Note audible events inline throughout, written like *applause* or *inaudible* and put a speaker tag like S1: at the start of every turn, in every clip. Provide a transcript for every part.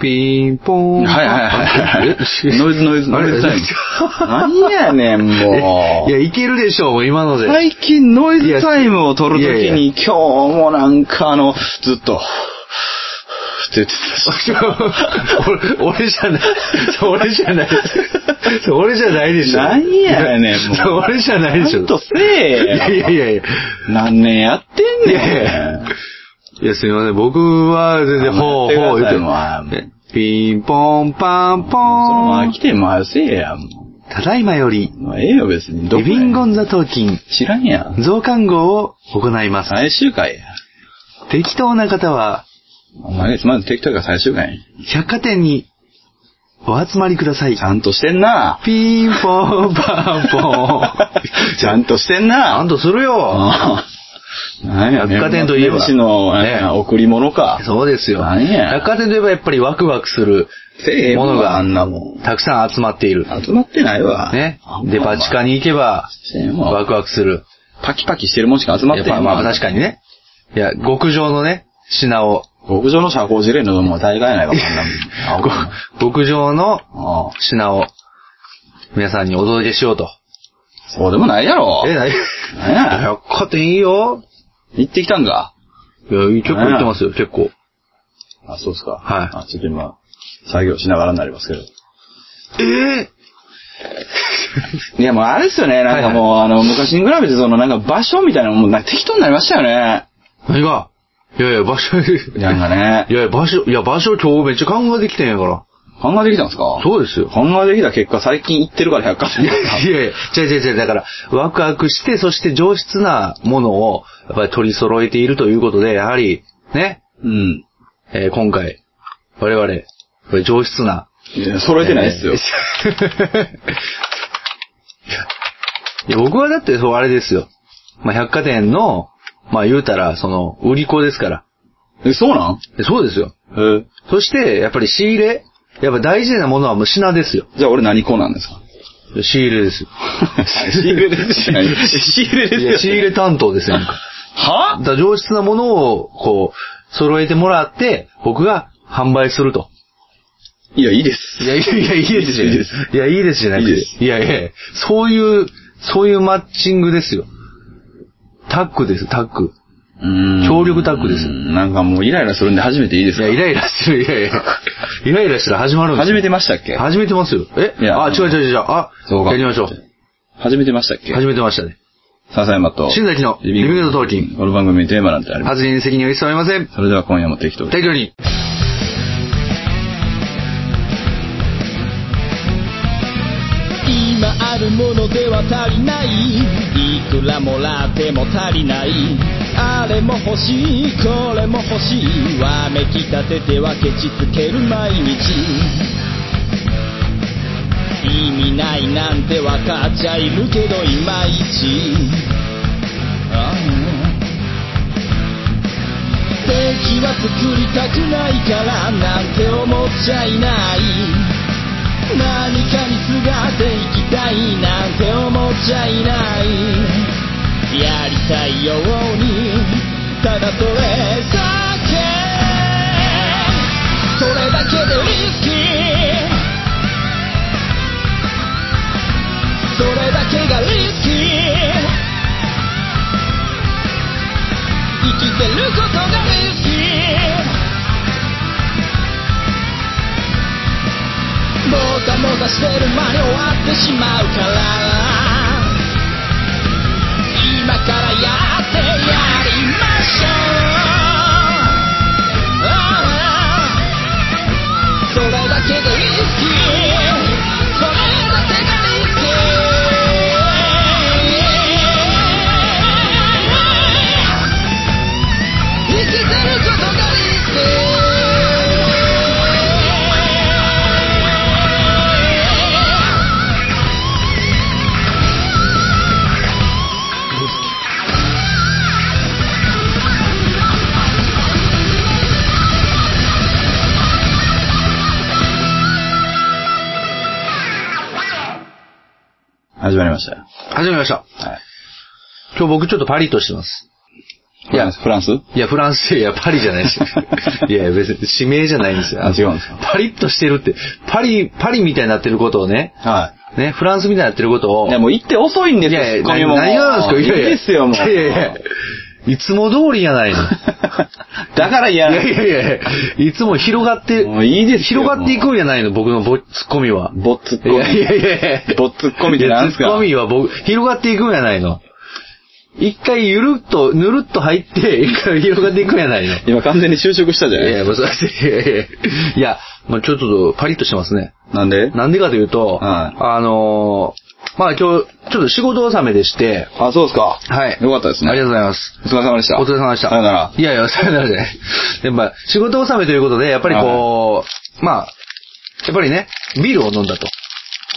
S1: ピンポーン。
S2: はいはいはいはい。ノイズノイズノイズタイム。何やねん、も。
S1: いうや、いけるでしょう、今ので。
S2: 最近ノイズタイムを取ると
S1: い
S2: き
S1: や
S2: に、今日もなんかあの、ずっと、って言ってたし。
S1: 俺俺じゃない。俺じゃない。俺じゃないでしょ。
S2: 何やねんもう
S1: 俺じゃないでし
S2: ちょ
S1: ょ
S2: っ。とせ
S1: いやい
S2: え
S1: や
S2: や。
S1: いやいや。
S2: 何年やってん
S1: いや
S2: ねん。
S1: いや、すみません。僕は全然、ほうほう
S2: 待ってくださいも
S1: 言
S2: うあ
S1: って。ピンポンパンポ
S2: そのま
S1: ー
S2: ま
S1: ン
S2: 来。てもうせえや、も
S1: ただいまより、
S2: う。もうええよ、別に。ど
S1: リ
S2: こ
S1: ビ
S2: や
S1: ンゴンザトーキン、
S2: 知らんやん。
S1: 増刊号を行います。
S2: 最終回や。
S1: 適当な方は、
S2: お前まず適当やから最終回や
S1: 百貨店にお集まりください
S2: ち。ゃんとしてんな。
S1: ピンポンパンポン。
S2: *laughs* ちゃんとしてんな。
S1: なんとするよ。
S2: ああ何や、
S1: 百貨店といえば
S2: 年末年始の、
S1: ね
S2: ね、贈り物か。
S1: そうですよ。
S2: 何や
S1: 百貨店といえばやっぱりワクワクする
S2: せえへん
S1: も
S2: も
S1: の
S2: の
S1: が
S2: があんなもん。
S1: たくさん集まっている。
S2: 集まってないわ。
S1: ね
S2: あん。ま
S1: デパ地下に行けば、
S2: せえへんわ
S1: ワクワクする。
S2: パキパキしてるもんしか集まって
S1: や
S2: な
S1: っ
S2: い。
S1: ぱまあ確かにね。いや、極上のね、品を。
S2: 極上の社交辞令のもう大概ないわ、こんなもんあ
S1: ご極上の
S2: あああ
S1: 品を、皆さんにお届けしようと。
S2: そうでもないやろ。
S1: え、なに
S2: 何や。
S1: 百貨店いいよ。
S2: 行ってきたんか。
S1: いや、結構行ってますよ、結構。
S2: あ、そうですか。
S1: はい
S2: あ、ちょっと今、作業しながらになりますけど。
S1: ええ
S2: いや、もうあれですよね。なんかもう、あの、昔に比べて、その、なんか場所みたいなのも、なんか適当になりましたよね。
S1: 何がいやいや、場所、い
S2: なんかね。
S1: やいや、場所、いや、場所今日めっちゃ考えてきてんやから。
S2: 考えてきたんですか
S1: そうですよ。
S2: 考えてきた結果、最近行ってるから百貨店
S1: いや *laughs* いやいや、違う違う違う、だから、ワクワクして、そして上質なものを、やっぱり取り揃えているということで、やはり、ね、
S2: うん。
S1: えー今回、我々、これ上質な。
S2: いや揃えてないですよ。
S1: いや僕はだって、そう、あれですよ。まあ、百貨店の、まあ、言うたら、その、売り子ですから。
S2: え、そうなん
S1: でそうですよ。
S2: え
S1: そして、やっぱり仕入れ、やっぱ大事なものはもう品ですよ。
S2: じゃあ俺何子なんですか
S1: 仕入れですよ。
S2: 仕入れ *laughs* ですよ。仕入れ
S1: いや仕入れ担当ですよ。
S2: は
S1: だから上質なものを、こう、揃えてもらって、僕が販売すると。
S2: いや、いいです。
S1: いや、いや、いやいいですよ。
S2: いいです
S1: いや、いいですじゃなく
S2: いいで
S1: て。いやいや、そういう、そういうマッチングですよ。タッグです、タッグ。
S2: うん
S1: 協力タッグです
S2: うんなんかもうイライラするんで初めていいで
S1: い
S2: すか
S1: や、イライラする、いやいや。イライラしたら始まるんです
S2: 始
S1: よ
S2: めてましたっけ
S1: 始めてますよ。え
S2: いや
S1: あ、違う違う違う。あ
S2: そう、か
S1: やりましょう。
S2: 始めてましたっけ
S1: 始めてましたね。
S2: 笹山と。
S1: 新崎のリビングのトーキン。
S2: この番組にテーマなんてあります。
S1: 発言責任は一切ありません。
S2: それでは今夜も適当に。
S1: 大丈夫に。
S3: 今あるものでは足りないいくらもらっても足りないあれも欲しいこれも欲しいわめきたててはケチつける毎日意味ないなんてわかっちゃいるけどいまいちああ敵は作りたくないからなんて思っちゃいない何かにすがっていきたいなんて思っちゃいないやりたいようにただそれだけそれだけでリスキーそれだけがリスキー生きてることがリスキーもたもたしてる間に終わってしまうから今からやってやりましょうああそれだけでリスキーそれだけがリスキー生きてることがリスキー
S2: 始まりましたよ。
S1: 始めました。
S2: はい。
S1: 今日僕ちょっとパリッとしてます。
S2: いや、フランス
S1: いや、フランス、いや、パリじゃないし。 *laughs* いや、別に、指名じゃないんですよ。
S2: あ違うんですか
S1: パリッとしてるって、パリ、パリみたいになってることをね、
S2: は
S1: ね、フランスみたいになってることを、
S2: いや、もう行って遅いんですよ、ツッコミも。
S1: 何がなんですか
S2: いいですよ、もう。
S1: いやいやいやいつも通りや
S2: *laughs*
S1: ないの。い
S2: だから嫌
S1: や
S2: ないの。
S1: やいやいやいつも広がって、
S2: もういいですよ
S1: 広がっていくんやないの、僕のぼツッコミは。
S2: ぼっつっ
S1: い
S2: こ
S1: やいやいやいや
S2: ぼっつっこみってなんすか
S1: いやツッコミは僕、広がっていくんやないの。一回ゆるっと、ぬるっと入って、一回広がっていくんやないの。
S2: 今完全に就職したじゃ
S1: い
S2: ない
S1: や、もうそれいやいやいやいや、まあちょっとパリッとしてますね。
S2: なんで
S1: なんでかというと、
S2: はい
S1: あのーまあ今日、ちょっと仕事納めでして、
S2: あ、そうですか。
S1: はい。
S2: よかったですね
S1: ありがとうございます。
S2: お疲れ様でした。
S1: お疲れ様でした。
S2: さよなら。
S1: いやいや、さよならじゃない。でもまあ、仕事納めということで、やっぱりこう、まあ、やっぱりね、ビールを飲んだと。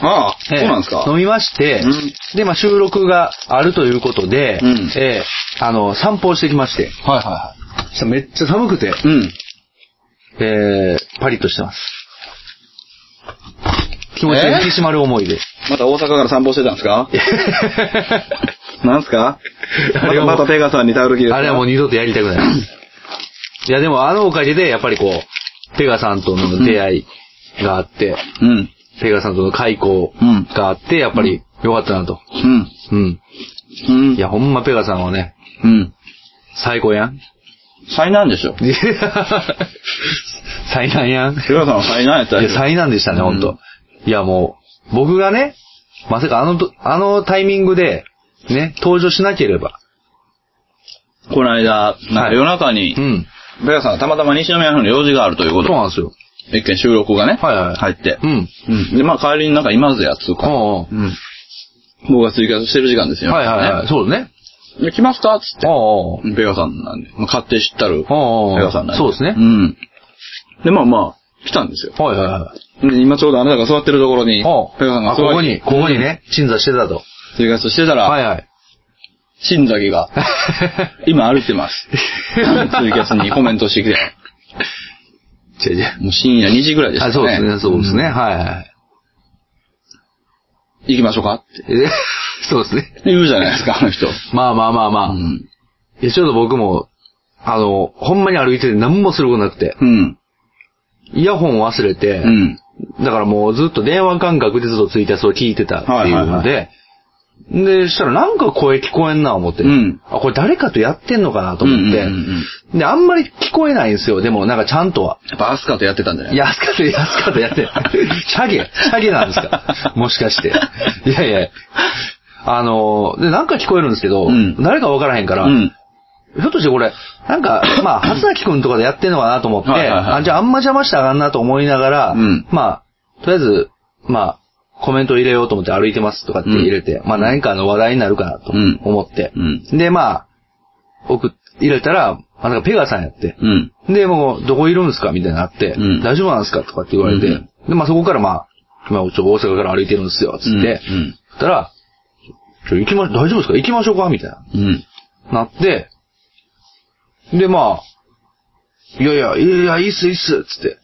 S2: ああ、そう
S1: ええ
S2: なんですか。
S1: 飲みまして、
S2: うん
S1: で、まあ収録があるということで、
S2: うん
S1: ええあの、散歩をしてきまして、
S2: はいは
S1: さめっちゃ寒くて、
S2: いはい。うん。
S1: えー、パリッとしてます。気持ちが引き締まる思いで。
S2: また大阪から散歩してたんですかなんすか
S1: あ
S2: ま
S1: れは
S2: た
S1: もう
S2: またペガさんに頼る気です
S1: *laughs*
S2: か
S1: あれはもう二度とやりたくない。いや、でもあのおかげで、やっぱりこう、ペガさんとの出会いがあって、
S2: うん。
S1: ペガさんとの開口があって、やっぱり良かったなと。
S2: うん。
S1: うん。
S2: うん。
S1: いや、ほんまペガさんはね、
S2: うん。
S1: 最高やん。
S2: 災難でしょ。
S1: いや *laughs* 災難やん。い
S2: ペガさんは災難やったで
S1: や、
S2: しょ。
S1: 災難でしたね、ほん
S2: う
S1: と
S2: ん。
S1: いや、もう、僕がね、まさかあのと、あのタイミングで、ね、登場しなければ。
S2: この間、なん
S1: は
S2: か
S1: い
S2: 夜中に
S1: う、ん。
S2: ペガさんがたまたま西宮の方に用事があるという
S1: そ
S2: こ
S1: う
S2: とで
S1: なんですよ。
S2: 一見収録がね、
S1: はいはい
S2: 入って
S1: う。ん。
S2: うん。で、まあ帰りになんか今津やっつうか。
S1: おうお
S2: うん。僕がツイキャスしてる時間です
S1: う
S2: よ。
S1: はいはいはい。
S2: ね
S1: そうだね。
S2: で来ますかつって。
S1: おうおう
S2: ペガさんなんで。まあ、買って知ったる。ペ
S1: おうおう
S2: ガさんなんで。
S1: そうですね
S2: うん。で、まあまあ、来たんですよ。
S1: はいはいはい。
S2: で今ちょうどあなたが座ってるところに、
S1: お
S2: ペガさん
S1: あ、
S2: が
S1: こ
S2: 座り
S1: こに、ここに。ね、鎮座してたと。
S2: ツイキャスしてた
S1: はい
S2: ら、 *laughs*
S1: はい。 *laughs*
S2: 新崎が、今歩いて
S1: *laughs*
S2: ます。ツイキャスにコメントしてきて。
S1: 違う違う。
S2: もう深夜2時ぐらいでした
S1: あ、
S2: ね。
S1: そうですね、そうですね、
S2: ん
S1: はいはい。
S2: 行きましょうかって
S1: え *laughs* そうですね。
S2: 言うじゃないですか、あの人。
S1: まあまあまあまあ。
S2: うん。
S1: いや、ちょっと僕も、あの、ほんまに歩いてて何もすることなくて、
S2: うん。
S1: イヤホンを忘れて、
S2: うん。
S1: だからもうずっと電話感覚でずっとツイキャスを聞いてたっていうので、で、したらなんか声聞こえんな思って、
S2: うん
S1: あ、これ誰かとやってんのかなと思って、
S2: うんうんうん
S1: で、あんまり聞こえないんですよ、でもなんかちゃんとは。
S2: やっぱアスカとやってたんじゃない
S1: 安かった、安かった、やって。チャゲ、チャゲなんですかもしかして。いやいや。あの、で、なんか聞こえるんですけど、
S2: うん
S1: 誰かわからへんから、
S2: うん。
S1: ひょっとしてこれ、なん
S2: *coughs*
S1: か、まあ、初崎くんとかでやってんのかなと思って、
S2: はいはいはい
S1: あ、じゃああんま邪魔したらあかんなと思いながら、
S2: うん
S1: まあ、とりあえず、まあ、コメント入れようと思って歩いてますとかって入れて、まあ何かの話題になるかなと
S2: うん
S1: 思って、
S2: うん
S1: で、まあ、送っ、入れたら、あ、なんかペガさんやって、
S2: うん。
S1: で、もう、どこいるんですかみたいになって、
S2: うん
S1: 大丈夫なんですかとかって言われて、
S2: うん
S1: で、まあそこからまあ、今、ちょ、大阪から歩いてるんですよ、つって、
S2: うん
S1: そしたら、ちょ、行きま、大丈夫ですか行きましょうかみたいな。
S2: うん。
S1: なって、で、まあ、いやいや、いやいや、いいっす、いいっす、つって。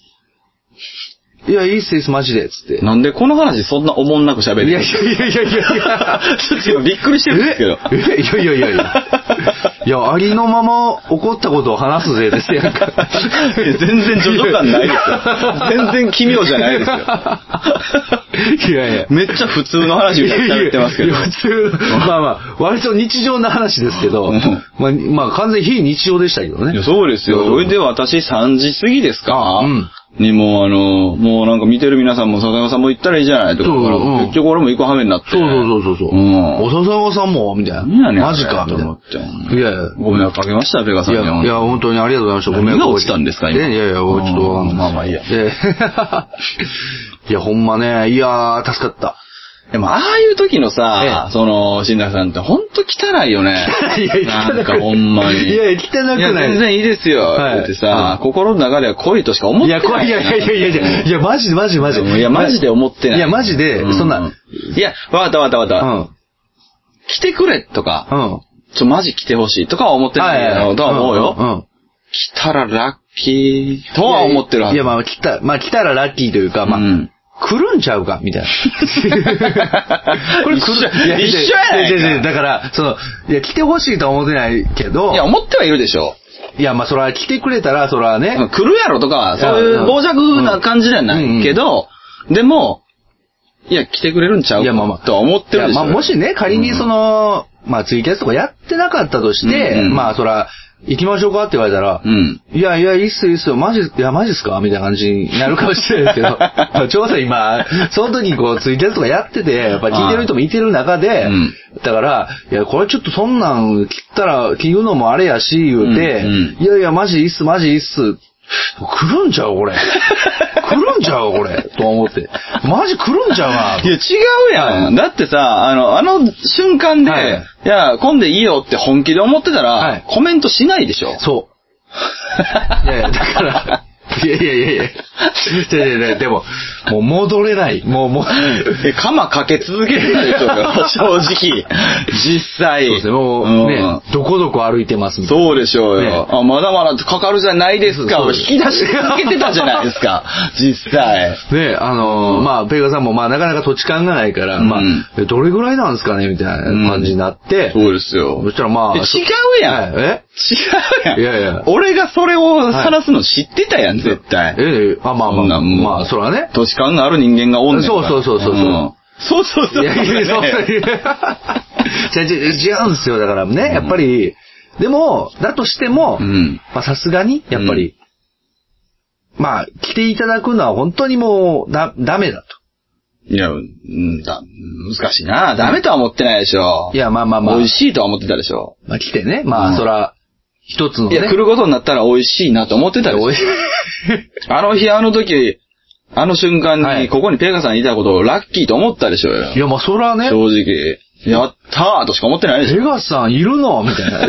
S1: いや、いいっす、いいっす、マジで、つって。い
S2: なんでこの話そんなおもんなく喋る
S1: や
S2: *laughs*
S1: いやいやいやいやいや。
S2: ちょっと今びっくりしてるんで
S1: *laughs*
S2: すけど。
S1: えいやいやいやいや。いや、ありのまま怒ったことを話すぜ、ですやんか。
S2: 全然叙々感ないです
S1: *laughs*
S2: よ。全然奇妙じゃないですよ。
S1: いやいや。
S2: めっちゃ普通の話みたいに喋ってますけ
S1: い
S2: ど
S1: や。いや普通のまあまあ、割と日常な話ですけど、
S2: うん
S1: まあ、まあ完全非日常でしたけど
S2: い
S1: ね
S2: や。そうですよ。それで私3時過ぎですか
S1: うん
S2: にもうあの、もうなんか見てる皆さんも笹山さんも行ったらいいじゃないとか、
S1: そううん
S2: 結局俺も行く羽目になって。
S1: そうそうそうそう。
S2: う
S1: うんお笹川さんもみたいな。
S2: 何やねん。
S1: マジか
S2: あれ
S1: み
S2: と
S1: たい
S2: 思っ
S1: な。
S2: て。
S1: いやいや。
S2: ご迷惑かけました、ペガさ
S1: い
S2: んには。
S1: や、いや、本当にありがとうございました。ごめん
S2: 何が落ちたんですか今
S1: いやいや、俺ちょっとわかんない。
S2: まあまあいいや
S1: ええいや、ほんまね、いやー、助かった。
S2: でも、ああいう時の
S1: え
S2: さ、その、新宅さんってほんと汚いよね。
S1: いや、汚く
S2: なんかほんまに。
S1: いや、汚くない。
S2: いや、全然いいですよ。
S1: はい
S2: ってさ、心の中では恋としか思っ
S1: い
S2: てな
S1: や、
S2: い。
S1: 怖い、いやいやいやいやいや、いや、マジでマジでマジで。
S2: いや、マジで思ってない。
S1: いや、マジで
S2: う、ん
S1: そんな、。
S2: いや、わかったわかった
S1: う
S2: わかっ
S1: ん。
S2: た。来てくれとか、
S1: うん。
S2: ちょ、マジ来てほしいとかは思ってないだろうとは思う
S1: うん
S2: よ。
S1: うん。
S2: 来たらラッキーとは思ってるはず。
S1: いや、まあ、来た、まあ、来たらラッキーというか、まあ、
S2: うん
S1: 来るんちゃうかみたいな。
S2: 一緒
S1: いや
S2: 一緒やないか
S1: いやいやいやだから、その、いや、来てほしいとは思ってないけど、
S2: いや、思ってはいるでしょ。
S1: いや、まあ、そら来てくれたら、そらね、
S2: 来るやろとか、そういう
S1: うん
S2: 傍若な感じじゃないけど、でも、いや、来てくれるんちゃう
S1: いやまあまあ
S2: とは思ってるでし
S1: い
S2: ょ。
S1: やまあ、もしね、仮にその、まあ、ツイキャスとかやってなかったとして、
S2: うんうん
S1: まあ、そら、行きましょうかって言われたら、
S2: うん。
S1: いやいや、いいっすよいいっすよ、マジ、いや、マジっすかみたいな感じになるかもしれないですけど
S2: *laughs*
S1: まあ、ちょうど今、その時にこう、ツイキャスとかやってて、やっぱ聞いてる人もいてる中で、
S2: うん
S1: だから、いや、これちょっとそんなん切ったら、聞くのもあれやし、言うて、
S2: うん
S1: いやいや、マジいいっす、マジいいっす。来るんちゃう
S2: *laughs*
S1: これ。来るんちゃうこれ。と思って。マジ来るんちゃうない
S2: や、違うやん。だってさ、あの、あの瞬間で、
S1: はい
S2: い、や、混んでいいよって本気で思ってたら、
S1: はい
S2: コメントしないでしょ。 *laughs*
S1: そう。いやいや、だから、いやいやいやいや。いやいやいや、でも、もう戻れない。もう、もう、そう
S2: え、鎌かけ続けてたでしょう
S1: *laughs*
S2: よ正直。実際。
S1: ですね、もう、
S2: ん
S1: ね、どこどこ歩いてますみたいな。
S2: そうでしょうよ、
S1: ね
S2: あ。まだまだかかるじゃないですか。
S1: そう
S2: を
S1: です
S2: 引き出し続けてたじゃないですか。実際。
S1: ね、あのーまあ、ペガさんも、まあ、なかなか土地勘がないから、
S2: うん
S1: まあ、えどれぐらいなんですかねみたいな感じになって、
S2: そうですよ。
S1: *laughs* そしたらまあ、
S2: え違うやん。
S1: はいえ
S2: 違うやん。
S1: いやいや
S2: 俺がそれを晒すの知ってたやん、絶対。
S1: ええ、あ、まあま
S2: そんな
S1: あ、
S2: んもう
S1: まあ、それはね。
S2: 都市感がある人間がおんねんから。
S1: そうそうそうそうん
S2: そうそうそう。
S1: いやいや、そう
S2: *laughs* ね
S1: いや違う違う違うんですよ。だからね、やっぱり、でも、だとしても、
S2: うん
S1: まあさすがに、やっぱり、まあ、来ていただくのは本当にもう、だ、ダメだ
S2: いや、うんだ、難しいな。ダメとは思ってないでし
S1: と。
S2: ょ。
S1: い、や、まあまあまあ、
S2: 美味しいとは思ってたでしょ。
S1: まあ来てね、まあ、
S2: うん
S1: そら、一つの
S2: い
S1: ね。
S2: や、来ることになったら美味しいなと思ってたでしょ。 *laughs* あの日、あの時、あの瞬間
S1: はい
S2: に、ここにペガさんいたことをラッキーと思ったでしょうよ。
S1: いや、まあそらね、
S2: 正直。やったーとしか思ってないでし
S1: ペ
S2: ょ。
S1: ガさんいるのみた
S2: *laughs*
S1: いな。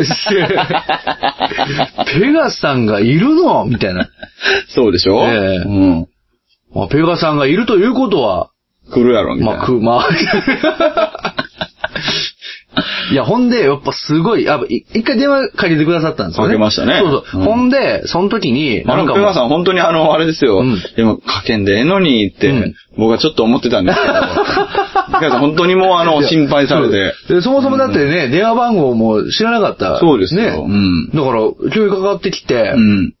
S1: ペガさんがいるのみたいな。
S2: そうでしょ
S1: ええ
S2: うん。
S1: まあ、ペガさんがいるということは、
S2: 来るやろ、みたい
S1: まあ、
S2: な。
S1: く、まあ。いや、ほんで、やっぱすごい、あ、い一回電話かけてくださったんですよね。
S2: かけましたね
S1: そうそう。
S2: うん
S1: ほんで、その時に、
S2: あ
S1: なんか
S2: の、ペ
S1: も
S2: ガさん本当にあの、あれですよ。
S1: うん
S2: 今、かけんでええのにって、
S1: うん
S2: 僕はちょっと思ってたんですけ
S1: *laughs*
S2: ど。ペガさん本当にもうあの、
S1: いや
S2: 心配されて。
S1: そうでそもそもだってね、電話番号も知らなかった。
S2: そうですよ
S1: ね。
S2: うん
S1: だから、急にかかってきて、
S2: うん。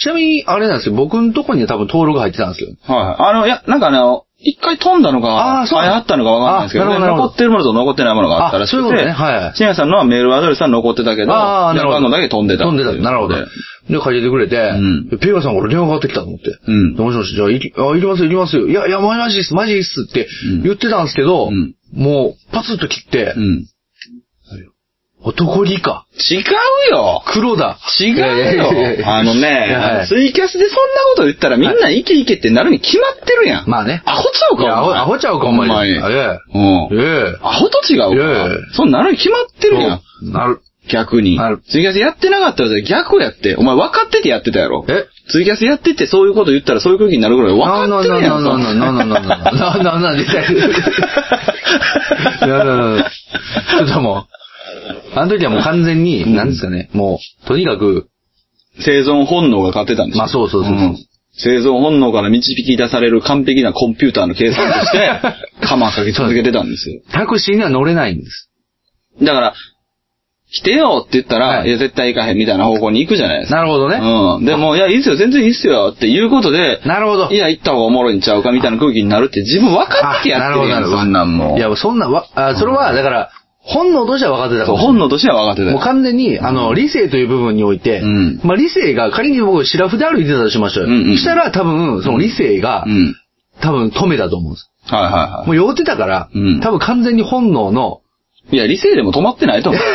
S1: ちなみに、あれなんですよ、僕のとこには多分登録入ってたんですよ。
S2: はい。あの、いや、なんかあの、一回飛んだのか、
S1: あーそう
S2: あったのかわかんないですけど,、
S1: あなるほどなるほ
S2: 残
S1: ど
S2: ってるものと残ってないものがあったらしくて、
S1: あそういうことねはい
S2: シンヤさんのはメールアドレスは残ってたけど、
S1: ああ、なるほど。
S2: のだけ飛んでた。
S1: 飛んでた。なるほど。で、かけてくれて、
S2: ん
S1: でペガさんから電話かかってきたと思って。
S2: うん
S1: でもしもし、じゃあ、いきあ、いりますよ、いりますよ。いや、いや、マジです、マジですって言ってたんですけど、
S2: うん
S1: もう、パツッと切って、
S2: うん。
S1: 男にか。
S2: 違うよ
S1: 黒だ。
S2: 違
S1: いやいやいやい
S2: うよ
S1: や
S2: あのね、
S1: はい
S2: ツイキャスでそんなこと言ったらみんなイケイケってなるに決まってるやん。
S1: まあね。
S2: アホちゃう
S1: い
S2: か
S1: や、アホ、アホちゃうか、お前。
S2: ほんまに
S1: ええ。
S2: うん。
S1: ええ。
S2: アホと違う
S1: いやいや
S2: か。そうなるに決まってるやん。
S1: そうなる。
S2: 逆に
S1: なる。
S2: ツイキャスやってなかったら逆やって。お前分かっててやってたやろ。
S1: え
S2: ツイキャスやっててそういうこと言ったらそういう空気になるぐらい分かってるやん。
S1: なななななななななななななななちょっともう、あの時はもう完全に、なんですかね、もう、とにかく、
S2: *laughs* 生存本能が勝ってたんですよ
S1: まあそうそうそうそうん
S2: 生存本能から導き出される完璧なコンピューターの計算
S1: *laughs*
S2: として、カマかけ続けてたんですよ。
S1: タクシーには乗れないんです。
S2: だから、来てよって言ったら、
S1: はい
S2: い、や、絶対行かへんみたいな方向に行くじゃないですか。
S1: なるほどね。
S2: うん。でも、いや、いいっすよ、全然いいっすよっていうことで、
S1: なるほど。
S2: いや、行った方がおもろいんちゃうかみたいな空気になるって自分分かってやってるやん、そんなんもう。
S1: いや、そんなんわ、あ、それは、だから、本能としては分かってたか
S2: そう、
S1: もしれない
S2: 本能としては分かってたよ
S1: もう完全に、あの、理性という部分において、
S2: うん
S1: まあ理性が、仮に僕、シラフで歩いてたとしましょうよ。
S2: うんうん
S1: したら、多分、その理性が、
S2: うん。
S1: 多分止めたと思うんです。
S2: はいはいは
S1: もう酔ってたから、
S2: うん
S1: 多分完全に本能の、
S2: い。いや、理性でも止まってないと思う。
S1: *laughs*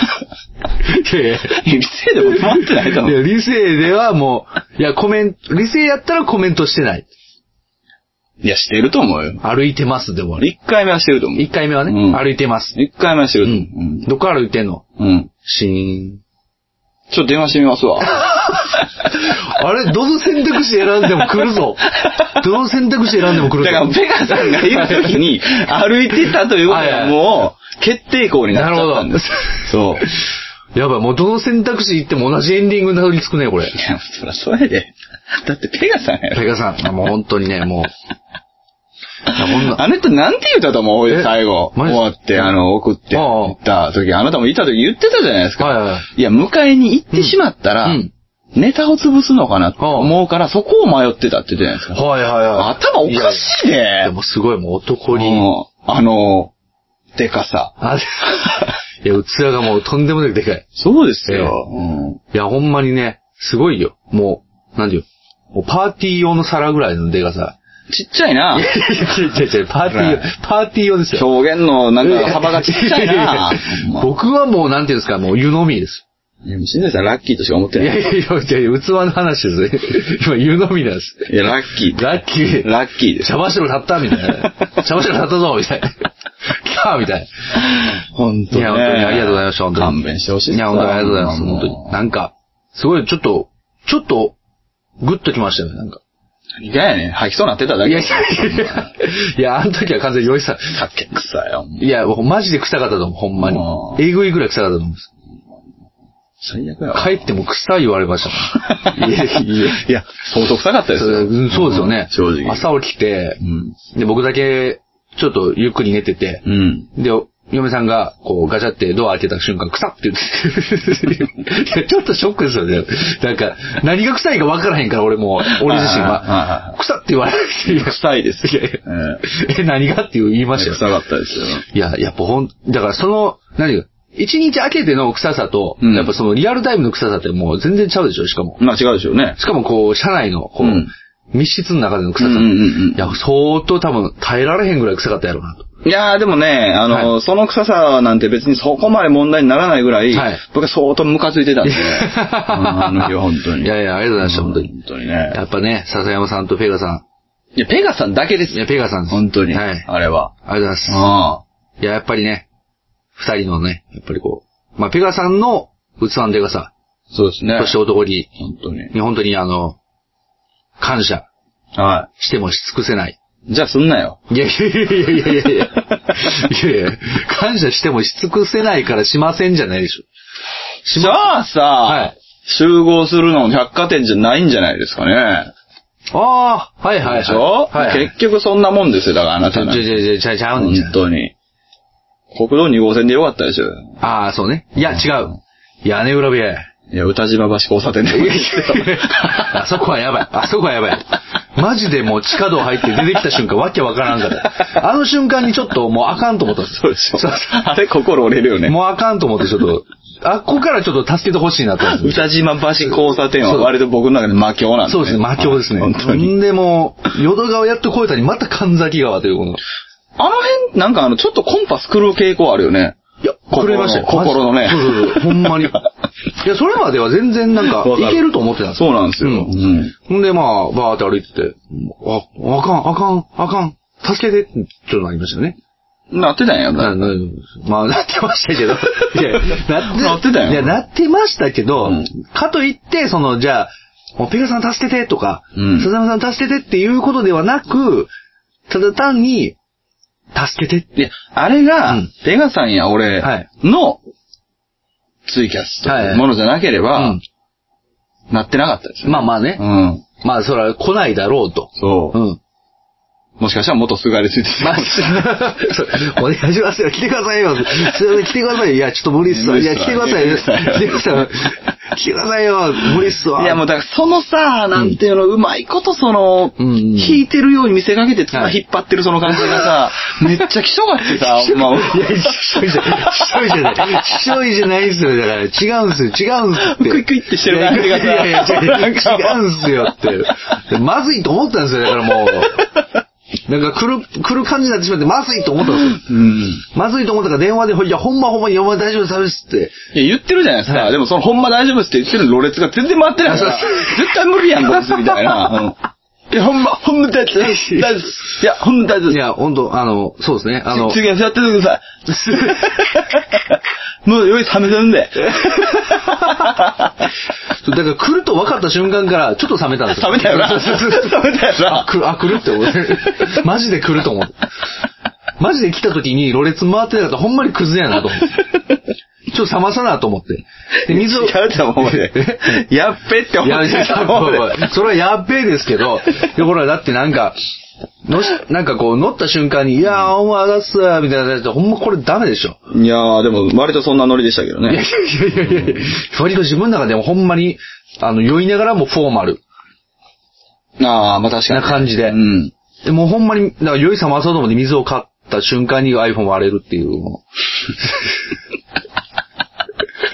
S2: *laughs*
S1: いやいや
S2: 理性でも止まってないと思。
S1: いうや理性ではもう、いや、コメント、理性やったらコメントしてない。
S2: いや、してると思うよ。
S1: 歩いてますで終わり。
S2: 一回目はしてると思う。
S1: 一回目はね、
S2: うん
S1: 歩いてます。
S2: 一回目はして
S1: う
S2: ると思う。
S1: ん。どこ歩いてんの
S2: うん。うん。
S1: シーン。
S2: ちょっと電話してみますわ。
S1: あれ、どの選択肢選んでも来る *laughs* ぞ。どの選択肢選んでも来る
S2: だ
S1: ぞ。
S2: から、ペガさんがいるときに歩いてたということ
S1: はいは
S2: はいもう決定校になっちゃったんです。そう。
S1: やばい、もうどの選択肢行っても同じエンディングにたどり *laughs* 着くね、これ
S2: い。や、そりゃそうやで。だってペガさんやろ。
S1: ペガさん、もう本当にね、もこんな
S2: あなたなんて言ったと思う
S1: え
S2: 最後。
S1: マジ
S2: 終わって、あの、送って、
S1: ああ
S2: 行った時、あなたもいた時言ってたじゃないですか。
S1: はいはい
S2: や、迎えに行ってしまったら、
S1: うん
S2: ネタを潰すのかなと思うから、そこを迷ってたって言ってたじゃないですか。
S1: はいはいはい。
S2: 頭おかしいね
S1: ややでもすごいもう男に。
S2: うんあの、でか
S1: *laughs*
S2: さ。
S1: あでいや、器がもうとんでもなくでかい。
S2: そうです
S1: よ
S2: うん
S1: いや、ほんまにね、すごいよ。もう、なんていうのもうパーティー用の皿ぐらいのでかさ。
S2: ちっちゃいな。
S1: い *laughs* やいやいやいやパーティー用、パーティー用ですよ。
S2: 表現のなんか幅がちっちゃいな。ほんま
S1: 僕はもう、なんていうんですか、もう湯飲みです。
S2: いや、もう新内さんラッキーとしか思っ
S1: い
S2: て
S1: や
S2: ないい。
S1: やいやいや、器の話です。今湯飲みなんです。
S2: いや、ラッキー。
S1: ラッキー。
S2: ラッキーです。
S1: 茶柱立ったみたいな。茶柱立ったぞみたいな。来たみたい
S2: 本
S1: な。いや、本当にありがとうございました、本当に。
S2: 勘弁してほしいです
S1: いや、本当にありがとうございます、
S2: もう
S1: 本当に。なんか、すごい、ちょっと、ちょっと、グッときましたよね、なんか。
S2: 何がやねん。吐きそうなってただ
S1: い
S2: け。
S1: や、いや、いや、あの時は完全に酔いさ。
S2: かっけくさよ。もう
S1: いや、マジで臭かったと思う、ほんまに
S2: あ。ー
S1: えぐいぐらい臭かったと思うんです。
S2: 最悪やわ。
S1: 帰っても臭い言われましたもん。いやいや
S2: いや、相当臭かったです
S1: そ
S2: よ。
S1: ううんそうですよね。
S2: 正直。
S1: 朝起きて
S2: う、ん。
S1: で、僕だけ、ちょっとゆっくり寝てて、
S2: うん。
S1: で、嫁さんが、こう、ガチャってドア開けた瞬間、臭っって言って。いやちょっとショックですよね。なんか、何が臭いか分からへんから、俺も、俺自身
S2: はいはいはい
S1: は
S2: は。
S1: 臭って言われて。
S2: 臭いです。
S1: いやいや
S2: え
S1: え、何がって言い
S2: え
S1: ました
S2: 臭
S1: よ。
S2: かったですよ。
S1: いや、やっぱほん、だからその、何が、一日明けての臭さと、
S2: うん
S1: やっぱそのリアルタイムの臭さってもう全然ちゃうでしょ、しかも。
S2: まあ違うでしょうね。
S1: しかもこう、車内の、こう、
S2: うん
S1: 密室の中での
S2: う
S1: 臭
S2: ん
S1: さ。
S2: うんうん
S1: いや、相当多分耐えられへんぐらい臭かったやろうなと。
S2: うん。いやーでもね、あの、その臭さなんて別にそこまで問題にならないぐらい、
S1: はい
S2: 僕は相当ムカついてたんで、ね、あの日は本当に。
S1: いやいや、ありがとうございました、本当に。
S2: 本当にね。
S1: やっぱね、笹山さんとペガさ
S2: いや、ペガさんだけです
S1: ん。いや、ペガさんです。
S2: 本当に。
S1: はい。ありが
S2: あれは。
S1: とうございます。
S2: あ
S1: いや、やっぱりね、二人のね、やっぱりこう、まあ、ペガさんの器のデカさ、
S2: あ。そうですね。
S1: そして男に、
S2: 本当に。
S1: 本当にあの、感謝
S2: は
S1: してもし尽くせない。
S2: い。じゃあすんなよ。
S1: いやいやいやいやいやいやいや。いやいや、感謝してもし尽くせないからしませんじゃないでしょ。
S2: じゃあさ、
S1: はい
S2: 集合するのも百貨店じゃないんじゃないですかね。
S1: ああ、はいはいはい。
S2: でしょ、
S1: はいはい。
S2: 結局そんなもんですよ、だからあな
S1: ち
S2: た
S1: ょ、
S2: の
S1: ちょ、。ちょ、ちゃちゃう
S2: 本
S1: んじゃん。
S2: 当に。国道2号線でよかったでしょ。
S1: ああ、そうね。いや、違う。屋根裏部屋や。
S2: いや、歌島橋交差点でもいいですよ。
S1: あそこはやばい。あそこはやばい。マジでもう地下道入って出てきた瞬間、わけわからんから。あの瞬間にちょっともうあかんと思ったんですよ
S2: そうでし
S1: *laughs*
S2: ょ
S1: そう。
S2: あれ心折れるよね。
S1: もうあかんと思ってちょっと、あっこからちょっと助けてほしいなと思って。
S2: 歌島橋交差点は割と僕の中で魔境なんで、
S1: そうですね、魔境ですね。
S2: *laughs* 本当に。
S1: んでもう、淀川やっと越えたにまた神崎川というこの。
S2: あの辺、なんかあの、ちょっとコンパス狂う傾向あるよね。
S1: いや、
S2: 心の
S1: くれましたよ。
S2: 心のね
S1: マジそうそうそう、ほん
S2: *laughs*
S1: まに。いや、それまでは全然なんか、
S2: わか
S1: い
S2: る
S1: けると思ってたんです
S2: そうなんですよ。うん
S1: ほんで、まあ、バーって歩いてて、あ、あかん、あかん、あかん、助けて、ちょっとなりましたよね。
S2: なってたんや、
S1: な、な、まあ、なってましたけ
S2: *laughs*
S1: ど。いや、
S2: な
S1: な
S2: ってたよ
S1: いや、なってましたけど、
S2: うん
S1: かといって、その、じゃあ、もうペガさん助けてとか、
S2: うん
S1: 笹山さん助けてっていうことではなく、ただ単に、助けてって。
S2: いや、あれ
S1: う
S2: が
S1: ん、
S2: ペガさんや俺
S1: はい
S2: のツイキャスというものじゃなければ、なってなかったです
S1: う
S2: よ。
S1: んまあまあ
S2: う
S1: ね。
S2: ん。
S1: まあ、それは来ないだろうと。
S2: そうう。
S1: ん。
S2: もしかしたら元すがりついて
S1: まあ、 *laughs* そうお願いしますよ。来てくださいよ。すいません、来てくださいよ。いや、ちょっと無理っすわ。いや、来てくださいよ。来てくださいよ。来てくださいよ。無理っすわ。
S2: いやもうだからそのさ、なんていうの、うまいことその、
S1: うんうん
S2: 引いてるように見せかけて、つま
S1: はい
S2: 引っ張ってるその感じがさ、 *laughs* めっちゃ気性がってさ、ほんま
S1: いや、一緒じゃない。一緒じゃない。一緒じゃないっすよ。だから、違うんすよ。違うんすって。
S2: クイクイってしてる感じがさ
S1: いやいやいや、違う
S2: な
S1: 違うんすよって。まずいと思ったんですよ。だからもう。なんか、来る、来る感じになってしまって、まずいと思ったんですよ。
S2: うん。
S1: まずいと思ったから電話で、いや、ほんまほんまに、お前大丈夫ですって。
S2: いや、言ってるじゃないですか。でもその、ほんま大丈夫ですって言ってるろれつが全然回ってないから
S1: あそう、
S2: 絶対無理やん、こいつみたいな。うんいや、ほんま、ほんま大丈夫です。大丈夫です。いや、ほんま大丈夫
S1: い
S2: です。
S1: や、ほんと、あの、そうですね。あの、
S2: 次は座っててください。もう、酔い冷めてるんで。
S1: そうだから来ると分かった瞬間から、ちょっと冷めたんですよ。
S2: 冷めたよな。
S1: そうそうそう
S2: *laughs* 冷めたよ
S1: あ、
S2: な。
S1: 来る、あ、来るって思って。マジで来ると思って。マジで来た時に、ろれつ回ってなかったらほんまにクズやなと思って。ちょっと冷まさなと思って。で、水を。
S2: やべって思うで。 *laughs* やっべって思
S1: いや
S2: う
S1: いや
S2: で。
S1: それはやっべえですけど、で、ほら、だってなんか、のし、なんかこう、乗った瞬間に、いやー、お前だっすーみたいなやつほんまこれダメでしょ。
S2: いやー、でも、割とそんなノリでしたけど
S1: いや
S2: ね
S1: い。やいやいやいや割と自分の中でもほんまに、あの、酔いながらもフォーマル。
S2: ああ、まあ確かに。
S1: な感じで
S2: うん。
S1: でもうほんまに、だから酔い冷まそうと思って水を買った瞬間に iPhone 割れるっていう。
S2: *laughs*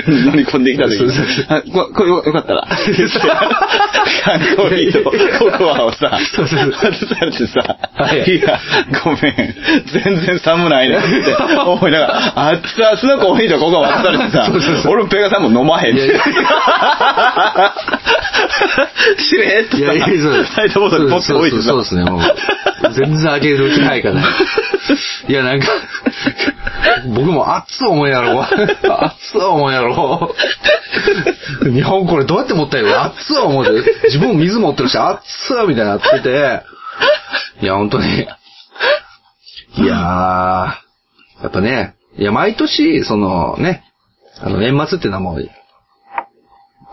S2: 乗り込んできた時
S1: そうそうそ
S2: あここれよよかったら。 *laughs* 缶コーヒーとココアをさ、
S1: そうそうそう
S2: 外されてさ、
S1: はい
S2: いや、ごめん、全然寒ないなって思いながら、熱々のコーヒーとココア渡されて
S1: そうそう
S2: さ、
S1: そう
S2: 俺もペガさんも飲まへん
S1: い
S2: っ
S1: やい
S2: て *laughs*
S1: や。
S2: しれっと
S1: い
S2: さ、
S1: やいや、そう
S2: サイドボードにポッて置いてさ
S1: そう、ですそうですね、もう。全然開ける気ないから。いや、なんか、僕も熱っ思いやろ。熱っ思いやろ。日本これどうやって持ったらいいの熱っ思うて。自分も水持ってるし、熱っみたいになってて。いや、本当に。 *laughs* いやー、やっぱね、いや、毎年、そのね、あの、年末ってのはもう、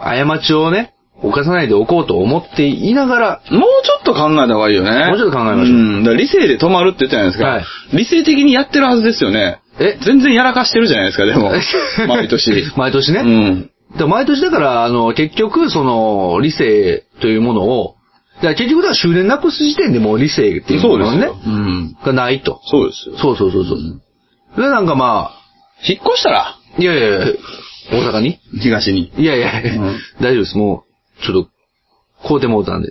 S1: 過ちをね、犯さないでおこうと思っていながら、
S2: もうちょっと考えた方がいいよね。。
S1: もうちょっと考えましょうん
S2: だから理性で止まるって言ったじゃないですか。
S1: はい
S2: 理性的にやってるはずですよね。
S1: え。
S2: 全然やらかしてるじゃないですか、でも
S1: *laughs*
S2: 毎年。
S1: 毎年
S2: う
S1: ね。
S2: ん。
S1: で毎年だから、あの、結局、その、理性というものを、だから結局だから終電なくす時点でもう理性っていう
S2: そ
S1: も
S2: うで
S1: の
S2: す
S1: ね
S2: よ。、うん。
S1: がないと。
S2: そうですよ。
S1: そうそうそうそう。で、なんかま
S2: 引っ越したら、
S1: あ、いやいやいや大阪に
S2: 東に。
S1: いやいや、
S2: うん
S1: 大丈夫です。もう、ちょっと、買うてもうたんで。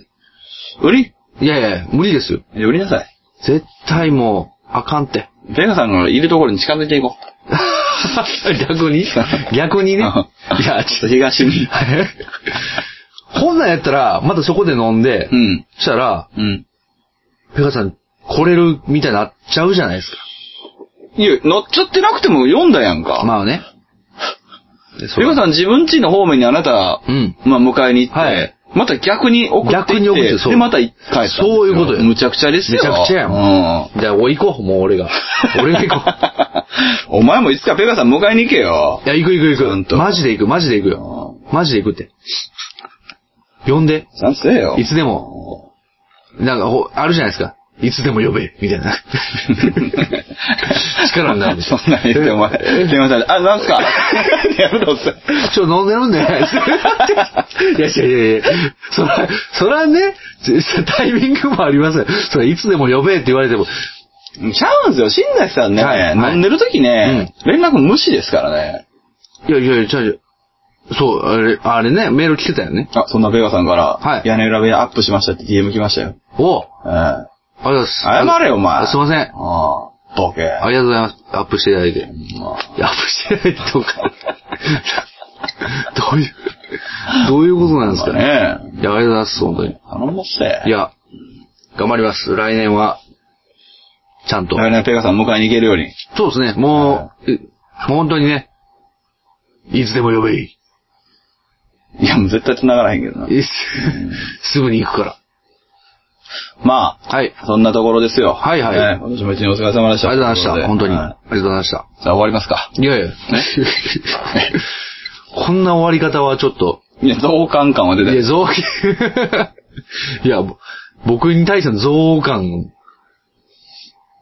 S2: 売り
S1: いやいや、無理ですよ。
S2: 売りなさい。
S1: 絶対もう、あかんって。 *laughs*
S2: ベガさんのいるところに近づいていこう。
S1: 逆
S2: *laughs*
S1: に逆にね。いや、 *laughs*
S2: ちょっと東に。
S1: こんなんやったら、またそこで飲んで、
S2: うん。
S1: したら、
S2: うん。
S1: ペガさん、来れるみたいになっちゃうじゃないです
S2: いや、乗っちゃってなくても読んだやんか。
S1: か。まあね。
S2: ペガさ
S1: ん、
S2: ん自分家の方面にあなた、
S1: うん
S2: まあ迎えに行って、
S1: はい
S2: また逆に送っていって
S1: 逆に送ってそう
S2: で、また帰ったんですよ
S1: そういうことよ
S2: むちゃくちゃですよ。
S1: めちゃくちゃやも
S2: うん。
S1: じゃあ、おい行こう、もう俺が。俺が行こう。
S2: *laughs* お前もいつかペガさん迎えに行けよ
S1: い。や、行く行く
S2: ほ
S1: 行
S2: ん
S1: く。
S2: と
S1: マジで行く、マジで行くよ。マジで行くって。呼んで、
S2: ちゃんとせえよ。
S1: いつでも。なんか、ほあるじゃないですか。いつでも呼べ、みたいな。力になるんです
S2: *laughs* そんなん言って、お前。電話されて、あ、なんすか *laughs* やめろ、おっさん。
S1: ちょ、飲んでるんで。いやいやいやいや。そら、そらね、タイミングもありますよそれいつでも呼べって言われても。
S2: ちゃうんですよ。新崎さんね、
S1: はいはい
S2: 飲んでる時ね、連絡無視ですからね。
S1: いやいやいや、ちゃうそう、あれ、あれね、メール来てたよね。
S2: あ、そんなペガさんから、
S1: はい
S2: 屋根裏部屋アップしましたって DM 来ましたよ。
S1: おう
S2: ええ
S1: ありがとうございます。
S2: 謝れよ、お前。
S1: あすいません。あ
S2: ああ、ボケ。
S1: りがとうございます。アップしていただいて。い
S2: まあ
S1: やアップしていただいてどうか。どういう、どういうことなんですかね。
S2: ね
S1: い
S2: え。
S1: や、ありがとうございます、本当に。
S2: 頼もせ。
S1: いや、頑張ります。来年は、ちゃんと。
S2: 来年ペガさん迎えに行けるように。
S1: そうですね、もう、えもう本当にね、いつでも呼べいい。
S2: いや、もう絶対繋がらへんけどな。
S1: いつすぐに行くから。
S2: ま
S1: はい。
S2: あ、そんなところですよ。
S1: はいはい
S2: ね今年も一年お疲れ様でし
S1: あ
S2: た。
S1: りがとうございました
S2: とい。
S1: 本
S2: こ
S1: 当
S2: と
S1: に。あ
S2: では
S1: りがとうございました。
S2: いじゃあ終わりますか。
S1: いやいや。こんな終わり方はちょっと、
S2: いや、増感感はい出て
S1: や、
S2: る。
S1: 増 *laughs* いや、ぼ僕に対しての増感。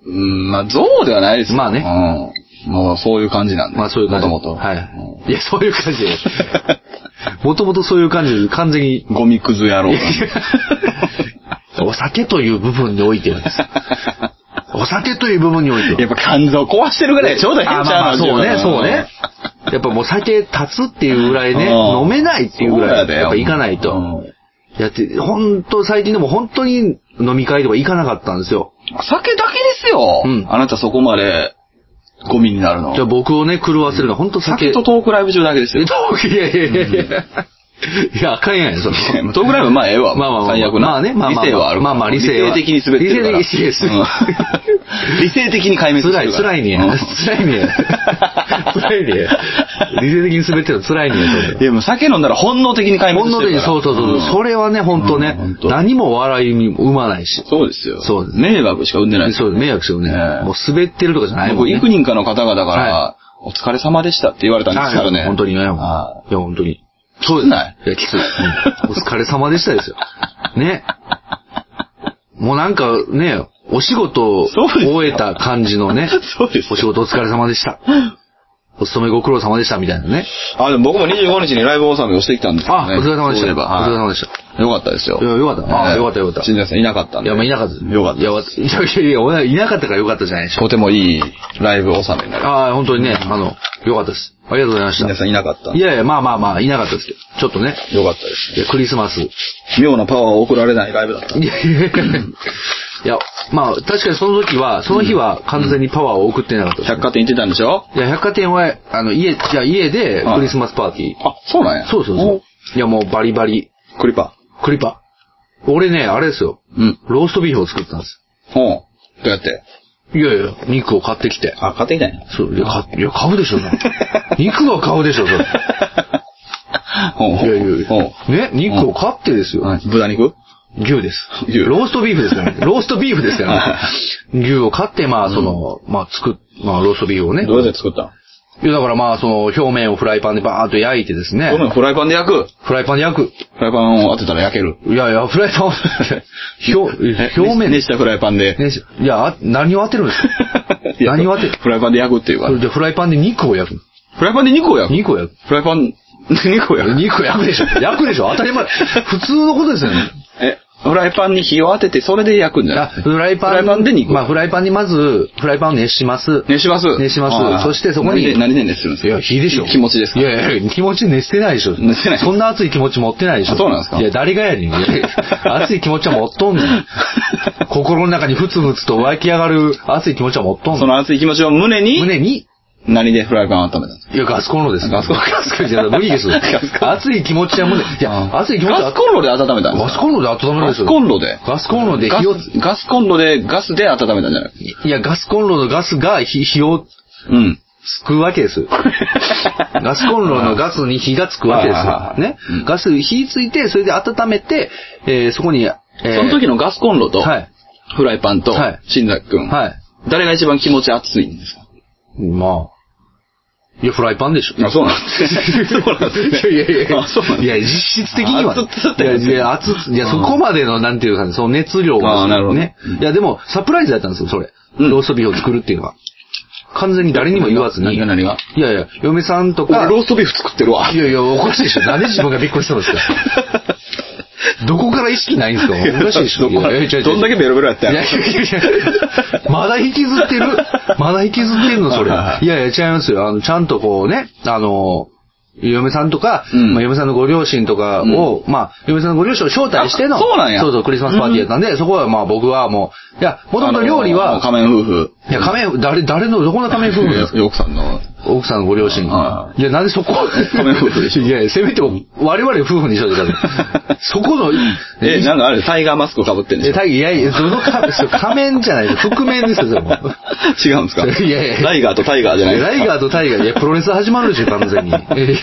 S2: うん、まあ、増ではないですよ
S1: まあね
S2: うん。もう、そういう感じなんで。
S1: まあそういう感じ。
S2: もともと。
S1: は
S2: うん
S1: い。いや、そういう感じで。 *laughs* もともとそういう感じで、完全
S2: *laughs*
S1: に、
S2: ゴミクズ
S1: *laughs*
S2: 野郎。
S1: お酒という部分においてはです。お酒という部分においては。
S2: やっぱ肝臓壊してるぐらいちょうどいいんちゃ
S1: あ
S2: う
S1: まあまあ
S2: の
S1: そうね、
S2: 自分
S1: そうね。やっぱもう酒立つっていうぐらいね、
S2: うん
S1: 飲めないっていうぐら
S2: そう
S1: い、
S2: だよ
S1: やっぱ行かないと。
S2: うん
S1: やって、本当最近でも本当に飲み会とか行かなかったんですよ。
S2: 酒だけですよ。
S1: うん
S2: あなたそこまでゴミになるの。
S1: じゃあ僕をね、狂わせるのは本当
S2: 酒
S1: 酒。
S2: とトークライブ中だけです
S1: *laughs*
S2: よ
S1: え。トー *laughs* クいやいやいやいや。いや、あかんやん、その。
S2: トークライブはまあええわ。
S1: まあまあまあ
S2: 最悪な。
S1: まあねまあまあ
S2: 理性はある。
S1: まあまあ理性は
S2: 理性的に滑ってるから。
S1: 理性的です
S2: うん *laughs* 理性的に壊滅して
S1: 辛い、
S2: るから。
S1: 辛いねや。
S2: う
S1: *laughs*
S2: ん
S1: 辛いねや。
S2: *laughs*
S1: 辛いねや。理性的に滑ってるの辛いねやそれ。
S2: でも酒飲んだら本能的に壊
S1: 本
S2: 滅し
S1: 能
S2: て
S1: 的
S2: る
S1: に、
S2: から。
S1: そうそうそう。そ
S2: れ。
S1: れはね、本当ね
S2: うん本、当
S1: 何も笑いにも生まないし。
S2: そうですよ。
S1: そうです
S2: 迷惑しか生んでない。
S1: そう、迷惑するね
S2: え。え
S1: もう滑ってるとかじゃないも
S2: 僕、
S1: んね。
S2: 幾人かの方々か
S1: は
S2: ら、お疲れ様でしたって言われたんですから
S1: は
S2: ね。
S1: い本当にね。いや、
S2: あ
S1: 本当に。そう
S2: つない
S1: いや、きつい。うんお疲れ様でしたですよ。ね。もうなんかね、お仕事を
S2: そうですよ、
S1: 終えた感じのね
S2: *laughs* そうですよ
S1: お仕事お疲れ様でした。
S2: *laughs*
S1: お勤めご苦労様でしたみたいなね。
S2: あ、でも僕も25日にライブ納めをしてきたんですけど、
S1: あ、
S2: ね。
S1: お疲れ様でし
S2: そう
S1: た。
S2: いえば、
S1: お疲れ様
S2: は
S1: でし
S2: い。よかったですよ。
S1: いやよかったあ
S2: はい
S1: よかったよかった
S2: 新田さんいなかっ
S1: た。
S2: たん
S1: い
S2: で。
S1: や、まあ、いなかった。
S2: よかった
S1: いや、わいやいやいや俺はいなかったからよかったじゃないでしょ。
S2: とてもいいライブ納めになりま
S1: ああ、本当にね、あの、よかったです。ありがとうございまし
S2: した。皆
S1: た。
S2: さんいなかったん
S1: い
S2: で。
S1: やいや、まあまあまあ、いなかったですけど。ちょっとね、
S2: よかったです。
S1: いやクリスマス。い
S2: 妙なパワーを送られないライブだった。
S1: やいやいや *laughs* いや、まあ、確かにその時は、その日は完全にパワーを送ってなかったですね
S2: 百貨店行ってたんでしょ
S1: いや、百貨店は、あの、家、いや、家で
S2: はい
S1: クリスマスパーティー。
S2: あ、そうなんや。
S1: そうそうそう。いや、もうバリバリ、
S2: お。クリパ
S1: クリパ。俺ね、あれですよ。
S2: ー。うん。
S1: ローストビーフを作ったんです
S2: ほう。どうやって
S1: よ。いやいや、肉を買ってきて。
S2: あ、買ってきたんや。
S1: そう、いや、買いや買うでしょ、
S2: *laughs*
S1: そんな肉は買うでしょ、それ。い
S2: ほう。い
S1: やいやい
S2: ほう。
S1: *laughs* や。ね、肉を買ってですよ。
S2: はい豚肉
S1: 牛です。
S2: 牛
S1: ローストビーフです
S2: *laughs*
S1: からね。ローストビーフですからね。牛を買って、まあ、その、まあ、作っ、まあ、ローストビーフをね。
S2: どうやって作ったの
S1: いや、だからまあ、その、表面をフライパンでバーンと焼いてですね
S2: ご。めん、フライパンで焼く。
S1: フライパンで焼く。
S2: フライパンを当てたら焼ける。
S1: いやいや、フライパン
S2: *laughs*
S1: を表、表面
S2: 熱したフライパンで。
S1: ねいや、あ何を当てるんです
S2: *laughs* いや
S1: か何を当てる
S2: フライパンで焼くっていうか
S1: それ。でフライパンで肉を焼く。
S2: フライパンで肉を焼く。
S1: 肉を焼く。
S2: フライパン、 *laughs* 肉を焼く。
S1: 肉を焼くでしょ。焼くでしょ。当たり
S2: *laughs*
S1: 前。普通のことですよね。
S2: え、フライパンに火を当てて、それで焼くんじゃ
S1: あ
S2: な
S1: フライパン。
S2: フライパンで肉
S1: まあ、フライパンにまず、フライパンを熱します。
S2: 熱します。
S1: 熱します
S2: あー
S1: そしてそこに
S2: 何で、何で熱するんです
S1: い
S2: か
S1: や、火でしょ。
S2: 気持ちですか
S1: いやいや、気持ち熱してないでしょ。
S2: 熱してない
S1: そんな熱い気持ち持ってないでしょ。
S2: あそうなんですか
S1: いや、誰がやねん。いやいや熱い気持ちは持っとんね
S2: *laughs*
S1: ん。心の中にふつふつと湧き上がる熱い気持ちは持っとんね
S2: そ
S1: ん。
S2: の熱い気持ちを胸に、
S1: 胸に、
S2: 何でフライパンを温めたんですか
S1: いや、ガスコンロです。
S2: ガスコンロ
S1: ガスコンロじゃない無理です。
S2: ガスコンロ
S1: 熱い気持ちはもうね、いや、熱い気持ちは
S2: ガスコンロで温めたんです
S1: ガ
S2: か
S1: スコンロで温めるん
S2: ガ
S1: です
S2: ス
S1: よ。
S2: コンロで。
S1: ガスコンロで
S2: ガ
S1: 火を、
S2: スガスコンロで、ガスで温めたんじゃない
S1: いや、ガスコンロのガスが火火を
S2: うん。
S1: つくわけです。 *laughs* ガスコンロのガスに火がつくわけ
S2: はいはいはい
S1: です。ね
S2: うん。
S1: ガス、火ついて、それで温めて、えーそこ *laughs* に、えー
S2: その時のガスコンロと、
S1: はい。
S2: フライパンと、
S1: はい
S2: 新崎くん、
S1: はい。
S2: 誰が一番気持ち熱いんですか
S1: まあ。いや、フライパンでしょ。
S2: あ、そうなん
S1: *laughs*
S2: ですね。そうなんですね。
S1: いやいやいや。
S2: あ、そうなん
S1: い
S2: です
S1: や、実質的にはね。
S2: 熱々って
S1: い
S2: や
S1: や、
S2: つ
S1: いや、熱々いや、
S2: う
S1: そ
S2: ん
S1: こまでの、なんていうかね、その熱量
S2: あーなるほど
S1: ね。いや、でも、サプライズだったんですよ、それ。
S2: うん
S1: ローストビーフを作るっていうのは。完全に誰にも言わずに。
S2: 何が何が
S1: いやいや、嫁さんと
S2: 俺
S1: か。
S2: ローストビーフ作ってるわ。
S1: いやいや、おかしいでしょ。なんで自分がびっくりしたんですか。どこから意識ないんですかおかしいでしょ。
S2: どこから
S1: いやいや違う違う
S2: どんだけベロベロやったん
S1: い
S2: や
S1: やいやいやいやまだ引きずってるまだ引きずってんの、それ。い
S2: は
S1: やいや、
S2: い
S1: 違いますよ。あの、ちゃんとこうね、あの、嫁さんとか、
S2: うん
S1: まあ、嫁さんのご両親とかを、まあ、嫁さんのご両親を招待しての、
S2: あそうなんや
S1: そうそう、クリスマスパーティーやったんで、そこはまあ僕はもう、いや、もともと料理
S2: あの
S1: は、
S2: 仮面夫婦。
S1: いや、仮面、誰、誰の、どこの仮面夫婦ですか
S2: よくさんの。
S1: 奥さんのご両親
S2: は。
S1: いや、なんでそこ
S2: 仮面夫婦でしょ
S1: いやいや、せめて我々夫婦にしようぜ、
S2: *laughs*
S1: 多分そこの、
S2: え、なんかあれ、タイガーマスク被ってんでし
S1: え、
S2: ょ
S1: 大義、いやいや、その仮それ仮面じゃないです。覆面ですよ、それもう。
S2: *laughs* 違うんですか
S1: いやいや
S2: タイガーとタイガーじゃないですか
S1: ライガーとタイガー、いや、プロレス始まるでしょ、完
S2: *laughs*
S1: 全に。え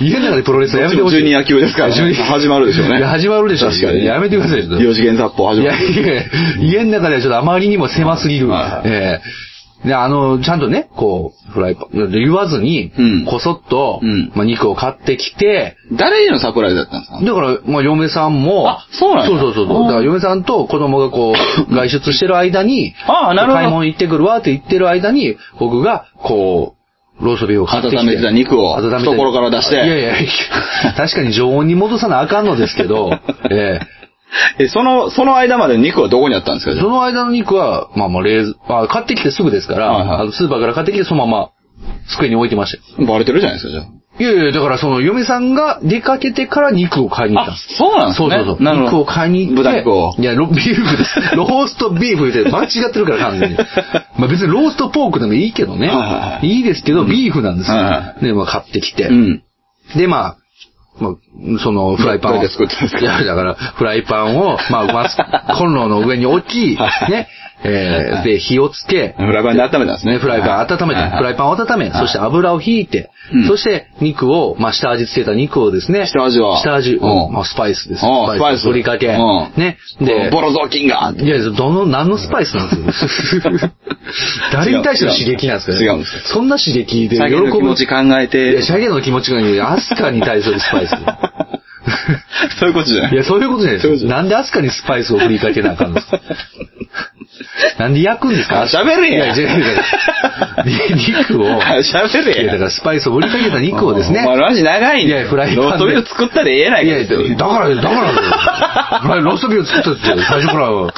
S1: 家の中でプロレスはやめてほしい。
S2: ジュニア級ですから
S1: ジュニア
S2: 始まるでしょうね
S1: いや、始まるでしょ。
S2: 確かに
S1: やめてください、ちょっと。
S2: 四次元殺法始
S1: い
S2: ま
S1: や
S2: る。
S1: いやいや、家の中ではちょっとあまりにも狭すぎる。
S2: はいはい
S1: ええで、あの、ちゃんとね、こう、フライパン、言わずに、
S2: うん
S1: こそっと、
S2: うん
S1: まあ、肉を買ってきて、
S2: 誰へのサプライズだったんですか
S1: だから、まあ、嫁さんも、
S2: あそうなんだ
S1: そうそうそう
S2: あ
S1: そ
S2: ー
S1: う。だから、嫁さんと子供がこう、
S2: *laughs*
S1: 外出してる間に、
S2: あーなるほど
S1: 買い物行ってくるわって言ってる間に、僕が、こう、ローストビーフを買ってきて。
S2: 温めてた肉を
S1: 温めて
S2: 懐から出して
S1: いやいやいや、
S2: *laughs*
S1: 確かに常温に戻さなあかんのですけど、ええ
S2: え、その、その間まで肉はどこにあったんですかじゃ
S1: その間の肉は、まあまあ冷蔵、あ買ってきてすぐですから、
S2: はいはい
S1: あのスーパーから買ってきてそのまま机に置いてましたよ。
S2: あバレてるじゃないですか、じゃあ。
S1: いやいや、だからその嫁さんが出かけてから肉を買いに行ったん
S2: あ
S1: です。、
S2: そうなんです
S1: そう
S2: ね。
S1: そうそう。
S2: なるほ
S1: 肉
S2: ど
S1: を買いに行って。
S2: 豚肉を
S1: い。や、ロビーフです。ローストビーフ言って間違ってるから完全に。まあ別にローストポークでもいいけどね。
S2: はいはいはい
S1: いですけど、ビーフなんですよ。
S2: はいは
S1: で、まあ買ってきて。
S2: うん。
S1: で、まあ、まあ、その、フライパンを。
S2: どうやって作ったんですか
S1: いや、だから、フライパンを、まあ、マ
S2: *laughs*
S1: ス、コンロの上に置き、
S2: はい
S1: ね、えー、で、火をつけ、
S2: フライパンで温めたんですね。
S1: ね、フライパン温めて、フライ
S2: パ
S1: パンを温め、
S2: はい
S1: そして油を引いて
S2: うん、
S1: そして肉を、まあ、下味つけた肉をですね、
S2: 下味は
S1: 下味、
S2: うん
S1: まあ、スパイスです。
S2: うんスパイス
S1: ふりかけ、
S2: うん
S1: ね、
S2: で
S1: で、、
S2: ボロ雑巾が
S1: いや、どの、何のスパイスなんですか
S2: *laughs*
S1: 誰に対しての刺激なんですかね
S2: 違うんですよ
S1: そんな刺激で喜
S2: 最近
S1: ぶ
S2: の気持ち考え
S1: いや、
S2: て
S1: シ、ャゲの気持ちがいい。アスカに対するスパイス。
S2: *laughs* そういうことじゃない
S1: いや、そういうことじゃない
S2: そうい
S1: です
S2: うことじゃ *laughs*
S1: よ。なんでアスカにスパイスを振りかけなあかんのですかなんで焼くんですか
S2: 喋れや
S1: いや、違う違う違う。
S2: *laughs*
S1: 肉を。
S2: 喋れ
S1: いや、だからスパイスを振りかけた肉をですね。
S2: *laughs* お前マジ長いね。
S1: いやフライパンで
S2: ローストビーフ作ったでええやない
S1: い
S2: か。
S1: や、だ
S2: 別に
S1: からよ、だからよ。ローストビーフ作ったって、最初からよ。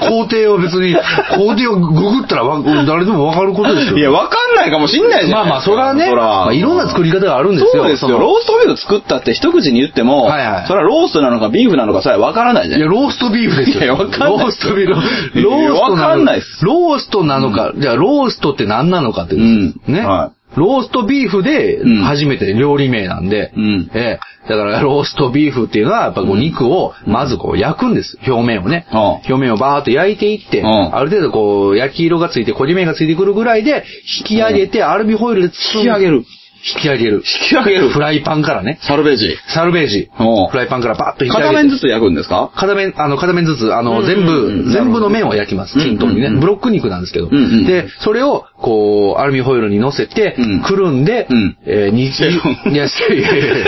S1: 工程を別に、工程をググったらわ誰でもわかることですよ。
S2: いや、わかんないかもしんないじゃ
S1: ま
S2: ん。
S1: あまあ、それはね、
S2: そら
S1: まあ、いろんな作り方があるんですよ。
S2: そうですよ。
S1: の
S2: ローストビーフ作ったって一口に言っても、
S1: はいはい
S2: それはローストなのかビーフなのかさえわからないじゃ
S1: い
S2: ん。
S1: や、ローストビーフですよ。
S2: いやわかんない
S1: ローストビーフ。ロースト
S2: いや
S1: の
S2: わかんないっす
S1: ローストなのか、じゃあ、ローストって何なのかっていう
S2: うん
S1: ね。
S2: は
S1: ローストビーフで
S2: うん、
S1: 初めて料理名なんで、
S2: うん
S1: ええだから、ローストビーフっていうのは、やっぱこう、肉を、まずこう、焼くんです。表面をね。
S2: うん
S1: 表面をバーっと焼いていって、
S2: うん
S1: ある程度こう、焼き色がついて、焦げ目がついてくるぐらいで、引き上げて、アルミホイルで包んで
S2: 引き上げる。
S1: 引き上げる。
S2: 引き上げる
S1: フライパンからね。
S2: サルベージ。
S1: サルベージ。
S2: うん
S1: フライパンからバーッと引き上げて。
S2: 片面ずつ焼くんですか
S1: 片面、あの、片面ずつ、あの、
S2: うん
S1: 全
S2: うんうん
S1: 部、全部の面を焼きます。
S2: なるほ
S1: 均
S2: ど
S1: 等に
S2: う
S1: ね
S2: んうん。
S1: ブロック肉なんですけど。
S2: うんうん
S1: で、それを、こう、アルミホイルに乗せて
S2: うん、
S1: くるんで
S2: うん、
S1: えー、に、
S2: セロン
S1: いや、せいやいやいや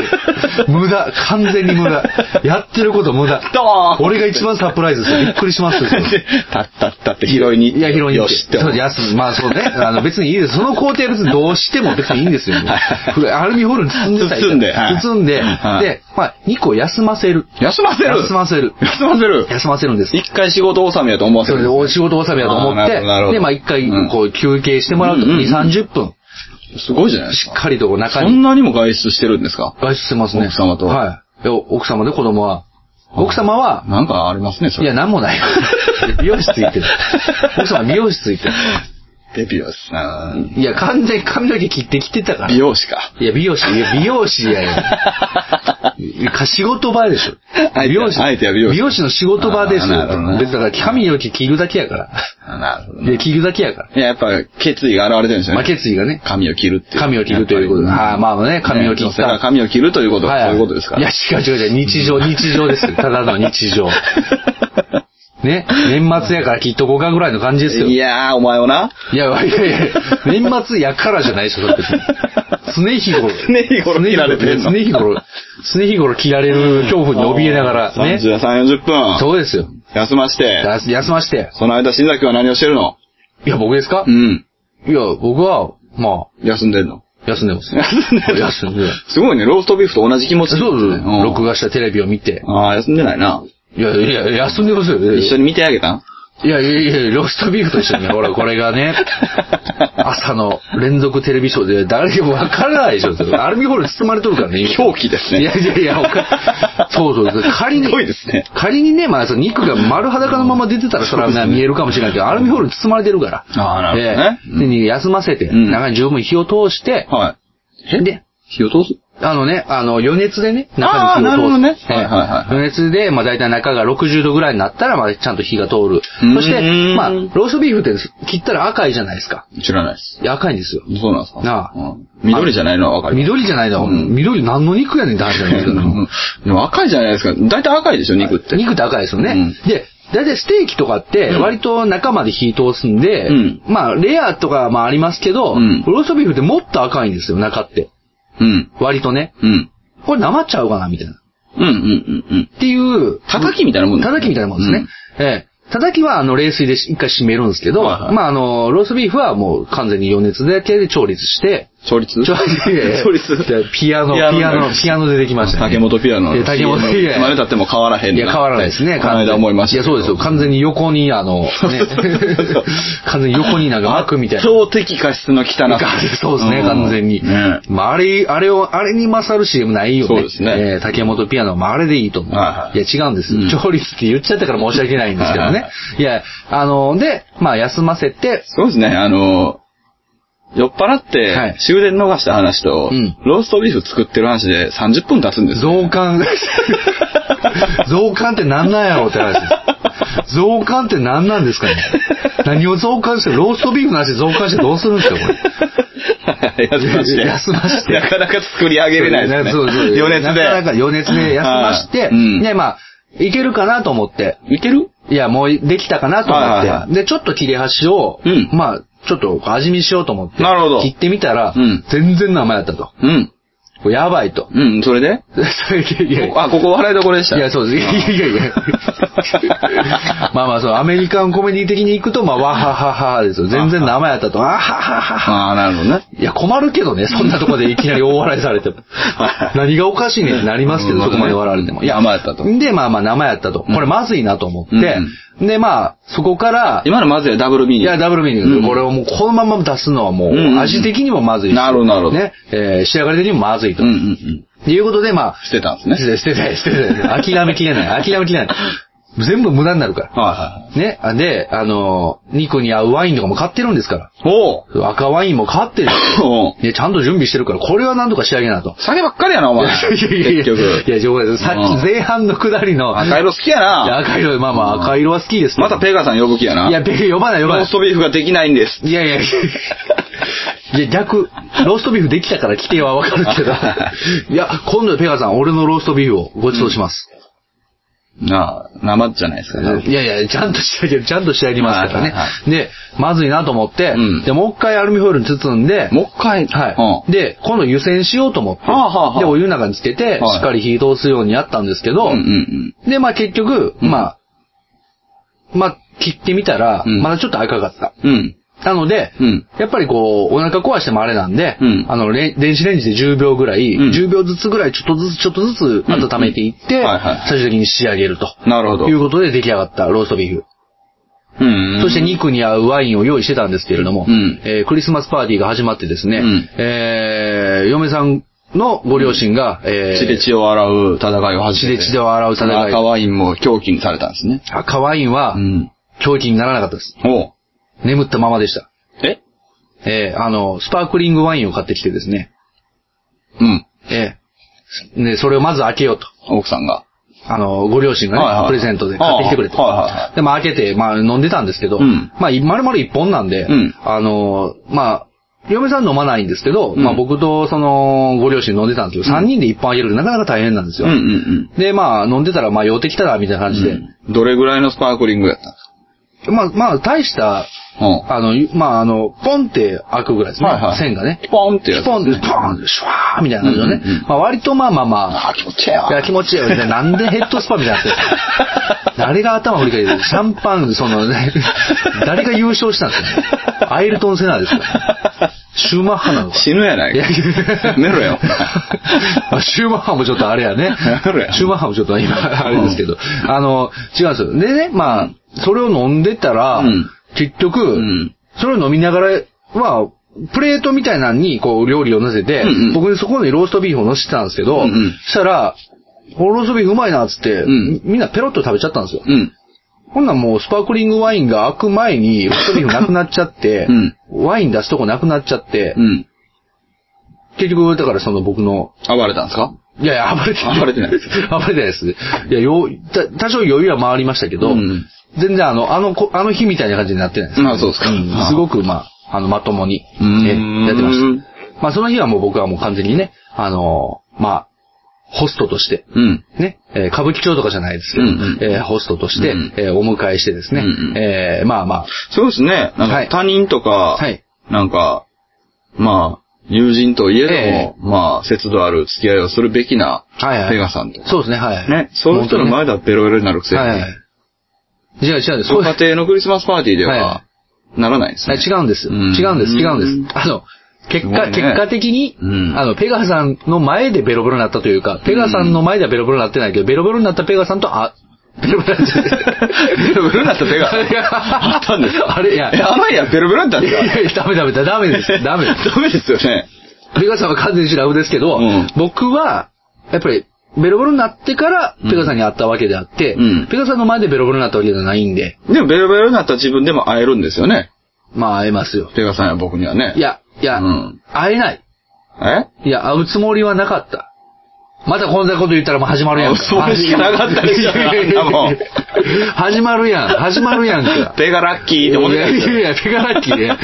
S1: 無駄、完全に無駄。やってること無駄
S2: ドーン。
S1: 俺が一番サプライズですよ。びっくりしますよ。
S2: たったったって *laughs* 拾いに行って。
S1: いや、広いに行
S2: よ
S1: って
S2: しって
S1: そ
S2: 思う。
S1: う、休む。まあそうね。あの、別にいいです。その工程は別にどうしても別にいいんですよ。ふアルミホイルに包んでたり
S2: 包んではい
S1: 包んで、で
S2: はい、
S1: まあ、肉を休ませる。
S2: 休ませる
S1: 休ませる。
S2: 休ませる。
S1: 休ませるんです。
S2: 一回仕事納めやと思わせ
S1: それ
S2: る
S1: で。お仕事納めやと思っ
S2: あーなるほどなるほ
S1: て、で、
S2: ど
S1: まあ一回
S2: うん、
S1: こう、休憩してもらうと、
S2: うんうん
S1: 2、30分、
S2: すごいじゃないです
S1: し
S2: か。
S1: っかりとこう中
S2: そ
S1: に
S2: んなにも外出してるんですか
S1: 外出してますね。
S2: 奥様と
S1: はい。で奥様で子供は。奥様は、
S2: なんかありますね、そ
S1: い
S2: れ。
S1: や、なんもない。 *laughs* 美容室行ってる。奥様は美容室行ってる。
S2: デビューですな。
S1: いや、完全に髪の毛切ってきてたから。
S2: 美容師か。
S1: いや、美容師、いや、美容師やよ。か仕事場でしょ
S2: あ。えて
S1: 美容師。
S2: あえては美容師
S1: の仕事場ですよ。
S2: あーなるほどね
S1: 別にだから髪の毛切るだけやから。
S2: なるほど
S1: いや、切るだけやから。
S2: いや、やっぱ、決意が現れてるんですよ
S1: まあ、
S2: ね。
S1: 決意がね。
S2: 髪を切るっていう。
S1: 髪を切るということで
S2: やっぱり
S1: ああまあね髪を切った
S2: 女性が髪を切るということは、そういうことですから。
S1: いや、違う違う違う。日
S2: *laughs*
S1: 常、日常ですよ。ただの日常。ね。年末やから切っとこうかぐらいの感じですよ。
S2: い
S1: いや、
S2: やー、お前をな。
S1: いやいやいや、年末やからじゃないでしょ、だって。常日頃。
S2: 常日頃切られてんの
S1: 常日頃、常日頃切られる恐怖に怯えながら、ね。
S2: 33、40分。
S1: そうですよ。
S2: 休まして。
S1: やす休まして。
S2: その間、新崎は何をしてるの
S1: いや、僕ですか
S2: うん。
S1: いや、僕は、ま
S2: 休んでんの。
S1: あ、休んでます。
S2: 休んでる
S1: 休んでる。
S2: すごいね、ローストビーフと同じ気持ち。
S1: そうそうそう。
S2: ん
S1: 録画したテレビを見て。
S2: ああ、休んでないな。
S1: いや、いや、休んでますよ。
S2: 一緒に見てあげたん
S1: いやいやいや、ローストビーフと一緒に、ほら、これが
S2: *laughs*
S1: ね、朝の連続テレビショーで誰でもわからないでしょ。それアルミホイル包まれとるからね。今
S2: 狂気ですね
S1: いやいやいや、お
S2: *laughs*
S1: かそうそう。仮に、
S2: すごいですね
S1: 仮にね、まあ、その肉が丸裸のまま出てたら、それはね見えるかもしれないけど、アルミホイル包まれてるから。
S2: ああなるほどね
S1: ええで休ませて、
S2: うん
S1: 中に十分火を通して、
S2: は
S1: で、
S2: い。火を通す
S1: あのね、あの、余熱でね、
S2: あ
S1: 中
S2: ー
S1: に火を通す。
S2: なるほどね
S1: ええ
S2: はいはいはい
S1: 余熱で、まあ大体中が60度ぐらいになったら、まあちゃんと火が通る
S2: うーん。
S1: そして、まあ、ローストビーフって切ったら赤いじゃないですか。
S2: 知らないです。
S1: いや赤いんですよ。
S2: そうなんですか
S1: なあ
S2: うん緑じゃないのはわかる。
S1: 緑じゃないの、
S2: うん
S1: 緑何の肉やねんって話なんですけど。
S2: でも赤いじゃないですか。大体赤いでしょ、肉って。
S1: 肉って赤いですよね。
S2: う
S1: で、大体ステーキとかって、
S2: うん
S1: 割と中まで火通すんで、
S2: うん
S1: まあ、レアとかもありますけど、
S2: うん
S1: ローストビーフってもっと赤いんですよ、中って。
S2: うん。
S1: 割とね。
S2: うん。
S1: これ生っちゃうかな、みたいな。
S2: うん、うん、うん、うん。
S1: っていう。
S2: 叩きみたいなもんですね
S1: 叩きみたいなもんですね。ええ。叩きは、あの、冷水で一回締めるんですけど、
S2: はいはい
S1: まあ、あの、ローストビーフはもう完全に余熱
S2: *laughs*
S1: だけで調律して、
S2: 調律
S1: 調律
S2: 調律
S1: ピアノ、ピ
S2: ピアノ
S1: アノ、ピアノ出てきましたね。
S2: 竹本ピアノ
S1: いや竹本
S2: いやいつまで経っても変わらへん
S1: い
S2: な
S1: や、変わらないですね。
S2: この間思いました
S1: いや、そうですよ。完全に横に、あ
S2: *laughs*
S1: の、ね、完全に横になんか巻くみたいな。
S2: 超的過失の汚さ。
S1: そうですね、
S2: ん
S1: 完全に。
S2: ね
S1: まあ、あれ、あれを、あれに勝る CM ないよね。
S2: そうですね
S1: えー竹本ピアノもあれでいいと思う。
S2: はいはい
S1: いや、違うんです
S2: うん。
S1: 調律って言っちゃったから申し訳ないんですけど
S2: はいは
S1: ね。いや、あの、で、まあ、休ませて、
S2: そうですね、あの、酔っ払っ
S1: は
S2: て
S1: い、
S2: 終電逃した話と、
S1: うん
S2: ローストビーフ作ってる話で30分経つんです *laughs* よ。
S1: 増刊、 *laughs* 増刊って何なんやろうって話です。増刊って何なんですかね。何を増刊して、ローストビーフの話で増刊してどうするんですか、これ。
S2: 休まして。
S1: 休まして
S2: なかなか作り上げれないですね。
S1: そうそう
S2: 余熱
S1: なかなか
S2: で。
S1: 余熱で休まして、
S2: はいうん
S1: で、まあ、いけるかなと思って、
S2: いける
S1: いや、もうできたかなと思って、
S2: はいはいは
S1: で、ちょっと切れ端を、
S2: うん
S1: まあ、ちょっと味見しようと思って、
S2: なるほど
S1: 切ってみたら、
S2: うん
S1: 全然生やったと。
S2: うん。
S1: これやばいと。
S2: うん、それで
S1: それで、いやいや
S2: *laughs* あ、ここ笑いどころでした。
S1: いや、そうです。いやいやいや。
S2: *laughs*
S1: まあまあ、そのアメリカンコメディ的に行くと、まあ、わはははですよ。全然生やったと、あはははは。
S2: ああ、なるほどね。
S1: いや、困るけどね、そんなとこでいきなり大笑いされ
S2: *laughs*
S1: ても。何がおかしいねんってなりますけ
S2: うん
S1: ど、そこまで笑われても。いや、
S2: 生やったと
S1: で、まあまあ、生やったと。これまずいなと思って
S2: うん、
S1: で、まあ、そこから、
S2: 今のまずやダブルミ
S1: い
S2: ーニング。
S1: や、ダブルメニュー。
S2: うん
S1: これをもうこのまま出すのはも
S2: うんうん
S1: う、味的にもまずいし。
S2: なるほどなるほど
S1: ね。えー仕上がり的にもまずいと
S2: うん。うんうん。
S1: いうことで、まあ、
S2: してたんですね。
S1: 捨てたい、捨てたい。諦めきれ
S2: *laughs*
S1: ない、諦めきれない。全部無駄になるから。
S2: は
S1: ね。あで、あのー、肉に合うワインとかも買ってるんですか
S2: いはい。お
S1: ら。赤ワインも買ってるし。
S2: お
S1: ね、ちゃんと準備してるから、これはなんとか仕上げなと。
S2: 酒ばっかりや
S1: *laughs*
S2: な、お前。結局。
S1: いや、冗談です。さっき前半の下りの。
S2: 赤色好きや
S1: いや
S2: な。
S1: 赤色、まあまあ、赤色は好きですけど
S2: またペガさん呼ぶ気やな。
S1: いや、別に呼ばない、呼ば
S2: ロ
S1: な
S2: ー
S1: い
S2: ス。トビーフができないんです。
S1: いやい
S2: *laughs*
S1: やいや。いや、逆、ローストビーフできたから来てはわかる
S2: *laughs*
S1: けど。いや、今度ペガさん、俺のローストビーフをご馳走します。
S2: なあ、生じゃないですか。
S1: いやいや、ちゃんと仕上げる、ちゃんと仕上げますから
S2: はいはいは
S1: ね。で、まずいなと思って、
S2: うん
S1: で、もう一回アルミホイルに包んで、
S2: もう一回。
S1: は
S2: う
S1: い。で、今度湯煎しようと思って、
S2: はあはあはあ
S1: で、お湯の中につけて、
S2: はい
S1: しっかり火通すようにやったんですけど、
S2: んうんうん。
S1: で、まあ結局、まあ、まあ、切ってみたら、
S2: うん
S1: まだちょっと赤かった。
S2: うん。
S1: なので、
S2: うん
S1: やっぱりこう、お腹壊してもあれなんで、
S2: うん
S1: あの、レン電子レンジで10秒ぐらい、
S2: うん
S1: 10秒ずつぐらい、ちょっとずつ、ちょっとずつ温めていって、
S2: うんはいはい
S1: 最終的に仕上げると。
S2: なるほど。
S1: いうことで出来上がったローストビーフ。
S2: うんうん。
S1: そして肉に合うワインを用意してたんですけれども、
S2: うん
S1: えークリスマスパーティーが始まってですね、
S2: うん
S1: えー嫁さんのご両親が、えー
S2: 血で血を洗う戦いを始めて。
S1: 血で血を洗う戦い
S2: その赤ワインも狂気にされたんですね。
S1: 赤ワインは
S2: うん。
S1: 狂気にならなかったです。
S2: おう。
S1: 眠ったままでした。
S2: え
S1: えーあの、スパークリングワインを買ってきてですね、
S2: うん。
S1: えーね、それをまず開けようと。
S2: 奥さんが。
S1: あの、ご両親がね、
S2: はいはい
S1: プレゼントで買ってきてくれて。
S2: ああはいはいは
S1: で、まあ開けて、まあ飲んでたんですけど、
S2: うん
S1: まあ、まるまる一本なんで、
S2: うん
S1: あの、まあ、嫁さん飲まないんですけど、
S2: ん
S1: まあ僕とその、ご両親飲んでたんですけど、3人で一本あげるってなかなか大変なんです
S2: うん
S1: よ。
S2: うんうん。
S1: で、まあ飲んでたら、まあ酔ってきたら、みたいな感じで。
S2: どれぐらいのスパークリングやったんですか
S1: まあ、まあ大した、
S2: うん。
S1: あの、まああの、ポンって開くぐらいですね。
S2: はいはい
S1: 線がね。
S2: ポンってやつ。
S1: ポンって、ポンって、シュワーみたいな感じのね。
S2: うんうんうん
S1: まあ割とまあまあまあ、
S2: あー、気持ちええわ。
S1: いや、気持ちいいよ。でなんでヘッドスパみたいにな
S2: *laughs*
S1: ってる誰が頭振り返ってるシャンパン、その、
S2: *laughs*
S1: ね、誰が優勝したんですかアイルトン・セナーですかシューマッハなのか
S2: 死ぬやない
S1: いやい
S2: か。
S1: や
S2: 寝ろよ。 *laughs*
S1: あシューマッハもちょっとあれやね
S2: なるや。ん
S1: シューマッハもちょっと今、あれですけど。あの、違うんですよ。でね、まあ、それを飲んでたら、
S2: うん
S1: 結局、
S2: ん
S1: それを飲みながらは、プレートみたいなのに、こう、料理を乗せて、
S2: うんうん
S1: 僕にそこにローストビーフを乗せてたんですけど、
S2: うんうん
S1: したら、このローストビーフうまいな、っつって、
S2: ん
S1: みんなペロッと食べちゃったんですよ。
S2: うん。
S1: ほんなんもう、スパークリングワインが開く前に、ローストビーフなくなっちゃって、
S2: うん
S1: ワイン出すとこなくなっちゃって、
S2: うん。
S1: 結局、だからその僕の
S2: 暴れたんですか
S1: いやいや、暴れて
S2: 暴れてない。
S1: *laughs* 暴れてないです。いや、よう、た多少余裕は回りましたけど、
S2: うん
S1: 全然あの、あのこ、あの日みたいな感じになってないです。
S2: まあそうですか
S1: んすごく、まあ、あの、まともに、
S2: うーん
S1: えやってました。まあ、その日はもう僕はもう完全にね、あの、まあ、ホストとして、
S2: うん。
S1: ね、えー歌舞伎町とかじゃないですけど、
S2: うんうん
S1: えーホストとして、
S2: うん
S1: えーお迎えしてですね、
S2: うんうん
S1: えーまあまあ、
S2: そうですね。
S1: は
S2: なん
S1: い
S2: か他人とか、
S1: はい
S2: なんか、まあ、友人といえ
S1: え
S2: ども、まあ、節度ある付き合いをするべきな、
S1: はいはい
S2: ペガさんと。
S1: そうですね、はい。
S2: ね、そういう人の前
S1: で
S2: だとベロベロになるくせに、
S1: はいはい。違う違うです。
S2: ご家庭のクリスマスパーティーで
S1: は
S2: は、ならないです
S1: あ
S2: ね。
S1: 違うんです。
S2: う
S1: 違
S2: ん
S1: うんです。違う
S2: うん
S1: んです。あの、結
S2: すご
S1: 果、
S2: いね
S1: 結果的に、
S2: うん
S1: あの、ペガさんの前でベロベロになったというか、ペガさんの前ではベロベロになってないけど、ベロベロになったペガさんと、あ、ベロベロになっちゃって。
S2: ベロベロになった
S1: *laughs*
S2: ペガ。
S1: いや
S2: あったんですか
S1: あれいや
S2: え甘いやん、ベロベロになったん
S1: いや
S2: で
S1: いやダメダメダメです。ダメです
S2: すかダメですよね。
S1: ペガさんは完全にラブですけど、
S2: うん
S1: 僕は、やっぱり、ベロベロになってから、ペガさんに会ったわけであって、
S2: うん
S1: ペガさんの前でベロベロになったわけじゃないんで、
S2: でもベロベロになった自分でも会えるんですよね。
S1: まあ会えますよ。
S2: ペガさんや僕にはね。
S1: い。や、いや、
S2: うん
S1: 会えない。
S2: え
S1: いや、会うつもりはなかった。またこんなこと言ったらもう始まるやんか。
S2: 会うつもりしかなかった
S1: *laughs*
S2: でしょあんなもん
S1: 始まるやん、始まるやんか。
S2: ペガラッキーって思っ
S1: い
S2: てた
S1: や
S2: んで
S1: い
S2: すよ
S1: やいや、ペガラッキーね。いや、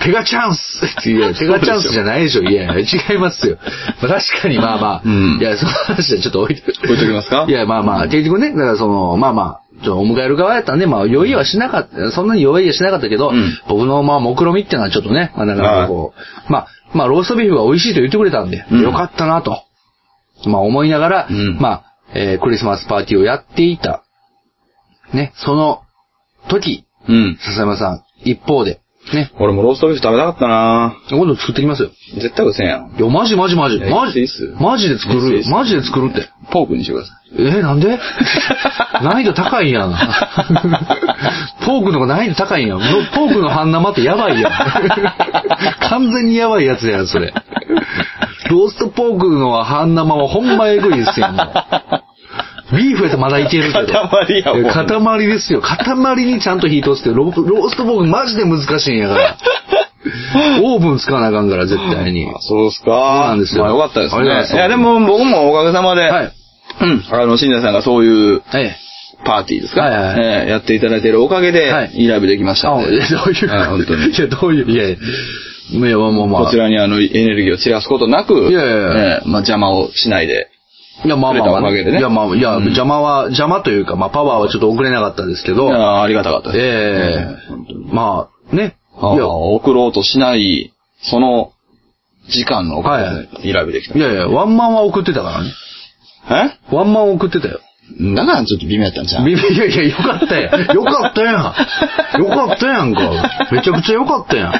S1: ペガチャンスっていう、いやペガチャンスじゃないでしょ。いや、違いますよ。まあ、確かにまあまあ、
S2: うん
S1: いや、その話はちょっと置いて
S2: 置いときますか
S1: いや、まあまあ、結局ね、だからその、まあまあ、ちょお迎える側やったんで、まあ、酔いはしなかった、そんなに酔いはしなかったけど、
S2: うん
S1: 僕の、まあ、目論みっていうのはちょっとね、まあ、なかなかこう、まあ、まあ、ローストビーフが美味しいと言ってくれたんで、
S2: うん
S1: よかったなと、まあ、思いながら、
S2: うん
S1: まあ、えークリスマスパーティーをやっていた、ね、その時、
S2: うん。
S1: 笹山さん、一方で、ね、
S2: 俺もローストビーフ食べたかったな
S1: 今度作ってきますよ。
S2: 絶対うせんやろ。
S1: いや、マジマジマジ、
S2: いや
S1: マジ
S2: いいっすよ、
S1: マジで作
S2: いい
S1: る
S2: っす
S1: よ。
S2: よ
S1: マジで作るって。
S2: ポークにしてください。
S1: えーなん
S2: *laughs*
S1: で難易度高いやん。ポークの方が難易度高いやん。のポークの半生ってやばいやん。完全にやばいやつやん、それ。ローストポークの半生はほんまえぐいですよ、もう。ビーフやったらまだいけるけど。
S2: 塊やもん
S1: い塊ですよ。塊にちゃんと火通すって、ロローストポークマジで難しいんや
S2: *laughs*
S1: から。オーブン使わなあかんから、絶対に。
S2: あそうですか。そう
S1: なんですよ
S2: まあよかったです
S1: あ
S2: ね。
S1: りがとうございます
S2: いや、でも僕もおかげさまで、
S1: はい。
S2: うん。あの、信者さんがそういう
S1: え
S2: パーティーですか、
S1: はいはい
S2: ええやっていただいているおかげで、
S1: はい
S2: いいライブできまし
S1: え。あ、
S2: たん
S1: どう
S2: で。
S1: いう。
S2: はい本当に
S1: いや、どういう、いやいや。いや、まあまあまあ。
S2: こちらにあの、エネルギーを散らすことなく、
S1: いやいやいや
S2: ええまあ邪魔をしないで。
S1: いや、まあまあまあ、
S2: くれたおかげでね
S1: いや、まあ、いや、
S2: うん
S1: 邪魔は、邪魔というか、まあ、パワーはちょっと遅れなかったですけ
S2: い
S1: ど、
S2: やありがたかったです。
S1: ええまあ、ね。い
S2: ああ送ろうとしない、その、時間のおかげで、い、いライブできた。
S1: や、いやいや、ワンマンは送ってたからね。
S2: え
S1: ワンマン送ってたよ。
S2: だからちょっと微妙やったんじゃん。
S1: ビビいやいや、よかったやん。よかったやん。よかったやんか。めちゃくちゃよかったやん。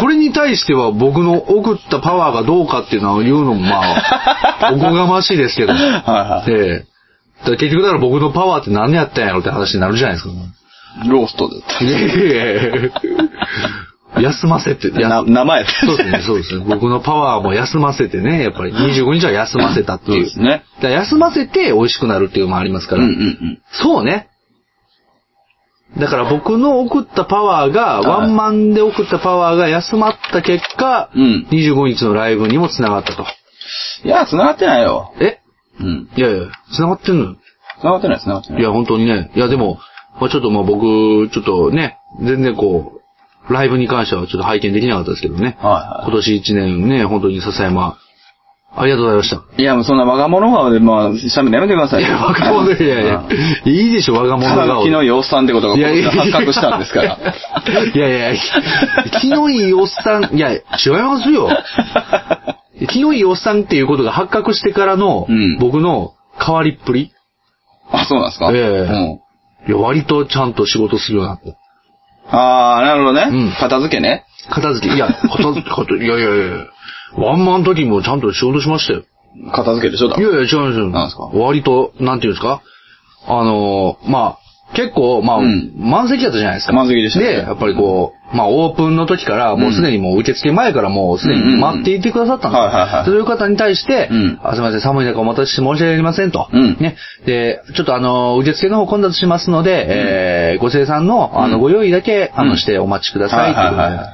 S1: それに対しては僕の送ったパワーがどうかっていうのは言うのもまあ、おこがましいですけど。
S2: は
S1: ええ。だから結局だから僕のパワーって何やったんやろって話になるじゃないですか。
S2: いはい。ローストだった。
S1: いやいやいや休ませて。
S2: な、
S1: や
S2: 名前やった。
S1: そうですね、そうですね。僕のパワーも休ませてね、やっぱり25日は休ませたって
S2: そう
S1: い
S2: で
S1: う。
S2: すね。
S1: だから休ませて美味しくなるっていうのもありますか
S2: うん
S1: ら。
S2: うんうん。
S1: そうね。だから僕の送ったパワーが、
S2: はい
S1: ワンマンで送ったパワーが休まった結果、
S2: うん
S1: 25日のライブにも繋がったと。
S2: いや、繋がってないよ。
S1: え
S2: うん。
S1: いやいや、繋がってんのよ
S2: 繋がってない、繋がってない
S1: い。や、本当にね。いや、でも、まあちょっとまあ僕、ちょっとね、全然こう、ライブに関してはちょっと拝見できなかったですけどね。
S2: はいは
S1: 今年1年ね、本当に笹山、ありがとうございました。
S2: い。いや、もうそんな我が物顔で、まあ、喋るのやめてください。
S1: いや、若者、いやいや、いいでしょ、我が物
S2: ただの
S1: 顔
S2: *laughs* 木。の洋さんってことがここで発覚したんですから。
S1: いやいやいや、気のいいおっさん、いや、違いますよ。気のいいおっさんっていうことが発覚してからの、
S2: うん
S1: 僕の変わりっぷり。
S2: あ、そうなんですか
S1: ええ
S2: う
S1: い
S2: ん。
S1: や、割とちゃんと仕事するようになった。
S2: あー、なるほどね。
S1: うん
S2: 片付けね。
S1: 片付け、いや、片付け、片付けいやいやいや、ワンマンの時もちゃんと仕事しましたよ。
S2: 片付けでしょだ
S1: いやいや、違うんですよ。
S2: なんですか
S1: 割と、なんていうんですかあのー、まあ、結構、まあ、
S2: うん
S1: 満席だったじゃないですか。
S2: 満席でしたね
S1: で、やっぱりこう、まあ、オープンの時から、もうすでにもう受付前からもうすでに待っていてくださったんですよ。
S2: うんうんうんはいはいはい
S1: そういう方に対して、
S2: うん
S1: あすみません、寒い中お待たせして申し訳ありませんと。
S2: うん
S1: ね。で、ちょっとあのー、受付の方混雑しますので、えー、ご生産の、あの、ご用意だけ、あ
S2: う
S1: の、
S2: ん
S1: してお待ちください、っていうこと
S2: は
S1: で
S2: いはいは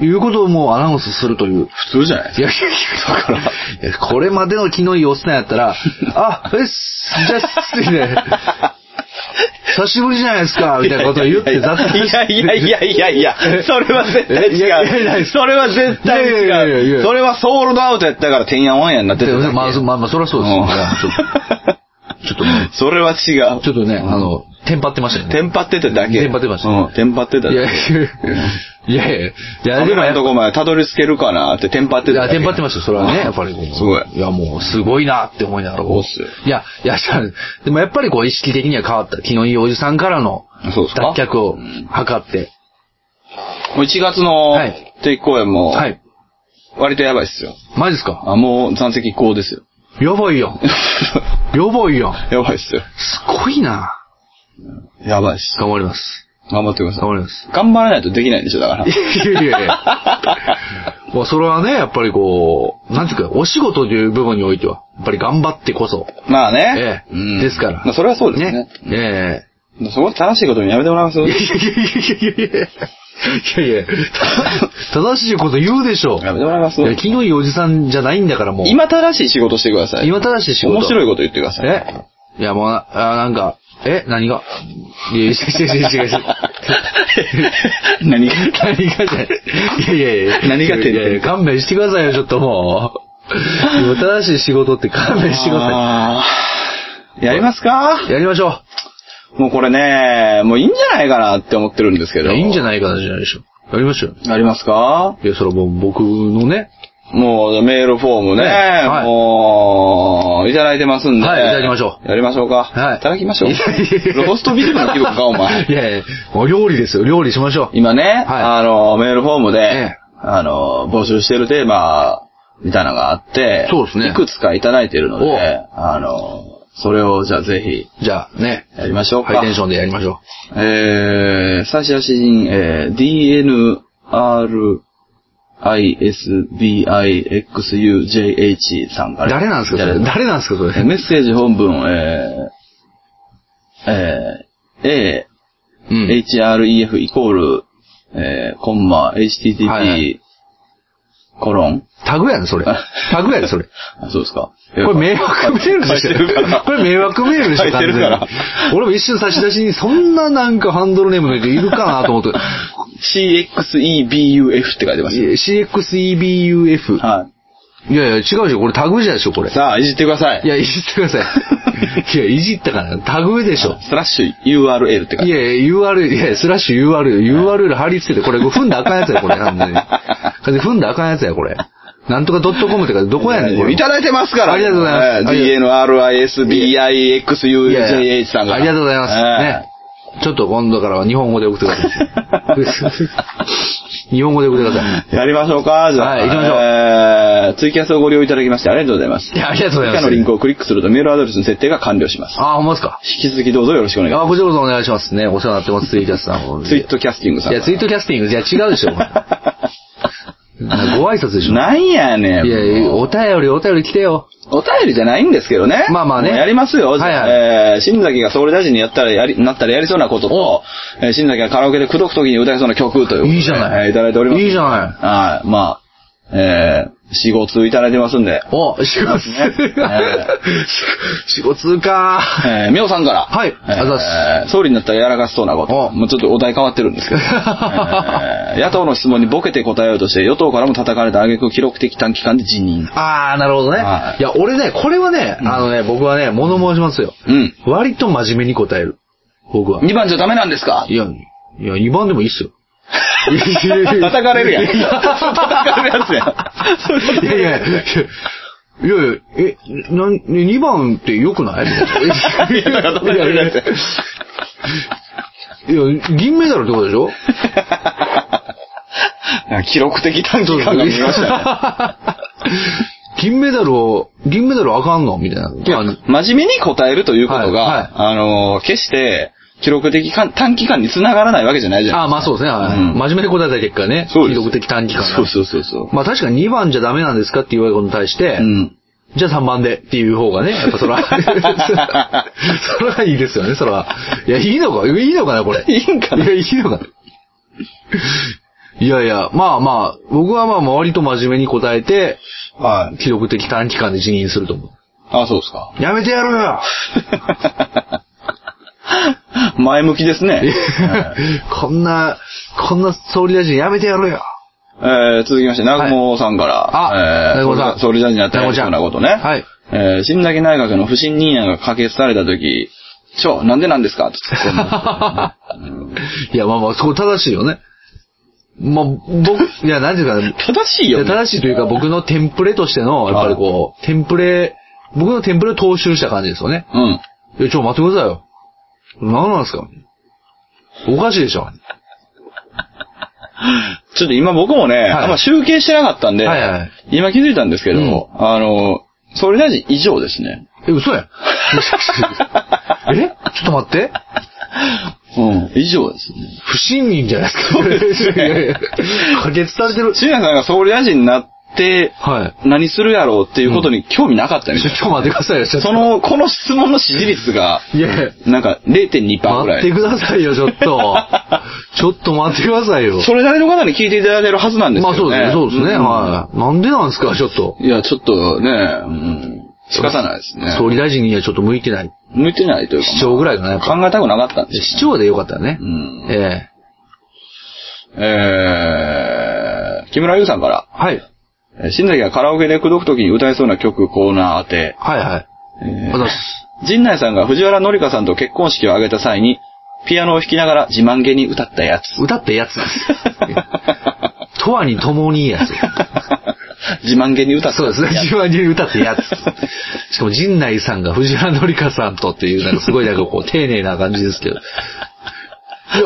S1: いうことをもうアナウンスするという。
S2: 普通じゃない
S1: い
S2: で
S1: やいやいや、だから、いやこれまでの気のいいおっさんやった
S2: *laughs*
S1: ら、あ、えっす、じゃあ、すいね。久しぶりじゃないですか、みたいなことを言って雑談
S2: い
S1: して。
S2: やいやいやいやいや、それは絶対
S1: いやいやいやい
S2: 違。
S1: うや
S2: それは絶対
S1: いやいやいやい
S2: 違
S1: や
S2: う。それはソールドアウトやったから、てんやわんやになってただけ。
S1: でまあ、そまあ、まあ、そりゃそうですよ。ちょっとちょっとね、
S2: それは違う。
S1: ちょっとね、あの、テンパってましたよね。
S2: テンパってただけ。
S1: テンパってました
S2: うん、テンパってただ
S1: いやい
S2: け。
S1: や、いやいや、いや
S2: カ
S1: でも
S2: メラ
S1: やっ
S2: のとこまでたどり着けるかなってテンパって
S1: い
S2: ただ
S1: や、
S2: け。
S1: テンパってましたよ、それはね、やっぱりこう。
S2: すごい。
S1: いや、もう、すごいなって思いながら。
S2: そうっすよ
S1: いや、いや、じゃあでもやっぱりこう、意識的には変わった。気のいいおじさんからの
S2: そうですか
S1: 脱却を図って。
S2: もう1月の
S1: はい
S2: 定期公演も、
S1: はい。
S2: 割とやばいっすよ。
S1: マジっすか
S2: あ、もう残席こう
S1: *laughs*
S2: ですよ。
S1: やばいやん。やばいやん。
S2: やばいっすよ。
S1: すごいな
S2: やばいっす。
S1: 頑張ります。
S2: 頑張ってくださ
S1: 頑
S2: い。
S1: 張ります。
S2: 頑張らないとできないんでしょ、だから。
S1: いやい
S2: *laughs*
S1: やいや。まあ、それはね、やっぱりこう、なんていうか、お仕事という部分においては、やっぱり頑張ってこそ。
S2: まあ
S1: え
S2: ね。
S1: えですから
S2: まあそれはそうですね。
S1: ええ。
S2: そこ正しいことにやめてもらいます
S1: いやいやいやいやいやいやいやいやいや正しいこと言うでしょ。
S2: やめてもらいます
S1: いや、気のいいおじさんじゃないんだからもう。、
S2: 今正しい仕事してください。
S1: 今正しい仕事。
S2: 面白い
S1: い。
S2: こと言ってください。
S1: えいや、もうな、あなんか、え何がいや、違う違う違う違う。
S2: *laughs* 何が
S1: 何がじゃない。いやいやいや。
S2: 何がてんてん
S1: いやいや勘弁してくださいよ、ちょっともう。今正しい仕事って勘弁してくださ
S2: あーやりますか
S1: い。やりましょ
S2: もうこれね、もういいんじゃないかなって思ってるんですけ
S1: い
S2: ど。
S1: やいいんじゃ
S2: な
S1: ないかなじゃないでしょ。やりましょうよ。
S2: いありますか
S1: いや、それはもう僕のね。
S2: もうメールフォームね、
S1: ねはい
S2: もう、いただいてますんで。
S1: はいいただきましょう
S2: やりましょうか。
S1: はい
S2: いただきましょ
S1: *laughs*
S2: う
S1: いやいやいや。
S2: ロボストビームの気分か、お前
S1: い。やいや、お料理ですよ。料理しましょう。
S2: 今ね、あの、メールフォームで、
S1: ええ
S2: あの、募集してるテーマ、みたいなのがあって、
S1: そうですね
S2: いくつかいただいてるの
S1: お
S2: で、あの、それをじゃあぜひ、
S1: じゃあね、
S2: やりましょうか。
S1: ハイテンションでやりましょ
S2: えー、最初詩人、えー、DNRISBIXUJH さんか
S1: う。
S2: ら。
S1: 誰なんですかそれ
S2: いただいて
S1: 誰なんですかそ
S2: ます
S1: れ。
S2: メッセージ本文、えー、えー、A、
S1: うん。
S2: HREF イコール、えー、コンマ、HTTP、
S1: はいはい
S2: コロン。
S1: タグやね、そ *laughs* れ。タグやで、それ。
S2: あそうですか。
S1: これ迷惑メールでし
S2: 書いてるから
S1: ょ。これ迷惑メールでし
S2: 書
S1: ょ、
S2: いて
S1: 完
S2: る
S1: 全
S2: か
S1: に
S2: ら。
S1: 俺も一瞬差し出しに、そんななんかハンドルネームの人いるかなと思って。
S2: CXEBUF って書いてます。
S1: CXEBUF。
S2: はい
S1: やいや、違うでしょ。これタグじゃでしょ、これ
S2: *laughs* い。。さあ、いじってください。
S1: いや、いじってください。いや、いじったから、タグでしょ。
S2: スラッシュ URL って書いて
S1: いやいや、URL、いや、スラッシュ URL、URL 貼り付けて、これ踏んだらあかんやつや、これ。完全に完全に踏んだらあかんやつや、これ。なんとか .com ってか、どこやねん、これ。
S2: いただいてますから。
S1: ありがとうございます
S2: えー DNRISBIXUJH さんが。
S1: ありがとうございます。ね
S2: え。
S1: ちょっと今度からは日本語で送ってくだ *laughs* さい。日本語で送ってください。
S2: え。やりましょうか、じゃあ。
S1: はい行きましょう
S2: えーツイキャスをご利用いただきましてありがとうございます。
S1: いや、ありがとうござ
S2: 以
S1: い
S2: 下
S1: ます。
S2: のリンクをクリックするとメールアドレスの設定が完了します。
S1: あ、ほんまですか。
S2: 引き続きどうぞよろしくお願いしま
S1: あ、こちらこそお願いしますね。お世話になってます、ツイキャスさんも。
S2: す。ツイートキャスティングさん。
S1: いや、ツイートキャスティング、じゃ違うでしょ。ご挨拶でしょ。
S2: なんやねん。
S1: いやいや、お便り、お便り来てよ。
S2: お便りじゃないんですけどね。
S1: まあまあね
S2: もうやりますよ。
S1: はいはい
S2: えー、新崎が総理大臣にやったらやり、なったらやりそうなことと、えー新崎がカラオケで口説くときに歌いそうな曲ということで。
S1: いいじゃない。
S2: えーいただいております。
S1: いいじゃない。
S2: はい、まあ、えー、四五通いただいてますんで。
S1: お、仕事通
S2: ね
S1: か
S2: え。
S1: 仕事か。
S2: えー、みょうさんから。
S1: はい
S2: えー
S1: ありがとうございま
S2: 総理になったらやらかしそうなこと。
S1: お
S2: もうちょっとお題変わってるんです
S1: *laughs*
S2: けど。えー野党の質問にボケて答えようとして、与党からも叩かれた挙句記録的短期間で辞任。
S1: あー、なるほどね
S2: は。い
S1: いや、俺ね、これはね、あのね、僕はね、物申しますよ。
S2: うん。
S1: 割と真面目に答える。僕は。
S2: 2番じゃダメなんですか
S1: いや、いや、2番でもいいっ *laughs* すよ。
S2: *laughs* 叩かれるやん。叩かれるやつや
S1: *laughs*
S2: ん。
S1: いやいや、いやいやいや、え、なん、2番って良くないい
S2: いやだから叩かれるやつや
S1: いや、銀メダルってことでしょ
S2: なんか記録的短期間が見えましたね。
S1: 銀メダルを、銀メダルあかんのみたいな。あ
S2: 真面目に答えるということが、
S1: はいはい
S2: あのー、決して、記録的間短期間につながらないわけじゃないじゃ
S1: あ
S2: な
S1: ー、
S2: い
S1: まあそうですね。はい
S2: うん
S1: 真面目に答えた結果ね。
S2: そう
S1: 記
S2: です
S1: 録的短期間。
S2: そうそうそうそう。
S1: まあ確かに2番じゃダメなんですかって言われることに対して、
S2: うん。
S1: じゃあ3番でっていう方がね、やっぱそら、 *laughs* そらいいですよね、そら。いや、いいのか、いいのかな、これ。
S2: いいんか
S1: い
S2: な
S1: や、いいのかな。いやいや、まあまあ、僕はまあまあ割と真面目に答えて、
S2: はい。
S1: 記録的短期間で辞任すると思
S2: あ、そうですか。
S1: う。やめてやろうよ
S2: 前向
S1: *laughs*
S2: きですね。はい
S1: *laughs* こんな、こんな総理大臣やめてやろう *laughs* よ
S2: えー、続きまして、南雲さんから、
S1: あ
S2: えー
S1: 南雲さん
S2: 総理大臣になったらやりそうなことね。
S1: 南雲
S2: えー、新崎内閣の不信任案が可決されたとき、超、なんでなんですかと突っ込
S1: *laughs*
S2: んだ
S1: いや、まあまあ、そこ正しいよね。まあ、僕、いや、なんていうか、
S2: 正しいよ、
S1: いや
S2: ね。
S1: 正しいというか僕のテンプレとしての、やっぱりこう、テンプレ、僕のテンプレを踏襲した感じですよね。
S2: うん。
S1: いや、ちょ、待ってくださいよ。何なんですかおかしいでしょ。
S2: ちょっと今僕もね、あんま集計してなかったんで、
S1: はいはい
S2: 今気づいたんですけど、
S1: うん
S2: あの、総理大臣以上ですね。
S1: え、嘘やん。 *laughs* えちょっと待って。
S2: うん。以上ですね。
S1: 不信任じゃない
S2: *laughs*
S1: ですか。いやいや可決されてる。
S2: 新崎さんが総理大臣になって、
S1: はい。
S2: 何するやろうっていうことに興味なかったみ
S1: ち
S2: た
S1: ょ
S2: い
S1: ちょっと待ってくださいよ。ちょ
S2: な。
S1: っと
S2: そ、の、この質問の支持率が、
S1: いやいや
S2: なんか0.2%ぐ
S1: 待
S2: ら
S1: っ
S2: い。
S1: てくださいよ、ちょっ
S2: *laughs*
S1: と。ちょっと待ってくださいよ。
S2: それなりの方に聞いていただいてるはずなんですよ
S1: まあ
S2: ね。
S1: そうですね、そうですね。
S2: ん
S1: はい。なんでなんですか、ちょっと。
S2: いや、ちょっとね、うん、仕方ないですね。
S1: 総理大臣にはちょっと向いてない。
S2: 向いてないというか、
S1: 市長ぐらいかな、やっぱ。
S2: 考えたくなかったんです、ね。
S1: 市長でよかったらね。
S2: うん
S1: ええ
S2: えー、木村優さんから、
S1: はい。
S2: えー新崎がカラオケで口説くときに歌えそうな曲コーナー当て、
S1: はいはい。
S2: えー
S1: あざっす。
S2: 陣内さんが藤原紀香さんと結婚式を挙げた際に、ピアノを弾きながら自慢げに歌ったやつ。 *laughs*
S1: 歌ったやつ *laughs* です。とわに共にやつ。
S2: 自慢げに歌った
S1: そうですね。自慢に歌ったやつ。しかも陣内さんが藤原紀香さんとっていう、なんかすごいなんかこ *laughs* う、丁寧な感じです *laughs* けど。いや、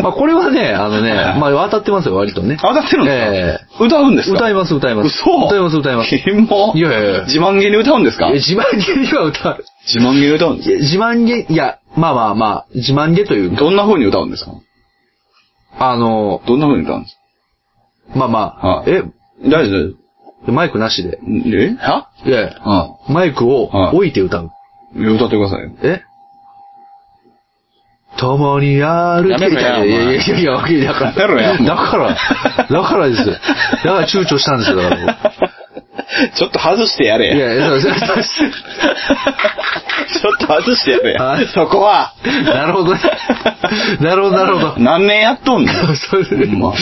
S1: まあこれはね、あのね、まあ当たってますよ、割とね。
S2: 当たってるん
S1: え
S2: ですか、歌うんですか
S1: 歌います、歌います。
S2: 嘘
S1: 歌います、歌います。い
S2: キモ
S1: *laughs* いやいやいや
S2: 自慢げに歌うんですか
S1: や自慢げには歌う。
S2: 自慢げに歌うんで
S1: いや自慢げ、いや、まあまあまあ、自慢げという
S2: す
S1: か、
S2: どんな風に歌うんですか
S1: あの、
S2: どんな風に歌うんです
S1: まあまあ、
S2: はい
S1: え、
S2: か大丈夫
S1: マイクなしで。
S2: えはい
S1: やいや
S2: あ
S1: マイクを置いて歌う。
S2: いや歌ってくださいよ。
S1: え共に歩
S2: や
S1: き
S2: め
S1: い
S2: ろや
S1: やいやいやいや、いやだか
S2: やめろや
S1: ら、だから、だからですよ。だから躊躇したんですよ、だから僕
S2: *laughs* ちょっと外してやれ
S1: いやいや、そうそうそう
S2: *laughs* ちょっと外してやれや
S1: はい
S2: そこは。
S1: なるほどね。なるほど、なるほど。
S2: 何年やっと *laughs* んの
S1: そうですね
S2: ほんま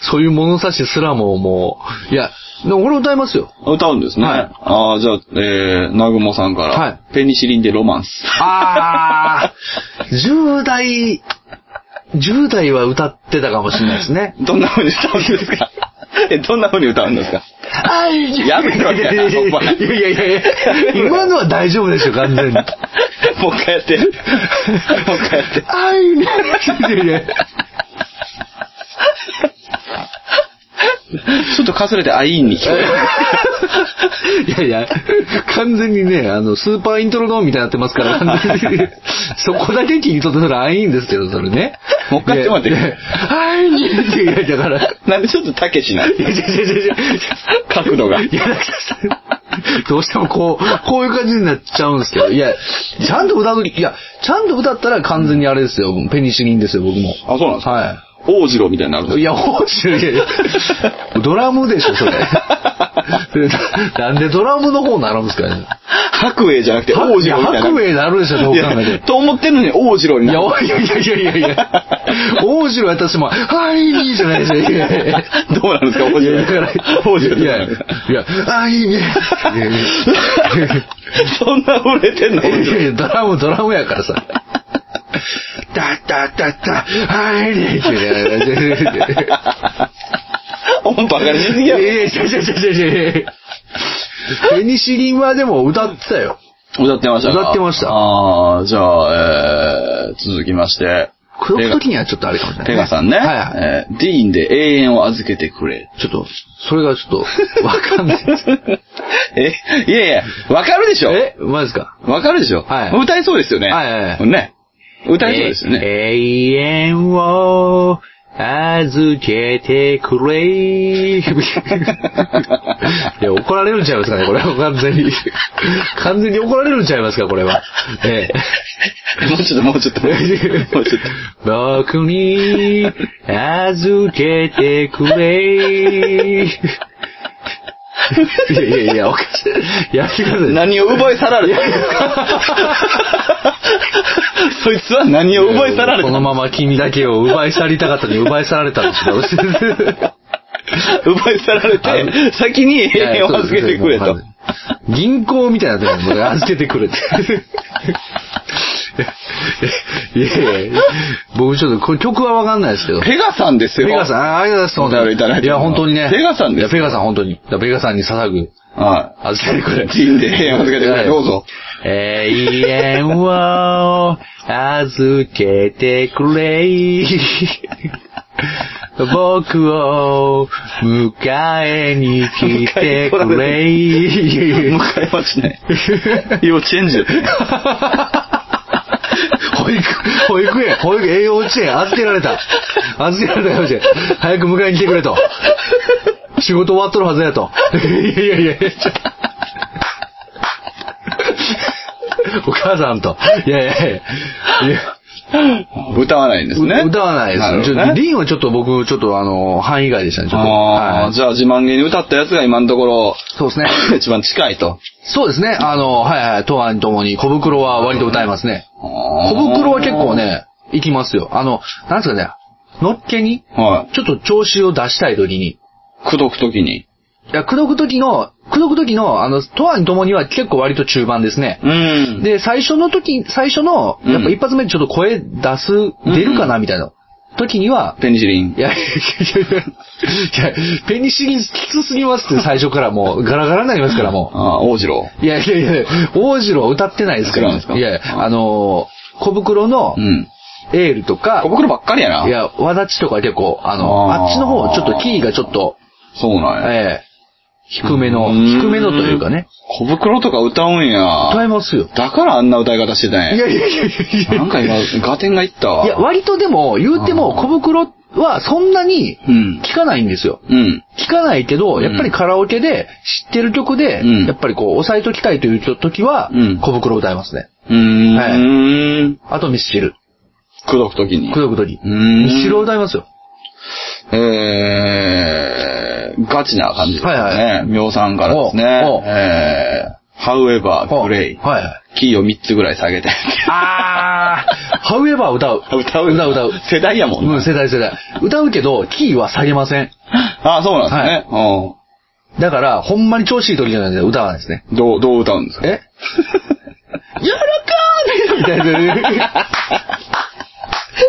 S1: そういう物差しすらももう、いや、でも俺歌いますよ。
S2: 歌うんですね。
S1: はい
S2: ああ、じゃあ、えー、南雲さんから、
S1: はい
S2: ペニシリンでロマンス。
S1: あー、10代、10代は歌ってたかもしれないですね。
S2: どんな風に歌うんですかえ、どんな風に歌うんです *laughs* かやめ
S1: い
S2: ろ
S1: やいや
S2: や、
S1: い
S2: ほんま。
S1: やいやいや、今のは大丈夫でしょ、完全に。
S2: もう一回やって。もう一回やって。
S1: 愛ね。いやいや
S2: ちょっとかすれてアイーンに聞こえる。
S1: いやいや、完全にね、あの、スーパーイントロドンみたいになってますから、完全にそこだけ切り取ってたら、あいいんですけど、それね。
S2: もう一回やってもらっていい
S1: いやいやあいにいやいや、だから、
S2: なんでちょっとたけしなん
S1: いやいやいやいや
S2: 角度が。
S1: いや、だから *laughs* どうしてもこう、こういう感じになっちゃうんですけど、いや、ちゃんと歌うとき、いや、ちゃんと歌ったら完全にあれですよ、ペニシリンですよ、僕も。
S2: あ、そうなんですか
S1: は
S2: 大次郎みたいになるんです
S1: い。
S2: か
S1: いや、報酬、いやいや、ドラムでしょ、
S2: *laughs*
S1: それ。ななんでドラムの方になるんですかね。
S2: 白米じゃなくて
S1: 白
S2: 王子郎みたいな。
S1: 米になるでしょ、どう
S2: い
S1: 考
S2: や
S1: えて。
S2: と思ってるのに王子郎に
S1: い
S2: な
S1: や、
S2: る。
S1: おいやいやいやいやいや。王子の私も、はい、じゃないじゃん。いやいやいや
S2: どうなんですか王子
S1: いや
S2: 郎
S1: だから。
S2: 王子郎
S1: いやいや、あいいね。いやいやいや
S2: そんな売れてんの
S1: いやい *laughs* や、ドラム、ドラムやから
S2: *laughs*
S1: さ。だだだだ、はい、ね、 *laughs* いやいやいやいやいやいや
S2: 音バカにしすぎやろ。
S1: いやいやいやいやいやいやペニシリンはでも歌ってたよ。
S2: 歌ってましたか
S1: 歌ってました
S2: ああ、じゃあ、えー、続きまして。
S1: 口説く時にはちょっとあれかもしれない、
S2: ペガさんね。
S1: はいはい。
S2: えーディーンで永遠を預けてくれ。
S1: ちょっと、それがちょっと、わかんない。
S2: *laughs* え、いやいや、わかるでしょ
S1: えマジですか
S2: わかるでしょ
S1: はい
S2: 歌えそうですよね。
S1: はいはいは
S2: ね。歌えそうですよね。
S1: え永遠を預けてくれ。いや、怒られるんちゃいますかね、これは。完全に。完全に怒られるんちゃいますか、これは。ええ。
S2: もうちょっと、もうちょっと。もうちょっと。
S1: 僕に預けてくれ。いやいやいや、おかしい。やめてください。
S2: 何を奪い去られたんですかそいつは何を奪い去られた
S1: このまま君だけを奪い去りたかったのに奪い去られたんですよ。
S2: 奪い去られて、先に永
S1: *laughs*
S2: 遠を預けてくれと。。
S1: 銀行みたいなところに預けてく *laughs* れって。いやいや、僕ちょっと、これ曲はわかんないですけど。
S2: ペガさんですよ。
S1: ペガさん、あありがとうございます。
S2: お便りいただいて
S1: や、本当にね。
S2: ペガさんです
S1: いや、ペガさん、本当に。だからペガさんに捧ぐ。
S2: はい。
S1: 預けてくれ。
S2: 人で永遠を預けてく
S1: は
S2: れ。
S1: い
S2: どうぞ。
S1: 永遠を預けてく *laughs* れ。僕を迎えに来てくれ。
S2: 迎えはしない。幼稚園児だった
S1: 保育、保育園、保育園、栄養稚園、預けられた。預けられたかもしれん。早く迎えに来てくれと。仕事終わっとるはずやと。いやいやいやいや。お母さんと。いやいやいやいや。
S2: 歌わないんですね。
S1: う歌わないです。
S2: るほ
S1: ち
S2: ど
S1: ょっと
S2: ね
S1: リンはちょっと僕、ちょっとあの、範囲外でしたね、ちょっと。
S2: あ
S1: は
S2: あ、
S1: い
S2: じゃあ自慢げに歌ったやつが今のところ、 *laughs*
S1: そうですね。
S2: 一番近いと。
S1: そうですね。あの、はいはい、とわにともに、小袋は割と歌いますね。小
S2: 小
S1: 袋は結構。ね、いきますよ。あの、なんですかね、のっけに、
S2: は
S1: ちょっと調子を出したい時に、
S2: い。口説くときに。
S1: いや、口説く時の、口説く時の、あの、とわにともには結構割と中盤ですね。
S2: うん。
S1: で、最初の時、最初の、
S2: うん
S1: やっぱ一発目でちょっと声出す、
S2: ん
S1: 出るかなみたいな時には、
S2: ペニシリン
S1: い。や、いや、いや、ペニシリンきつすぎますって最初からもう、ガラガラになりますからも
S2: ああ、王次郎。
S1: う。いやいやいや、王子郎は歌ってないですか
S2: 違うん
S1: ら。
S2: ですか
S1: いやいや、あのー小袋の
S2: うん。
S1: エールとか、
S2: 小袋ばっかりやな。
S1: いや、わだちとか結構、あの、
S2: あ
S1: あ
S2: ー
S1: っちの方、ちょっとキーがちょっと、
S2: そうなんや。
S1: ええ低めの、
S2: うん
S1: 低めのというかね。。
S2: 小袋とか歌うん
S1: 歌え
S2: や。
S1: ますよ。
S2: だからあんな歌い方してたん
S1: い
S2: や。
S1: やいやいやいやいや。
S2: なんか今、ガテンがいったわ。
S1: いや、割とでも、言うても、
S2: あー
S1: 小袋はそんなに
S2: うん。
S1: 聞かないんですよ。
S2: うん。
S1: 聞かないけど、
S2: ん
S1: やっぱりカラオケで知ってる曲で、
S2: うん
S1: やっぱりこう、押さえときたいという時は
S2: うん、
S1: 小袋を歌いますね。
S2: うーん。
S1: あとミスチル。
S2: 口説くときに。
S1: くどくどに
S2: う。ーん。
S1: ミスチルを歌いますよ。
S2: えー、ガチな感じですね。
S1: はい
S2: い。妙さんからですね。
S1: おうおう
S2: えー、however,
S1: は
S2: grey.
S1: いはい。
S2: キーを3つぐらい下げて。
S1: あー、ハウエバー *laughs* 歌う。
S2: 歌う
S1: 歌う歌う。
S2: *laughs* 世代やもんな
S1: うん、世代世代。歌うけど、キーは下げません。
S2: あ、そうなんですね。
S1: だから、ほんまに調子いい時じゃないんで歌わないですね。
S2: うん。どう、どう歌うん *laughs* ですか
S1: え喜んでみたいな。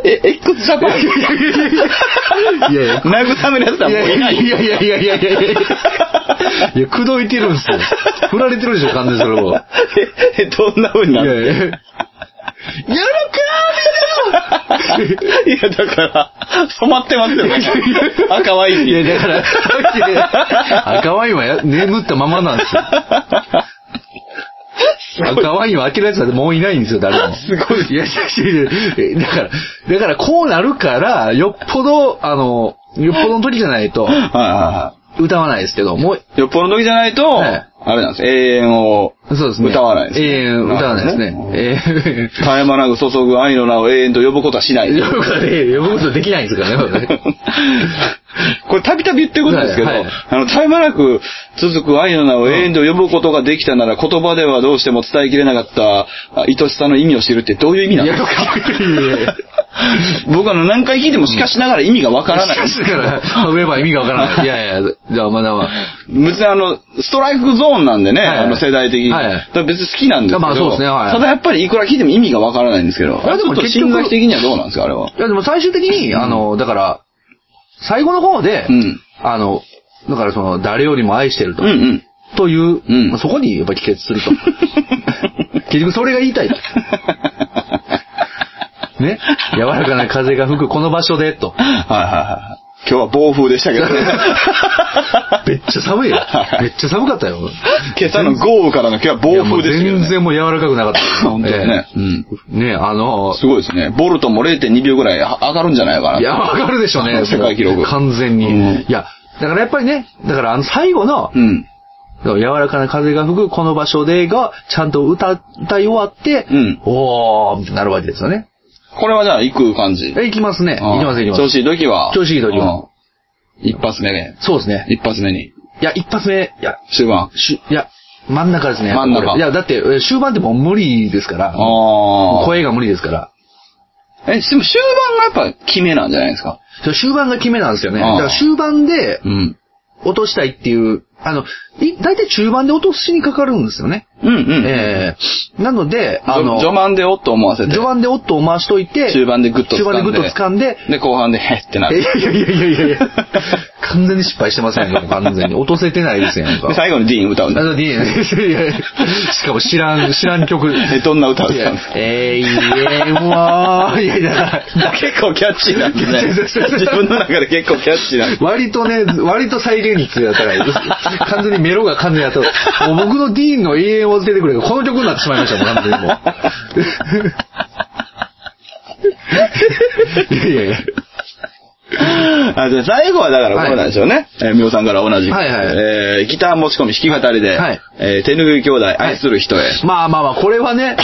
S2: え、X ジャパン
S1: いやいや。
S2: 慰めるやつはもういない。
S1: いやいやいやいやいやいやいや。いや、口説いてるんですよ。振られてるでしょ、完全にそれも。
S2: え、どんな風に
S1: い
S2: な
S1: やい
S2: る
S1: や。喜んで
S2: *laughs* いや、だから、染まってますよね。あ、可愛い。
S1: いや、だから、さっきね、赤ワインはや眠ったままなんですよ。赤ワインは開けるやつなんてもういないんですよ、誰も。すごい。いや、いやいやだから、だからこうなるから、よっぽど、あの、よっぽどの時じゃないと、
S2: はいはいは
S1: 歌わないですけど、もう、
S2: い。よっぽどの時じゃないと、
S1: はい
S2: あれなんです。永遠を。
S1: そうですね。
S2: 歌わないですね
S1: ええ歌わないですね。え
S2: 絶え間なく注ぐ愛の名を永遠と呼ぶことはしな
S1: え
S2: い。
S1: 呼ぶことで、呼ぶことできないんですからね。
S2: *laughs* これたびたび言ってることですけど、
S1: はいはい
S2: あの、絶え間なく続く愛の名を永遠と呼ぶことができたなら、言葉ではどうしても伝えきれなかったあ愛しさの意味を知るってどういう意味ないん
S1: や、
S2: です
S1: *laughs* い
S2: か
S1: やいやいや。
S2: 僕あの何回聞いてもしかしながら意味がわからない。
S1: しかしから、上は意味がわからない。いやいや、じゃあまだまだ。
S2: 別にあの、ストライクゾーンなんでね、
S1: はいはい
S2: あの世代的に。
S1: はい
S2: だから別に好きなんですけど。
S1: まあそうですねはい
S2: ただやっぱりいくら聞いても意味がわからないんですけど。
S1: いやでも
S2: ちょっと
S1: 結局
S2: 心理学的にはどうなんですか、あれは。
S1: いや、でも最終的に、あの、だから、最後の方で、
S2: うん
S1: あの、だからその、誰よりも愛してると。
S2: うんうん。
S1: という、
S2: うん
S1: まあそこにやっぱ帰結
S2: *laughs*
S1: すると。結局それが言いたいと。ね柔らかな風が吹くこの場所で、と。
S2: はいはいはい。今日は暴風でしたけどね。
S1: *laughs* めっちゃ寒いよ。めっちゃ寒かったよ。
S2: *laughs* 今朝の豪雨からの今日は暴風でしたけど
S1: いやもう全
S2: ね。。
S1: 然もう柔らかくなかった
S2: *laughs* 本当だねうん
S1: ええねあの、
S2: すごいですね。ボルトも0.2秒ぐらい上がるんじゃないかな。
S1: いや、わかるでしょうね。
S2: 世界記録
S1: もう完全に。
S2: うん
S1: いや、だからやっぱりね、だからあの最後の
S2: う、ん。
S1: 柔らかな風が吹くこの場所でが、ちゃんと歌、歌い終わって、
S2: うん
S1: おー、なるわけですよね。
S2: これはじゃあ行く感じ。
S1: え、いきますね。いき
S2: うん
S1: ます、いきます
S2: 調。子いい時は。
S1: 調子いい時は
S2: うん。一発目で。
S1: そうですね。
S2: 一発目に。
S1: いや、一発目、いや、
S2: 終盤。
S1: しゅ、いや、真ん中ですね。
S2: 真ん中
S1: いや、だって、え終盤ってもう無理ですから。
S2: ああ。
S1: 声が無理ですから。
S2: え、でも終盤がやっぱ決めなんじゃないですか。
S1: そう終盤が決めなんですよね。だ
S2: あー
S1: から終盤で
S2: うん。
S1: 落としたいっていう、あの、い大体中盤で落としにかかるんですよね。
S2: うんうん。
S1: ええなので、あ
S2: あの、
S1: の、
S2: 序盤でおっと思わせて。
S1: 序盤でオットを回しといて、
S2: 中盤でグッと掴ん
S1: 中
S2: で
S1: 盤でグッと掴んで、
S2: で、後半でへってない
S1: やい
S2: る。
S1: やいやいやいやいや完全に失敗してませんよ、完全に。落とせてないですよ、なんか
S2: で、。最後にディーン歌うん
S1: あ *laughs*
S2: だ。
S1: の、いやいやいやしかも知らん、知らん曲。
S2: え、どんな歌歌
S1: いうや
S2: んですか
S1: 永遠は、いやいや、だから。
S2: 結構キャッチーなんですね *laughs* 自分の中で結構キャッチーなん
S1: *laughs*
S2: です。
S1: 割とね、割と再現率やったから、完全にメロが完全にやった。もう僕のディーンの永遠を出てくれがこの曲になってしまいましたもん、完全にも *laughs* う。いやいやいや。
S2: あ、じゃあ最後はだからこれなんでしょうね。えー、みさんから同じく。
S1: はいはい
S2: えー、ギター持ち込み弾き語りで、
S1: はい
S2: えー、手ぬぐい兄弟、愛する人へ。
S1: まあまあまあ、これは
S2: *coughs*
S1: ね、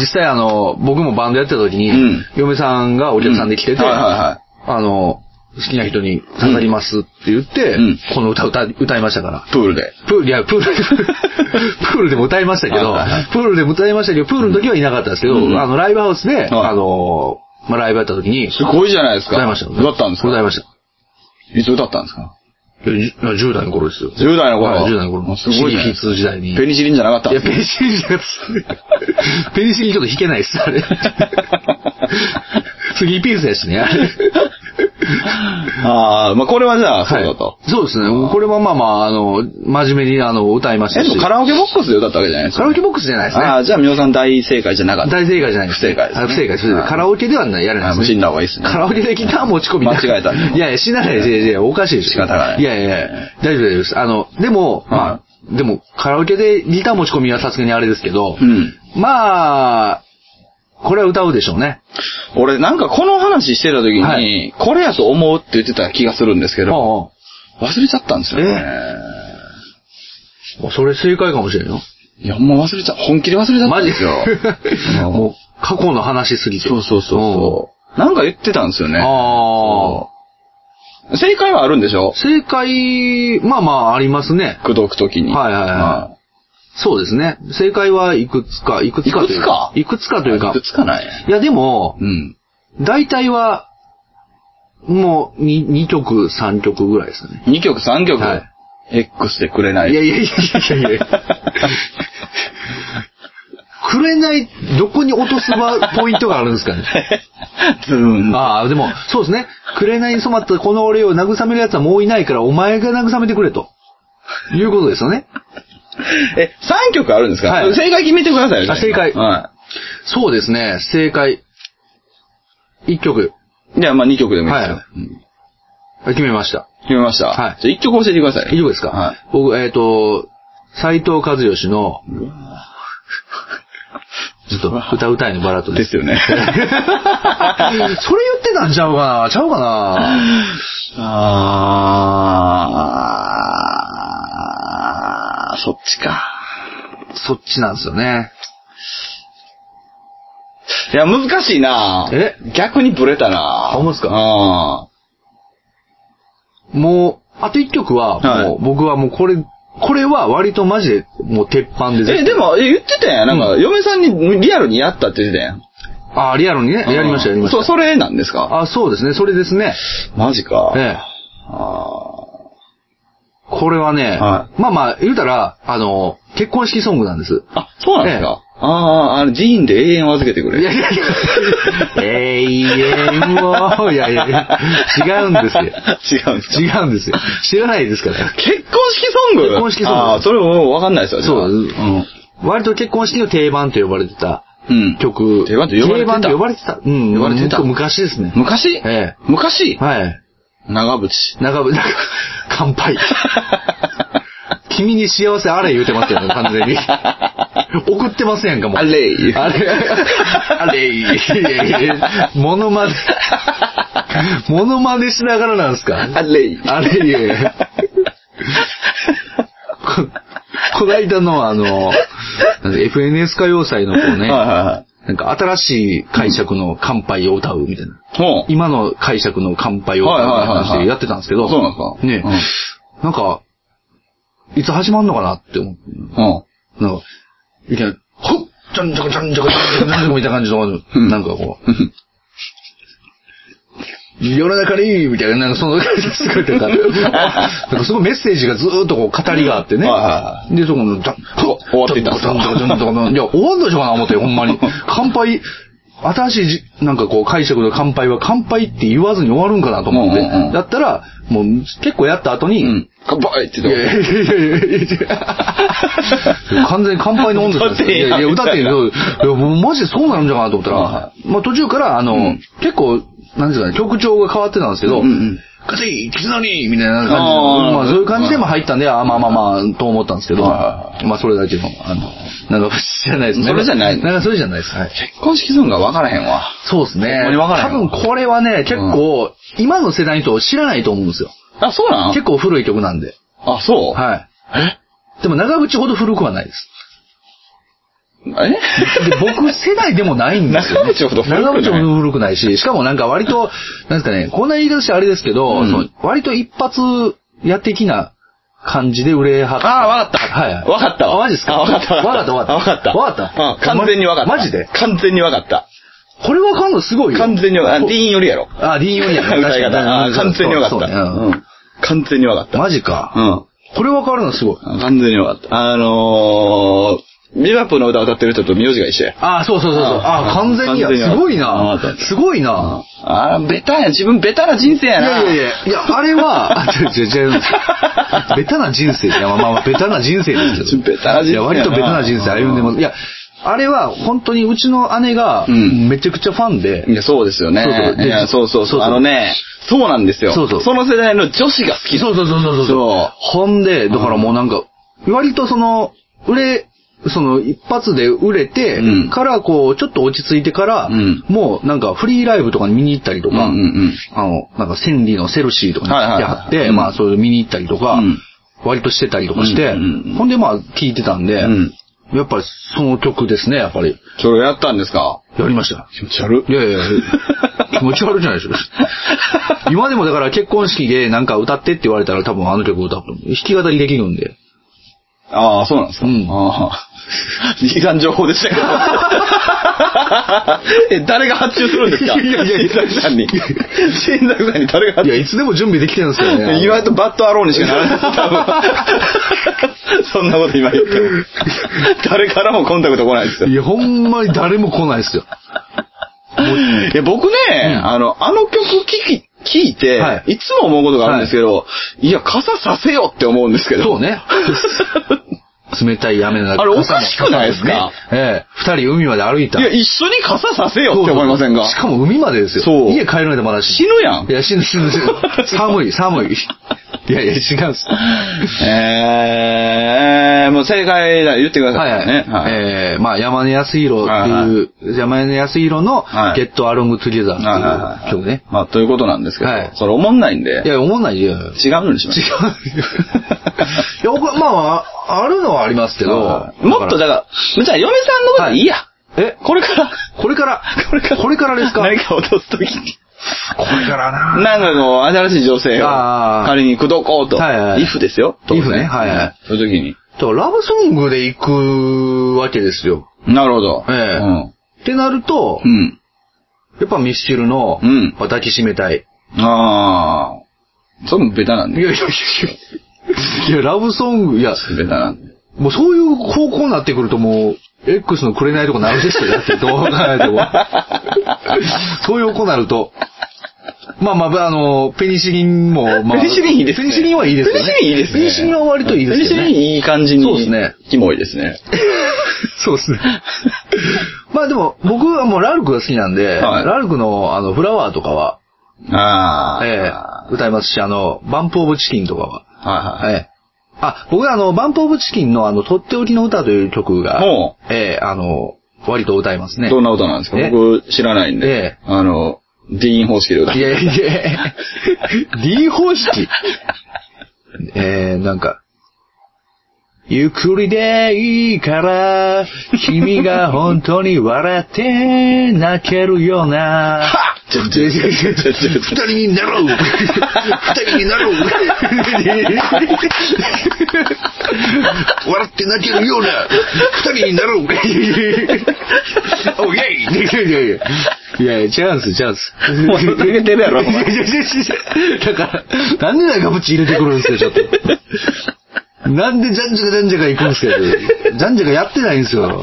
S1: 実際あの、僕もバンドやってた時に、
S2: うん
S1: 嫁さんがお客さんで来てて、
S2: うんはいはいはい
S1: あの、好きな人に刺さりますって言って、
S2: うん
S1: この歌歌、歌いましたから。
S2: プールで。
S1: プール、いや、プール、 *laughs* プールでも歌いましたけど
S2: はいはいは、
S1: プールでも歌いましたけど、プールの時はいなかったんですけど、
S2: うん
S1: あの、ライブハウスで、
S2: はい
S1: あの、まあ、ライブやった時に、
S2: すごいじゃないですか。
S1: 歌いました。
S2: 歌ったんですか
S1: 歌いました。
S2: いつ歌ったんですか
S1: いやじ10代の頃ですよ。
S2: 10代の頃
S1: はい、10代の頃。
S2: すごいね
S1: CP2 時代に。
S2: ペニシリンじゃなかった
S1: いや、ペニシリンじゃなくてペニシリンちょっと弾けないっす、あ *laughs* れ。次ピースやしね、あれ。
S2: ああ、まあこれはじゃあ、そうだと。
S1: そうですね。これはまあまあ、あの、真面目にあの、歌いまし
S2: え、
S1: た
S2: で
S1: し。
S2: もカラオケボックスで歌ったわけじゃないです
S1: カ
S2: か。
S1: ラオケボックスじゃないですね
S2: あ。あ、じゃあ、みおさん大正解じゃなかった。
S1: 大正解じゃないですね。
S2: 不正解ですね
S1: あ不正解です。
S2: はい
S1: カラオケではないやらない
S2: あも
S1: で
S2: う
S1: す
S2: 死ん
S1: ね。
S2: だ方がいいですね。
S1: カラオケでギター持ち込みな
S2: 間違えたんだ
S1: いやいや、死なないです。いやいや、おかしいです。
S2: 仕方ない
S1: いやいやいや、大丈夫です。あの、でも、まあ、でも、カラオケでギター持ち込みはさすがにあれですけど
S2: う、ん。
S1: まあ、これは歌うでしょうね。
S2: 俺、なんかこの話してた時に、
S1: はい
S2: これやと思うって言ってた気がするんですけど、
S1: も
S2: 忘れちゃったんですよね。
S1: う、もうそれ正解かもしれんよ。
S2: いや、ほんま忘れちゃ、本気で忘れちゃった
S1: マ
S2: ん
S1: ジ
S2: ですよ。 *laughs* うん
S1: *laughs* もう、過去の話すぎて。
S2: そうそうそうそう。なんか言ってたんですよ
S1: うん。
S2: ね。
S1: ああ。
S2: 正解はあるんでしょ
S1: 正解、まあまあ、ありますね。
S2: 口説く時に。
S1: はいはいはい
S2: ま
S1: そうですね。正解はいくつか、いくつかというか。
S2: い
S1: いくつかという
S2: あ
S1: か
S2: いく。つかない。
S1: いやでも
S2: う、ん。
S1: 大体は、もう2、二曲、3曲ぐらいですかね。
S2: 2曲、3曲、
S1: はい
S2: X でくれない
S1: や
S2: い。
S1: いやいやいやいや。 *laughs* くれない、どこに落とすばポイントがあるんですかね。
S2: *laughs* ズーン。
S1: *laughs* ああ、でも、そうですね。くれないに染まったこの俺を慰める奴はもういないから、お前が慰めてくれと。いうことですよね。
S2: え、3曲あるんですか、
S1: はい
S2: 正解決めてくださいよ。
S1: あ正解
S2: は
S1: そうですね。正解。1曲。
S2: い。じゃあ、まあ2曲でもいいですよ。
S1: はい
S2: うん
S1: 決めました。
S2: 決めました。
S1: はい
S2: じゃあ1曲教えてください。
S1: 以上ですか
S2: はい。
S1: 僕、えっ、と、斎藤和義の、ちょっと、歌うたいのバラッドで。
S2: ですす
S1: *laughs*
S2: よね。
S1: それ言ってたんちゃうかなちゃうかな
S2: あー、そっちか。
S1: そっちなんですよね。
S2: いや、難しいな
S1: え
S2: 逆にブレたな
S1: あほんまですか
S2: あ
S1: もう、あと1曲は、もう、僕はもうこれ、これは割とマジで、もう鉄板で
S2: ー
S1: 絶対
S2: え、でも、え言ってたやん。なんか、嫁さんにリアルにやったって言ってたやん。
S1: あ、リアルにね、やりました、やりました。
S2: そ、それなんですか
S1: あ、そうですね、それですね。
S2: マジか。
S1: ええ。
S2: あ
S1: これはね、
S2: は
S1: まあまあ、言うたら、あの、結婚式ソングなんです。
S2: ーあ、そうなんですか、ああ、あの、寺院で永遠を預けてくれ。
S1: いやいやいや、永遠を、いやいやいや、違うんですよ。
S2: *laughs* 違うんですか
S1: 違うんですよ。知らないですから。
S2: 結婚式ソング
S1: 結婚式ソング
S2: ああ、それもうわかんないですよ。じゃあ
S1: そう
S2: うん。
S1: 割と結婚式の定番と呼ばれてた
S2: うん。
S1: 曲。
S2: 定番と呼ばれてた
S1: 定番と呼ばれてた。うん、
S2: 呼ばれてた
S1: む昔ですね。
S2: 昔
S1: ええ
S2: 昔
S1: はい。
S2: 長渕。
S1: 長渕、なんか乾
S2: *laughs*
S1: 杯。君に幸せあれ言うてますよね、完全
S2: *laughs*
S1: に。送ってますやんか、もう。
S2: あれい
S1: あれ、あれ、いやいやモノマネ、モノマネしながらなんですか
S2: あれい
S1: あれ、いやいやこ、こないだのあの、なんで FNS 歌謡祭のこう
S2: はい
S1: ね、
S2: は
S1: なんか新しい解釈の乾杯を歌うみたいな。
S2: いはい。もう。
S1: 今の解釈の乾杯を歌うみたいな
S2: はいはいはい
S1: 話
S2: は
S1: で
S2: い
S1: やってたんですけど、
S2: そうなんですか
S1: ね、なんか、いつ始まんのかなって思って。
S2: うん。
S1: なんか、いきなり、ほっちゃんちゃかちゃんちゃかちゃんちゃかちゃんちゃかみたいな感じ
S2: う
S1: の、
S2: ん
S1: なんかこ
S2: うん
S1: う、世の中に、みたいな、なんかその *laughs* 感じがすごいとか、なんかすごいメッセージがずーっとこう語りがあってね
S2: はいは。
S1: で、そこの、じゃんほっ
S2: 終わっていったんですか
S1: ちゃんちゃかちゃんちゃかちゃんちゃかいや、終わんのじゃかな思って、ほんまに。乾杯、新しいじ、なんかこう、解釈の乾杯は乾杯って言わずに終わるんかなと思って
S2: うんうんうん。
S1: だったら、もう結構やった後に、
S2: うん。乾杯って
S1: いやいや
S2: 言って
S1: いやいやいや完全に乾杯の音頭ですよ。いやいや、歌ってんけど、いやもうマジでそうなるんじゃないかなと思った
S2: はいは
S1: ら、まあ途中から、あの、
S2: ん
S1: 結構、なんですかね、曲調が変わってたんですけど、
S2: うんうん
S1: ガチッ、キツナリーみたいな感じで、
S2: あー
S1: まあそういう感じでも入ったんで、あ、まあまあまあ、と思ったんですけど、
S2: はいは
S1: まあそれだけの、あの、なんか、じゃないですね。
S2: それじゃない
S1: なんかそれじゃないです。はい。
S2: 結婚式するのがわからへんわ。
S1: そうですね。
S2: ほんまにわから
S1: 多
S2: へんわ
S1: 分これはね、結構、今の世代の人知らないと思うんですよ。
S2: あ、そうなん
S1: 結構古い曲なんで。
S2: あ、そう
S1: はい。
S2: え
S1: でも長渕ほど古くはないです。
S2: え
S1: で僕世代でもないんですよ、ね。
S2: 長渕ほど古くない
S1: 長渕ほど古くないし、しかもなんか割と、なんですかね、こんな言い方してあれですけど、
S2: うん
S1: その割と一発や的な感じで売れはった。
S2: *laughs* あーわかった
S1: はいはい。
S2: わかったわ。
S1: あマジですか
S2: あわかった
S1: わかったわかった。
S2: わかった。
S1: わかった。
S2: うん完全にわかった。
S1: マジで
S2: 完全にわかった。
S1: これわかんのすごいよ。
S2: 完全にわかった。あディ
S1: に。
S2: ーンよりやろ。 *laughs*
S1: あ、ディーン・ヨニア。
S2: 歌い方あー完全にわかっ
S1: そ
S2: た
S1: うねうん
S2: うん完全にわかった。
S1: マジか。
S2: うん。
S1: これわかるのすごい。
S2: 完全にわかった。あのー、ビバップの歌を歌ってる人と名字が一緒や。
S1: ああ、そうそうそうそう。ああ、
S2: う
S1: 完
S2: ん
S1: 全にや。
S2: 完全にや
S1: すごい
S2: わ
S1: な
S2: かった。
S1: すごいな。
S2: あーベタや。自分ベタな人生
S1: い
S2: やな。
S1: やいやいや、いや、あれは、あ違う違う違う。ベタな人生。いや、まあまあ、ベタな人生ですけど。
S2: *laughs* ベタな人生やない
S1: や、割とベタな人生歩んでます。いや、あれは、本当にうちの姉が、
S2: うん
S1: めちゃくちゃファンで、
S2: いや、そうですよね。
S1: そうそうで
S2: いやそうそう
S1: そ
S2: そ
S1: そ
S2: うう。
S1: う
S2: あのね、そうなんですよ。
S1: そうそう
S2: の世代の女子が好き。
S1: そうそうそうそうそう。
S2: そう
S1: ほんで、だからもうなんか、割とその、売れ、その、一発で売れて
S2: うん、
S1: から、こう、ちょっと落ち着いてから
S2: うん、
S1: もうなんかフリーライブとかに見に行ったりと
S2: うんう
S1: か、
S2: んうん。
S1: あの、なんかセンディのセルシーとかに
S2: はいはい
S1: や
S2: はい
S1: って、
S2: うん
S1: まあそういう見に行ったりとか、
S2: うん
S1: 割としてたりとかして、
S2: うんうんうん
S1: ほんでまあ聞いてたんで、
S2: うん
S1: やっぱりその曲ですね、やっぱり。
S2: それやったんですか
S1: やりました。
S2: 気持ち悪
S1: いやいやいや、気持ち悪いじゃないですか。今でもだから結婚式でなんか歌ってって言われたら多分あの曲歌うと思う。弾き語りできるんで。
S2: ああ、そうなんですか。
S1: うん
S2: *laughs* ああ。悲願情報
S1: *laughs*
S2: でしたけど。え、誰が発注するんですか
S1: いやいやいや
S2: 新作さんに。新作さんに誰が
S1: い
S2: 発
S1: や、
S2: 注
S1: いつでも準備できてるんですけどね。
S2: 意外とバッドアローにしかならないです、多分。そんなこと今言ってる。誰からもコンタクト来ないですよ
S1: い。や、ほんまに誰も来ないですよ。
S2: いや、僕ね、
S1: ん
S2: あの、あの曲聞き、聞いて、、
S1: はい
S2: つも思うことがあるんですけど、い、や、傘させよって思うんですけど。
S1: そうね。冷たい雨の中。
S2: あれおかしくないですか
S1: 傘もねええ。二人海まで歩いた。
S2: いや、一緒に傘させよって思いませんか
S1: しかも海までですよ。
S2: そう
S1: 家帰るのでまだ
S2: 死ぬやん
S1: い。や、死ぬ死ぬ死ぬ。寒い、寒い。いやいや、違うんです。
S2: えー、もう正解だ、言ってくださ
S1: はい
S2: い、
S1: はい。
S2: ね。はい
S1: えー、まあ、山根康弘って
S2: はい
S1: いう、山根康弘の
S2: は、い
S1: ゲットアロングトゥゲザーっ
S2: はいはい
S1: て
S2: は
S1: いう
S2: い
S1: 曲ね。
S2: まあ、ということなんですけど、
S1: はい
S2: それ思んないんで、
S1: いや、思わないよ。違う。
S2: 違うのにしま
S1: い
S2: す。
S1: や、僕、まあ、あるのはありますけど、
S2: はいもっと、だから、じゃあ、嫁さんのこといいや。
S1: え、
S2: これから、
S1: これから、
S2: これから、
S1: これからですかこれ
S2: 何か落とすときに。
S1: からな
S2: なんかこう、新しい女性を
S1: あー
S2: 仮に口説こうと。
S1: はいはい
S2: イフですよ。当然
S1: if ねはいはい。
S2: そういう時に。
S1: だからラブソングで行くわけですよ。
S2: なるほど。
S1: ええってなると、
S2: うん。うん。
S1: やっぱミスチルの
S2: うん、
S1: 抱きしめたい。
S2: ああ。それもベタなん
S1: い
S2: で。
S1: やいやいやいや。いや、ラブソング、いや、
S2: ベタなんで。
S1: もうそういう方向になってくるともう、X のくれないとこなる
S2: *laughs*
S1: ですよ、だって、どう考えても。そういう子になると。まあまあ、あの、ペニシリンも、まあ、
S2: ペニシリンいいですね。
S1: ペニシリンはいいですよね。
S2: ペニシリンいいですね。
S1: ペニシリンは割といいですよね。
S2: ペニシリンいい感じに。
S1: そうですね。
S2: キモいですね。
S1: そうですね。まあでも、僕はもうラルクが好きなんで、
S2: はい
S1: ラルクのあの、フラワーとかは、
S2: ああ。
S1: ええ歌いますし、あの、バンプオブチキンとかは、
S2: はいはい。
S1: ええあ、僕はあの、バンプオブチキンのあの、とっておきの歌という曲が、
S2: ほ
S1: ええあの、割と歌いますね。
S2: どんな歌なんですか
S1: え
S2: 僕知らないんで
S1: ええ。
S2: あの、ディーン方式で歌う
S1: い。やいやい
S2: *laughs*
S1: や D 方式えー、なんか、ゆっくりでいいから、君が本当に笑って泣けるような。
S2: *laughs* ちょちょちょ
S1: 二
S2: ちょちょちょ
S1: 人になろう二人になろう笑って泣けるような二人になろうおいえいいやいやいや。いやいや、チャンス、チャンス。
S2: もう抜けてるやろお
S1: いや
S2: 前
S1: いやいやいやだから、なんでなんかブチ入れてくるんですよ、ちょっと。なんでじゃんじゃかじゃんじゃか行くんですけど、じゃんじゃかやってないんですよ。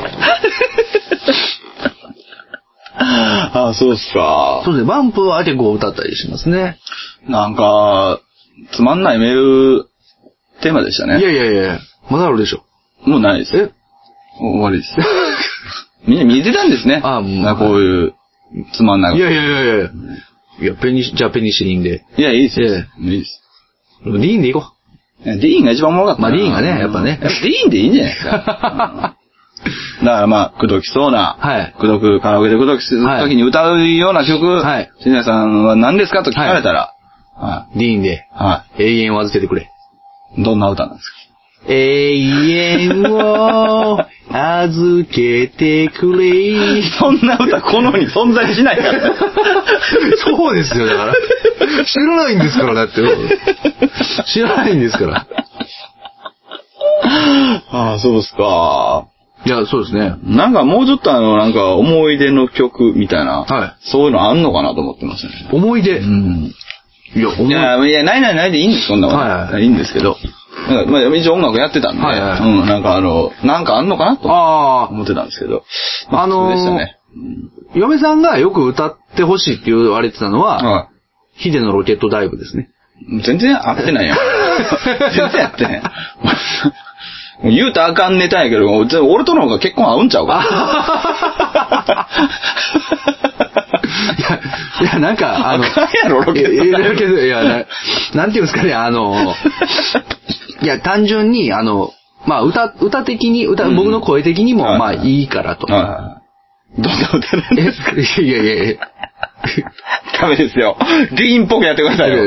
S2: ああ、そうっすか。
S1: そうですね、バンプは結構歌ったりしますね。
S2: なんか、つまんないメール、テーマでした
S1: いや
S2: ね。
S1: いやいや、まだあるでしょ。
S2: もうないです。
S1: え
S2: 終わりです。みんな見えてたんですね。
S1: あもう
S2: なこういう、つまんないい。
S1: やいやいやいや。いや、ペニシ、じゃあペニシリンで。
S2: いや、いいですよ。
S1: え
S2: いいです。
S1: でもリンで行こ
S2: ディーンが一番おもろかったな。
S1: まあディーンがねやっぱね
S2: ディーンでいいんじゃないですか。うんだからまあ、くどきそうな、
S1: はい
S2: くどく、カラオケでくどきするときに歌うような曲、
S1: はい
S2: 新谷さんは何ですかと聞かれたら、は
S1: う。リンで。
S2: い。は
S1: 永遠を預けてくれ。
S2: い。どんな歌な
S1: *laughs*
S2: んですか
S1: 永遠を預けてく *laughs* れ。
S2: そんな歌、この世に存在しないから。
S1: そうですよ、だから。知らないんですから、だって。知らないんですから。
S2: *laughs* ああ、そうですか。
S1: いや、そうですね。
S2: なんかもうちょっとあの、なんか思い出の曲みたいな、
S1: は
S2: そういうのあんのかなと思ってますね。
S1: 思い出。
S2: うん。
S1: いや、
S2: いや、いや、ないないないでいいんです、そんなもん。
S1: はいはい
S2: い、いんですけど。なんかまあ、一応音楽やってたんで、
S1: はいはい
S2: うん、なんかあの、なんかあんのかなと
S1: あ
S2: 思ってたんですけど。
S1: あ、あ
S2: そう
S1: の
S2: でした
S1: ー
S2: ね。
S1: 嫁さんがよく歌ってほしいって言われてたのは、
S2: は
S1: ヒデのロケットダイブですね。
S2: い。全然合って
S1: *laughs*
S2: ないやん。全然合ってない。もう言うたらあかんネタやけど、俺との方が結婚合うんちゃうか。
S1: いや、いや、なんか、 *laughs* あの、
S2: あかんやろロケット
S1: いやロケットいや、ななんていうんですかね、あの、いや、単純に、あの、まあ、歌、歌的に、歌、
S2: うん
S1: 僕の声的にも、
S2: はい
S1: まあ、
S2: はい
S1: いいからと。
S2: はい。どんな歌なん
S1: え、
S2: ですか
S1: いやいやいや。
S2: ダメですよ。ディーンっぽくやってくださいよ。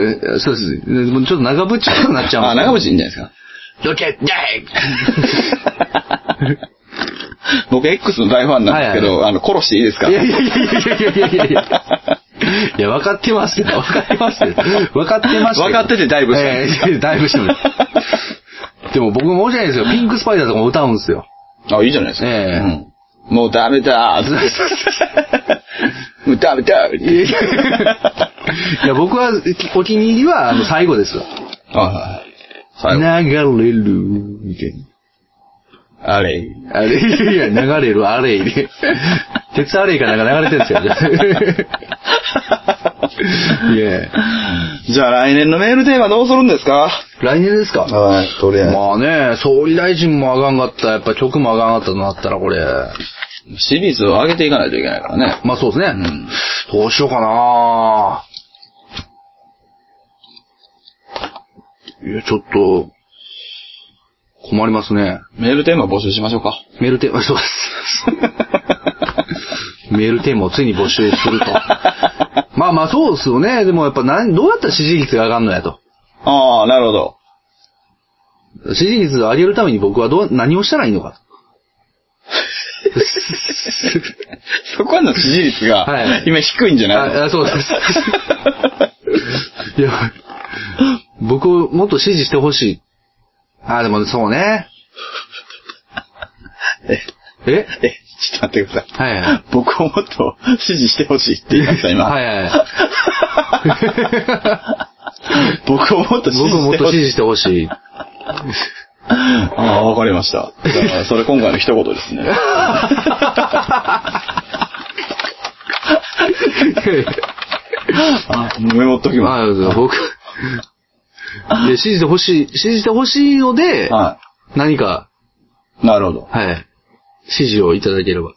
S1: そうです。もうちょっと長渕っぽくなっちゃ
S2: あ、
S1: うんです
S2: 長渕いいんじゃないですか。
S1: ロケットダイブ
S2: 僕 X の大ファンなんですけど、あの、殺していいですか
S1: いやいやいやいやいやいやいやいや。いや、分かってますけど、分かってますけど、分かってますけど。
S2: 分かっててダイブしたんですか
S1: ええダイブしてます。でも僕も申し訳ないですよ。ピンクスパイダーとかも歌うんですよ。
S2: *laughs* あ、いいじゃないですか。
S1: ええ
S2: うんもうダ
S1: *laughs*
S2: メだもうダメだ
S1: いやいやいや、僕は、お気に入りは、あの、最後ですよ。
S2: はい最
S1: 流
S2: 後。
S1: れる、みたいな。
S2: あれ。
S1: あれ、いや、流れる、あれ入れ。鉄あれかなんか流れてるんですよ。いや、
S2: じゃあ来年のメールテーマどうするんですか
S1: 来年ですか
S2: はい、とり
S1: まあね、総理大臣も上がんかった、やっぱ曲も上がんかったとなったらこれ。
S2: シリーズを上げていかないといけないからね。
S1: まあそうですね。
S2: ん
S1: どうしようかないや、ちょっと、困りますね。
S2: メールテーマ募集しましょうか。
S1: *laughs* メールテーマ、そうです。メールテーマをついに募集すると。 *laughs* まあまあそうですよね。でもやっぱ何、どうやったら支持率が上がんのやと。
S2: ああ、なるほど。
S1: 支持率を上げるために僕はどう、何をしたらいいのかと。
S2: そこはの支持率
S1: は
S2: が
S1: い、
S2: 今低いんじゃないの
S1: ああそうです。 *laughs* いや、僕をもっと支持してほしい。あ、でもそうね。え
S2: え、ちょっと待ってください。
S1: はいはい。
S2: 僕をもっと支持してほしいって言いました、今。
S1: はいはい。
S2: 僕をもっと支持
S1: 僕をも
S2: し
S1: ってと
S2: ほ
S1: 支
S2: し
S1: 持してほし
S2: い。
S1: い。
S2: ああ、わかりました。じゃあそれ今回の一言ですね。あメモっときま。、
S1: まあ、僕、で支持してほしい、支持してほしいのです
S2: は
S1: 何か、
S2: い。なるほど。
S1: はい、支持をいただければ。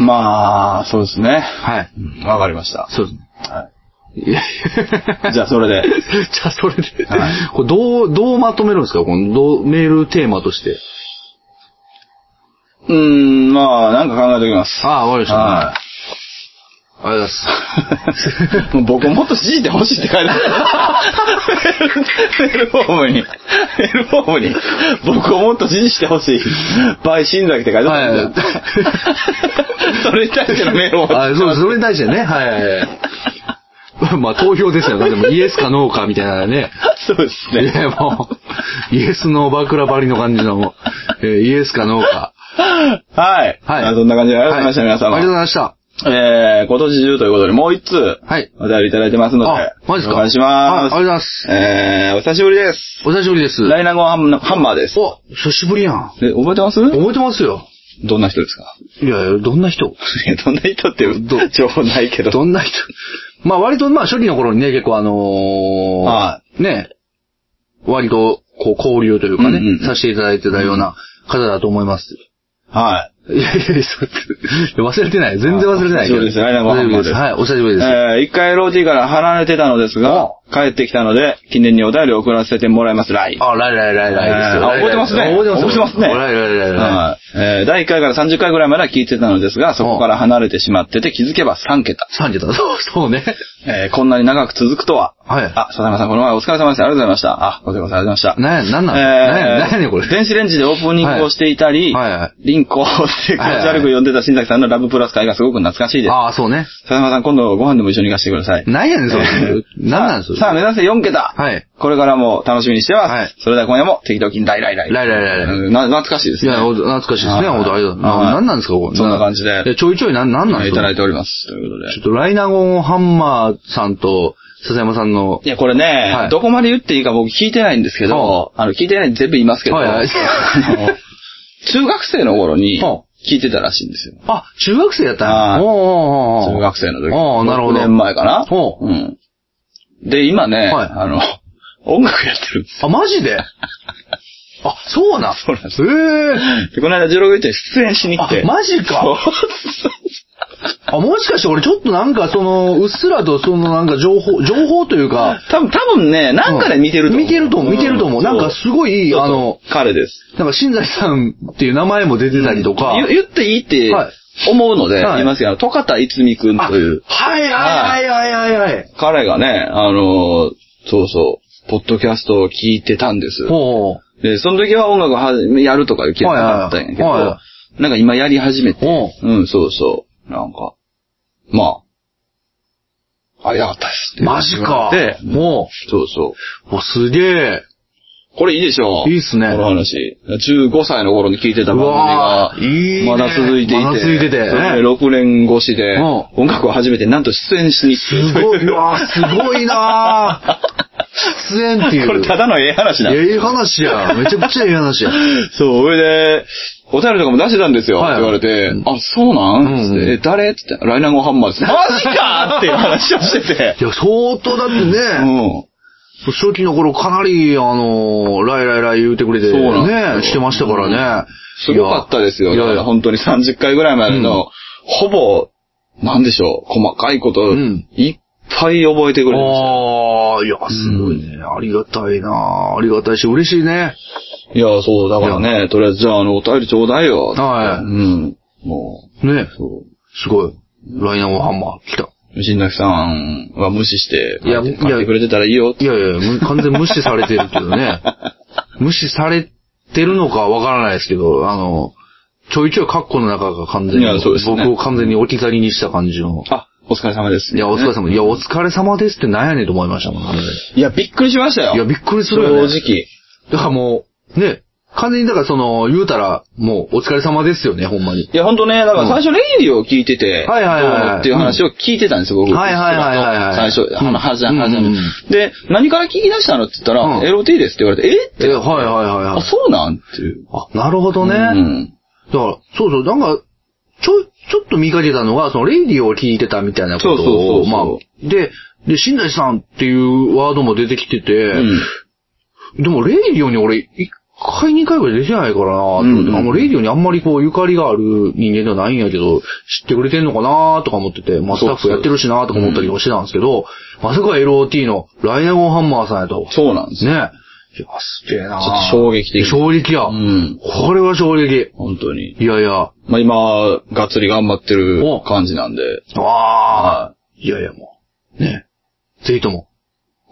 S2: まあ、そうですね。
S1: はい。
S2: うんわかりました。
S1: そうですね。
S2: はい
S1: や
S2: *laughs*
S1: *laughs*
S2: い。じゃあ、それで。
S1: じゃあ、それで、
S2: は
S1: これどう、どうまとめるんですかこのどうメールテーマとして。
S2: うーん、まあ、なんか考えておきます。
S1: ああ、わかりました。
S2: は
S1: ありがとうございます。
S2: い。もう僕をもっと信じてほしいって書いてある。メールフォームに、メールフォームに、僕をもっと信じてほしい。バイ新崎って書いてあるんだよ。それに対してのメールを。
S1: あそうです。それに対してね。はいはいはい。 *laughs* まあ、投票ですよね。でも、イエスかノーかみたいなね。
S2: そうです
S1: い
S2: ね。
S1: や、もう、イエスのバクラバリの感じの、えーイエスかノーか。
S2: はい。
S1: はい
S2: あそんな感じでありがとうございました、
S1: はい
S2: 皆様。
S1: ありがとうございました。
S2: えー、今年中ということで、もう一通、
S1: はい。
S2: お便りいただいてますので、
S1: あ、マジですか
S2: お願いします。
S1: はいありがとうございます。
S2: えー、お久しぶりです。
S1: お久しぶりです。
S2: ライナゴンハンハンマーです。
S1: お、久しぶりやん。
S2: え、覚えてます
S1: 覚えてますよ。
S2: どんな人ですか *laughs*
S1: いやいや、どんな人 *laughs*
S2: いやどんな人って
S1: ど
S2: 情報ないけど。
S1: どんな人まあ割とまあ初期の頃にね、結構あのー
S2: は
S1: ね、割とこう交流というかね、
S2: うんうんうん
S1: させていただいてたような方だと思います。
S2: はい
S1: やいやいやそういや、忘れてない。全然忘れてないけど。
S2: お久しぶりですライナーご飯もです
S1: はい、お久しぶり
S2: い。
S1: です。
S2: えー、一回ローティから離れてたのですが、帰ってきたので、記念にお便りを送らせてもらいます。来。
S1: あ、ライライライライですよ。
S2: あ覚えてますね
S1: 覚えてますよ。
S2: 覚えてますね
S1: ライライライライ。
S2: はい。えー、第1回から30回ぐらいまでは聞いてたのですが、そこから離れてしまってて気づけば3桁。
S1: 3桁。そう、そうね。
S2: えー、こんなに長く続くとは。
S1: はい。
S2: あ、笹山さん、この前お疲れ様でした。ありがとうございました。あ、ご清聴ありがとうございました。
S1: なんや、なんなんなんや、なんやねんこれ。
S2: 電子レンジでオープニングをしていたり、
S1: はいはいは
S2: リンコをして気持ち悪く呼んでた新崎さんのラブプラス会がすごく懐かしいです。
S1: ああ、そうね。
S2: 笹山さん、今度ご飯でも一緒に行かせてください。
S1: なんやねん、それ。なんなんそれ。
S2: さあ、目指せ4桁。
S1: はい。
S2: これからも楽しみにしてます。
S1: はい
S2: それでは今夜も適当金大来来。
S1: ライライライライ。
S2: うんな懐かしいです
S1: い
S2: ね。
S1: や、ほんと懐かしいですね、
S2: はい
S1: ほんとあれだ。
S2: はい
S1: ななんなんですか、これ。
S2: そんな感じで
S1: いやちょいちょい、なん、なんなん
S2: えー
S1: で
S2: い
S1: すか
S2: た
S1: ち
S2: だいております。ということで。
S1: ょっと、ライナゴンハンマーさんと、笹山さんの
S2: い。や、これね、
S1: はい
S2: どこまで言っていいか僕聞いてないんですけど、あの、聞いてないんで全部言いますけど、
S1: はいはい
S2: あの *laughs* 中学生の頃に
S1: は
S2: 聞いてたらしいんですよ。
S1: あ、中学生やったん
S2: はい
S1: やおうおうおうおう
S2: 中学生の時。
S1: おうなるほ
S2: 6
S1: ど。
S2: 年前かな。
S1: ほう
S2: うん。で、今ね、
S1: はい
S2: あの、 *laughs* 音楽やってるんです。
S1: あ、マジ
S2: *laughs*
S1: であ、そうな。
S2: そうなんです
S1: え
S2: でこの間16日に出演しに来て。
S1: あマジか
S2: そう
S1: えあ、もしかして俺ちょっとなんかその、うっすらとそのなんか情報、情報というか、
S2: 多分、多分ね、なんかで見てると思う。
S1: 見てると思う、見てると思う。なんかすごい、
S2: そう
S1: あの、、
S2: 彼です。
S1: なんか新崎さんっていう名前も出てたりとか。
S2: 言言っていいって
S1: はい
S2: 思うので、
S1: はい
S2: 言いますけど、戸方いつみくん
S1: あ
S2: という、
S1: はいはいはいはいはいはい。
S2: 彼がね、あのー、そうそう、ポッドキャストを聞いてたんです。
S1: ほう。
S2: で、その時は音楽はやるとかいう気なかったんやけど、
S1: はいはいは
S2: なんか今やり始めて、
S1: ほう。
S2: うん、そうそう、なんか、まあ、ありがたかったですって。
S1: マジか。
S2: で、
S1: も
S2: そうそう。
S1: う、おすげえ。
S2: これいいでしょ
S1: いいっすね
S2: この話。15歳の頃に聞いてた番組
S1: う
S2: が
S1: わーいい、ね
S2: まだ続いていて。
S1: まだ続いてて
S2: それで6年越しで、
S1: うん
S2: 音楽を始めて、なんと出演しに
S1: すごい、うわーすごいなー出演っていう。
S2: *laughs* これただのええ話なの。
S1: ええ話や。めちゃくちゃええ話や。
S2: そう、それで、お便りとかも出してたんですよ、
S1: はい
S2: って言われて、あ、そうなん
S1: うん
S2: つって、え、誰つって、ライナーゴンハンマーです。マジかっていう話をしてて。
S1: いや、相当だって
S2: *laughs* う
S1: ね、
S2: ん。
S1: 初期の頃かなり、あのー、ライライライ言うてくれて、
S2: そうなんですよ
S1: ね、してましたからね。
S2: すごかったですよ。
S1: い
S2: だ
S1: や
S2: か
S1: い
S2: ら
S1: や、
S2: 本当に30回ぐらいまでの、ほぼ、なんでしょう、細かいこと、
S1: ん
S2: いっぱい覚えてくれました。
S1: ああ、いや、すごいね。ありがたいなありがたいし、嬉しいね。
S2: いや、そう、だからね、とりあえず、じゃあ、あの、お便りちょうだいよ。
S1: はい
S2: うん。も
S1: ね
S2: う、。そ
S1: すごい。ライナーハンマー来た。
S2: う。新崎さんは無視して、
S1: いや
S2: 買って
S1: いや
S2: 買ってくれてたらいいよ。
S1: いやいや、む完全無視されてるけど
S2: *laughs*
S1: ね。無視されてるのかわからないですけど、あの、ちょいちょいカッコの中が完全
S2: いや
S1: に、
S2: そうですね
S1: 僕を完全に置き去りにした感じの。
S2: あ、お疲れ様です。
S1: いや、お疲れ様。いや、お疲れ様ですってなんやねんと思いましたもん、ね。
S2: いや、びっくりしましたよ。
S1: いや、びっくりするよ、ね。
S2: 正直。
S1: だからもう、ね、完全にだからその、言うたら、もう、お疲れ様ですよね、ほんまに。
S2: いや、ほんとね、だから最初、レイリーを聞いてて、
S1: はいはいはいはい
S2: どうのっていう話を聞いてたんですよ、僕。
S1: はいはいはいはいはい
S2: 最初、あ
S1: うん
S2: の、はじゃ、
S1: うん
S2: はじゃ
S1: うんうん。
S2: で、何から聞き出したのって言ったら
S1: う、ん
S2: LT ですって言われて、えって。
S1: え、はいはいはいは
S2: あ、
S1: い。
S2: そうなんっていう。
S1: あ、なるほどね。
S2: うん。
S1: だから、そうそう、なんか、ちょ、ちょっと見かけたのが、その、レイディを聞いてたみたいなことを、
S2: そうそうそうそう
S1: まあ、で、で、新内さんっていうワードも出てきてて、
S2: うん
S1: でも、レイディオに俺、一回、二回ぐらい出てないからなと思って、
S2: うんうん
S1: あんまレイディオにあんまりこう、ゆかりがある人間ではないんやけど、知ってくれてんのかなとか思ってて、まあ、スタッフやってるしなとか思ったりもしてたんですけど、まさか LOT のライナゴンハンマーさんやと。
S2: そうなんです
S1: ね。いや、すげえな
S2: ちょっと衝撃的
S1: 衝撃や。
S2: うん
S1: これは衝撃。
S2: 本当に。
S1: いやいや。
S2: まあ今、がっつり頑張ってる
S1: お
S2: 感じなんで。
S1: ああ、いやいやもう、ね、ぜひとも、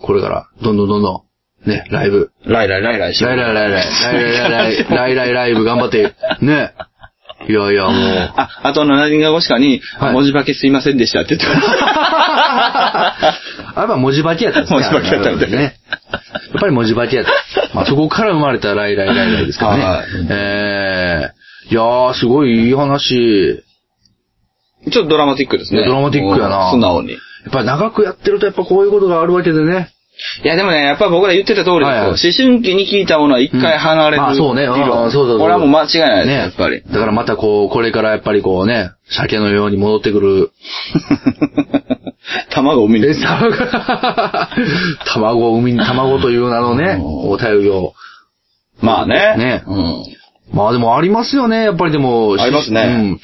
S1: これから、どんどんどんどん、ね、ライブ、
S2: ライライライライして
S1: ライライライライ、ライライライ、ライライライブ頑張って、ね、いやいやもう、
S2: あ、あとの何が越しかに、
S1: はい
S2: 文字化けすいませんでしたって言って
S1: *laughs* あれは文字化けやったんですね。
S2: 文字化けやったみたい
S1: ね。やっぱり文字化けやった。まあそこから生まれたライライライライですから
S2: は
S1: ね
S2: い。
S1: えー、いやー、すごいいい話。
S2: ちょっとドラマティックです
S1: い
S2: ね。
S1: やドラマティックやな
S2: もう素直に。い
S1: やっぱり長くやってるとやっぱこういうことがあるわけでね。
S2: やでもね、やっぱ僕ら言ってた通りですよ。
S1: はいはい
S2: 思春期に聞いたものは一回離れる。
S1: まあそうね。うん
S2: 理論
S1: そうそうそう。
S2: これはもう間違いないで
S1: ね
S2: す、やっぱり。
S1: だからまたこう、これからやっぱりこうね、鮭のように戻ってくる。
S2: *laughs* 卵を産みに
S1: え、卵が、卵を産みに、卵という名のね、
S2: うん
S1: お便りを。
S2: まあね。
S1: ね
S2: うん。
S1: まあでもありますよね、やっぱりでも。
S2: ありますね
S1: うん。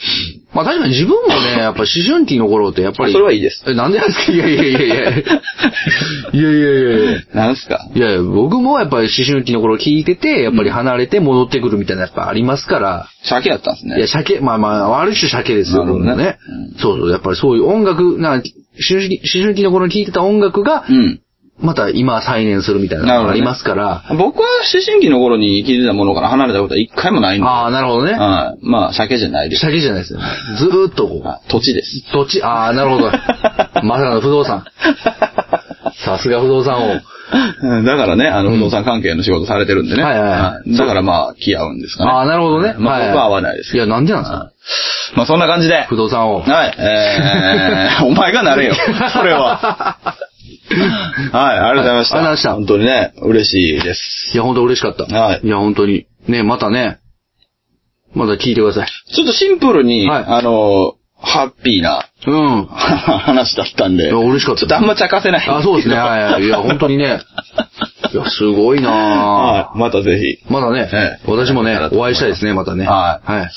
S1: まあ確かに自分も
S2: *laughs*
S1: ね、やっぱ思春期の頃ってやっぱり。
S2: それはいいです。
S1: え、なんでなんですか *laughs* いやいやいやいや。いやいやいやいや。
S2: なんすか
S1: いやいや、僕もやっぱり思春期の頃聞いてて、やっぱり離れて戻ってくるみたいなやっぱありますから。
S2: 鮭やったんですね。
S1: いや、鮭、まあまあ、ある種鮭ですよ、
S2: なるほどね
S1: 僕もね。そうそう、やっぱりそういう音楽、な、思春期思春期の頃に聴いてた音楽が
S2: う、ん。
S1: また今再燃するみたいなのがありますから。
S2: 僕は思春期の頃に聞いてたものから離れたことは一回もないんで。
S1: ああ、なるほどね。
S2: はい。まあ、鮭じゃないです。
S1: 鮭じゃないですよ。ずーっとこう。
S2: あ土地です。
S1: 土地、ああ、なる
S2: *laughs*
S1: ほど。まさかの不動産。さすが不動産王。
S2: うん *laughs* だからね、あの、不動産関係の仕事されてるんでね。
S1: はいはいはい
S2: いだからまあ、気合うんですかね。
S1: ああ、なるほどね。
S2: まあ、
S1: い
S2: 僕は合わないです
S1: い
S2: けど。
S1: や、なんでなんですか
S2: まあ、そんな感じで。
S1: 不動産王。*laughs*
S2: *laughs* はい。えー、お前がなれよ。それは。はい、ありがとうございました。
S1: はいありがとうございました
S2: 本当にね、嬉しいです。
S1: いや、本当嬉しかった。
S2: はい
S1: いや、本当に。ね、またね、まだ聞いてください。
S2: ちょっとシンプルに、
S1: はい
S2: あの、ハッピーな *laughs*
S1: うん。
S2: 話だったんで。
S1: いや嬉しかった
S2: ちょっとあんま茶化せない。
S1: あ、そう
S2: *laughs*
S1: ですね。はいはい。いや、本当にね。いや、すごいな
S2: はい、またぜひ。
S1: ぁ。まだね、
S2: ええ
S1: 私もね、お会いしたいですね、またね。。
S2: はい
S1: はい。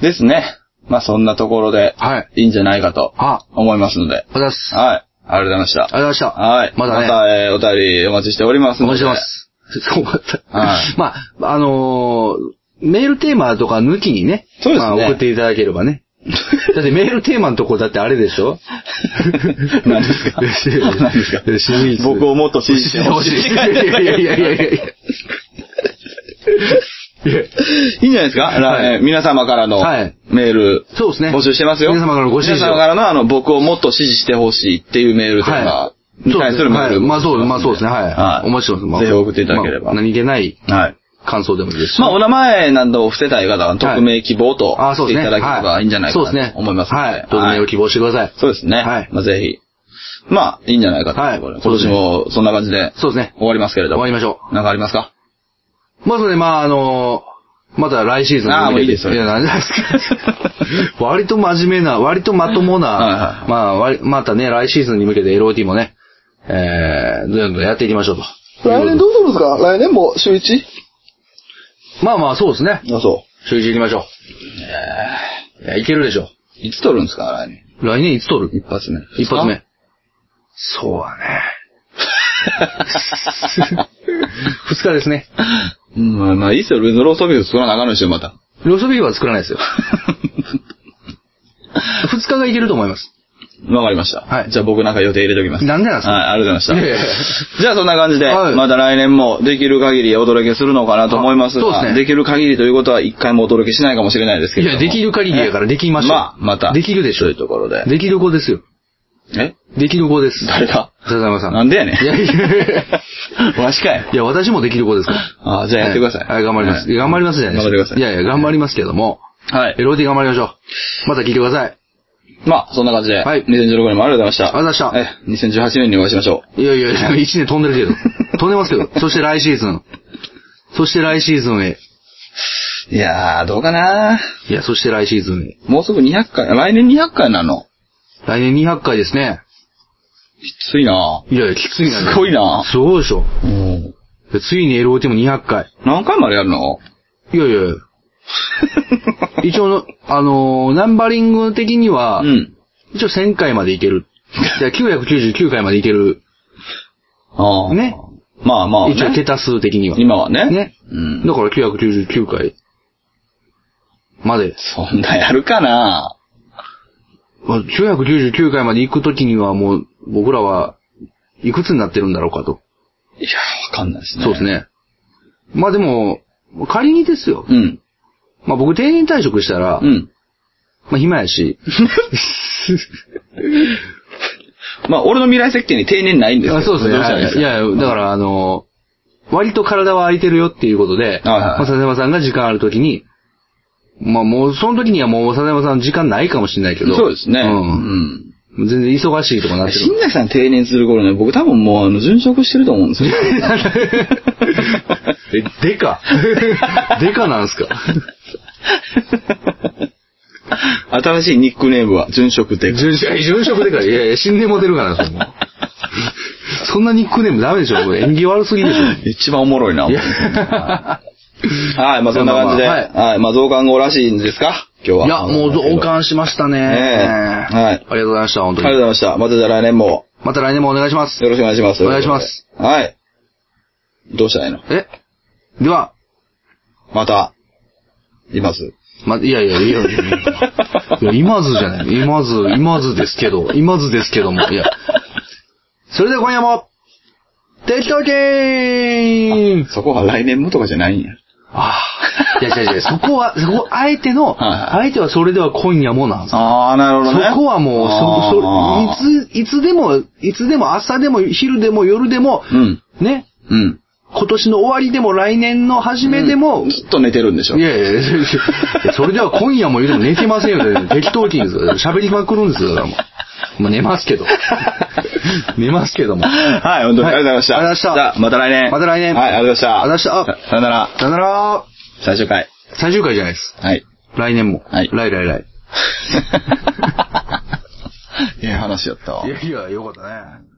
S2: ですね。まあそんなところで、
S1: はい。
S2: いいんじゃないかと
S1: あ、
S2: 思いますので。
S1: ありがとうございます。あ
S2: はい。ありがとうございました。
S1: りがとうございました。
S2: はい。
S1: まだね。
S2: えーお便りお待ちしております
S1: お
S2: ので。
S1: 待ちしてます。そうかった。
S2: はい
S1: まあ、あのーメールテーマとか抜きにね。
S2: そうですね
S1: まあ送っていただければ
S2: *laughs*
S1: ね。だってメールテーマのとこだってあれでしょ
S2: 何ですか何ですか
S1: 清水
S2: 僕をもっと信じ
S1: してて
S2: ほ
S1: ほ
S2: し
S1: し
S2: い。
S1: い。いやいやいやいやいやいやいや。
S2: いいんじゃないですか、
S1: はい
S2: えー皆様からの
S1: はい
S2: メール、
S1: そうですね。
S2: 募集してますよ。
S1: 皆様からのご支持を
S2: 皆様からのあの、僕をもっと支持してほしいっていうメールとか
S1: は、い。
S2: に対するメー
S1: はい
S2: ルも。
S1: まあそう、まあそうですね。はい。
S2: はい
S1: お待ちしてますまあ。
S2: ぜひ送っていただければ
S1: まあ何気ない
S2: はい。
S1: 感想でもいいですし。
S2: まあ、お名前などを伏せたい方は、匿名希望と
S1: ああ、そ
S2: し
S1: う
S2: て
S1: で
S2: い
S1: すね。
S2: ただければいいんじゃないか
S1: はそうです
S2: な
S1: ね
S2: と思いますので。
S1: はい。どうぞメールを希望してください。
S2: そうですね。
S1: はい
S2: まあ、ぜひ。まあ、いいんじゃないかということ
S1: はい
S2: で。今年もそんな感じで
S1: そうですね。
S2: 終わりますけれ
S1: 終
S2: ども
S1: わ。りましょ
S2: なんかありますか
S1: う。まあ、それで、まあ、あのーまた来シーズン
S2: ああもういいですそ
S1: い
S2: れ
S1: や、なんじゃないですか。 *laughs* 割と真面目な、割とまとも
S2: はいは
S1: な、
S2: い
S1: まあ、割またね、来シーズンに向けて LOT もね、えー、どんどんやっていきましょうと。
S4: 来年どうするんですか来年も週 1?
S1: まあまあ、そうですね。
S2: あ、そ
S1: 週一行きましょう。いや、いけるでしょ
S2: う。いつ撮るんですか来年。
S1: う。来年いつ撮る
S2: 一発目。
S1: 一発目。そうだね。 *laughs* 二日ですね。
S2: *laughs* うん、まあまあいいっすよ。ルーズローソビュー作らなあかんのですよ、また。 *laughs*
S1: ローストビーフは作らないですよ。二日がいけると思います。
S2: わかりました。
S1: はい
S2: じゃあ僕なんか予定入れときます。
S1: なんでなんですか
S2: はい、ありがとうございま
S1: いやいやい
S2: した。じゃあそんな感じで、
S1: はい
S2: また来年もできる限りお届けするのかなと思いますが、
S1: あそうですね
S2: できる限りということは一回もお届けしないかもしれないですけ
S1: い
S2: れど
S1: や、
S2: も。
S1: できる限りやからできましょう。
S2: まあ、また。
S1: できるでしょ
S2: というところで。
S1: できる子ですよ。
S2: え
S1: できる子です。
S2: 誰だ
S1: 笹山さん。
S2: なんでやねん
S1: いやいやいや
S2: わしかい。
S1: いや、私もできる子ですから。
S2: ああ、じゃあやってください。
S1: はい、はい頑張ります。いや頑張りますじゃないですか。
S2: 頑張ってください
S1: いやいや、頑張りますけども。
S2: はい。
S1: LOT 頑張りましょう。また聞いてください。
S2: まあ、そんな感じで、
S1: はい
S2: 2016年もありがとうございました。
S1: ありがとうござい
S2: ました。え、2018年にお会いしましょ
S1: いやいやいや、一年飛んでるけ
S2: *laughs*
S1: ど。飛んでますけど。そして来シーズン。そして来シーズンへ。
S2: う。いやー、どうかない
S1: や、そして来シーズンへ。
S2: もうすぐ200回、来年200回なの。
S1: 来年200回ですね。
S2: きついない
S1: やいや、きついな。
S2: すごいな
S1: すごいでしょ。
S2: うん。
S1: ついに LOT も200回。
S2: 何回までやる
S1: *laughs*
S2: の
S1: いやいやいや。一応の、あのーナンバリング的には、
S2: うん。
S1: 一応1000回までいける。いや、999回までいける。
S2: ああ。
S1: ね。
S2: まあまあ、ね。
S1: 一応桁数的には。
S2: 今はね。
S1: ね
S2: うん。
S1: だから999回。まで。
S2: そんなやるかな
S1: まあ999回まで行くときにはもう、僕らは、いくつになってるんだろうかと。
S2: いや、わかんないですね。
S1: そうです。ね。まあでも、仮にですよ。
S2: うん。
S1: まあ僕定年退職したら、
S2: うん。
S1: まあ暇やし。
S2: まあ、俺の未来設計に定年ないんですけど
S1: あそうですね。
S2: どしたら
S1: はい
S2: いです
S1: い
S2: か
S1: やいや、だからあの、割と体は空いてるよっていうことで、
S2: はいはい
S1: まあ笹山さんが時間あるときに、まあもう、その時にはもう笹山さん時間ないかもしれないけど。
S2: そうですね。
S1: うん。全
S2: ん
S1: 然忙しいとかなってる
S2: 新。崎さん定年する頃ね、僕多分もう、あの、殉職してると思うんで
S1: *laughs*
S2: すよ。
S1: え、でかでかなんすか
S2: 新しいニックネームは、殉職で。
S1: 殉職、殉職でかい。いやいや、死んでもてるからな、そんな。そんなニックネームダメでしょ、これ。演技悪すぎでしょ。
S2: 一番おもろいな。
S1: い
S2: *laughs*
S1: や
S2: はい、まあそんな感じで。
S1: まあま
S2: はい、まあ増刊号らしいんですか今日は。
S1: いや、もう同感しましたね。
S2: えはい
S1: ありがとうございました、本
S2: あ
S1: 当
S2: りがと
S1: に。
S2: うございました。またじゃあ来年も
S1: また来年もお願いします。
S2: よろしくお願いします。
S1: お願いします。
S2: はい。どうしたらいいの
S1: えでは、
S2: また、います。
S1: ま、いやいや、いやいやいや。いや、今ずじゃない。今ず、今ずですけど、今ずですけども、いや。それでは今夜も、適当ゲーム
S2: そこは来年もとかじゃないんや。
S1: ああ。いや、
S2: *laughs*
S1: 違う違う、そこは、そこ、あえての、
S2: はいはい
S1: あえてはそれでは今夜もなんですよ
S2: ああ、なるほ
S1: そこはもう、
S2: あー
S1: そ、そ、いつ、いつでも、いつでも、朝でも、昼でも、夜でも、
S2: うん。
S1: ね、
S2: うん。
S1: 今年の終わりでも、来年の初めでも、
S2: ずっと寝てるんでしょ
S1: い。やいやいや、それでは今夜も言うても寝
S2: *laughs*
S1: てませんよ。適当金ですよ。喋りまくるんですよ、だからもう。まあ寝ますけど。見ますけども。
S2: はい、本当にありがとうございました。
S1: はいありがとうございました
S2: じゃあ、また来年。
S1: また来年
S2: はい、ありがとうございました。
S1: ありがとうございました
S2: さよなら。
S1: さよなら
S2: 最終回。
S1: 最終回じゃないです。
S2: はい。 *laughs*
S1: 来年も。
S2: はい
S1: 来来来。
S2: ええ話やったわ。
S1: いやいや、よかったね。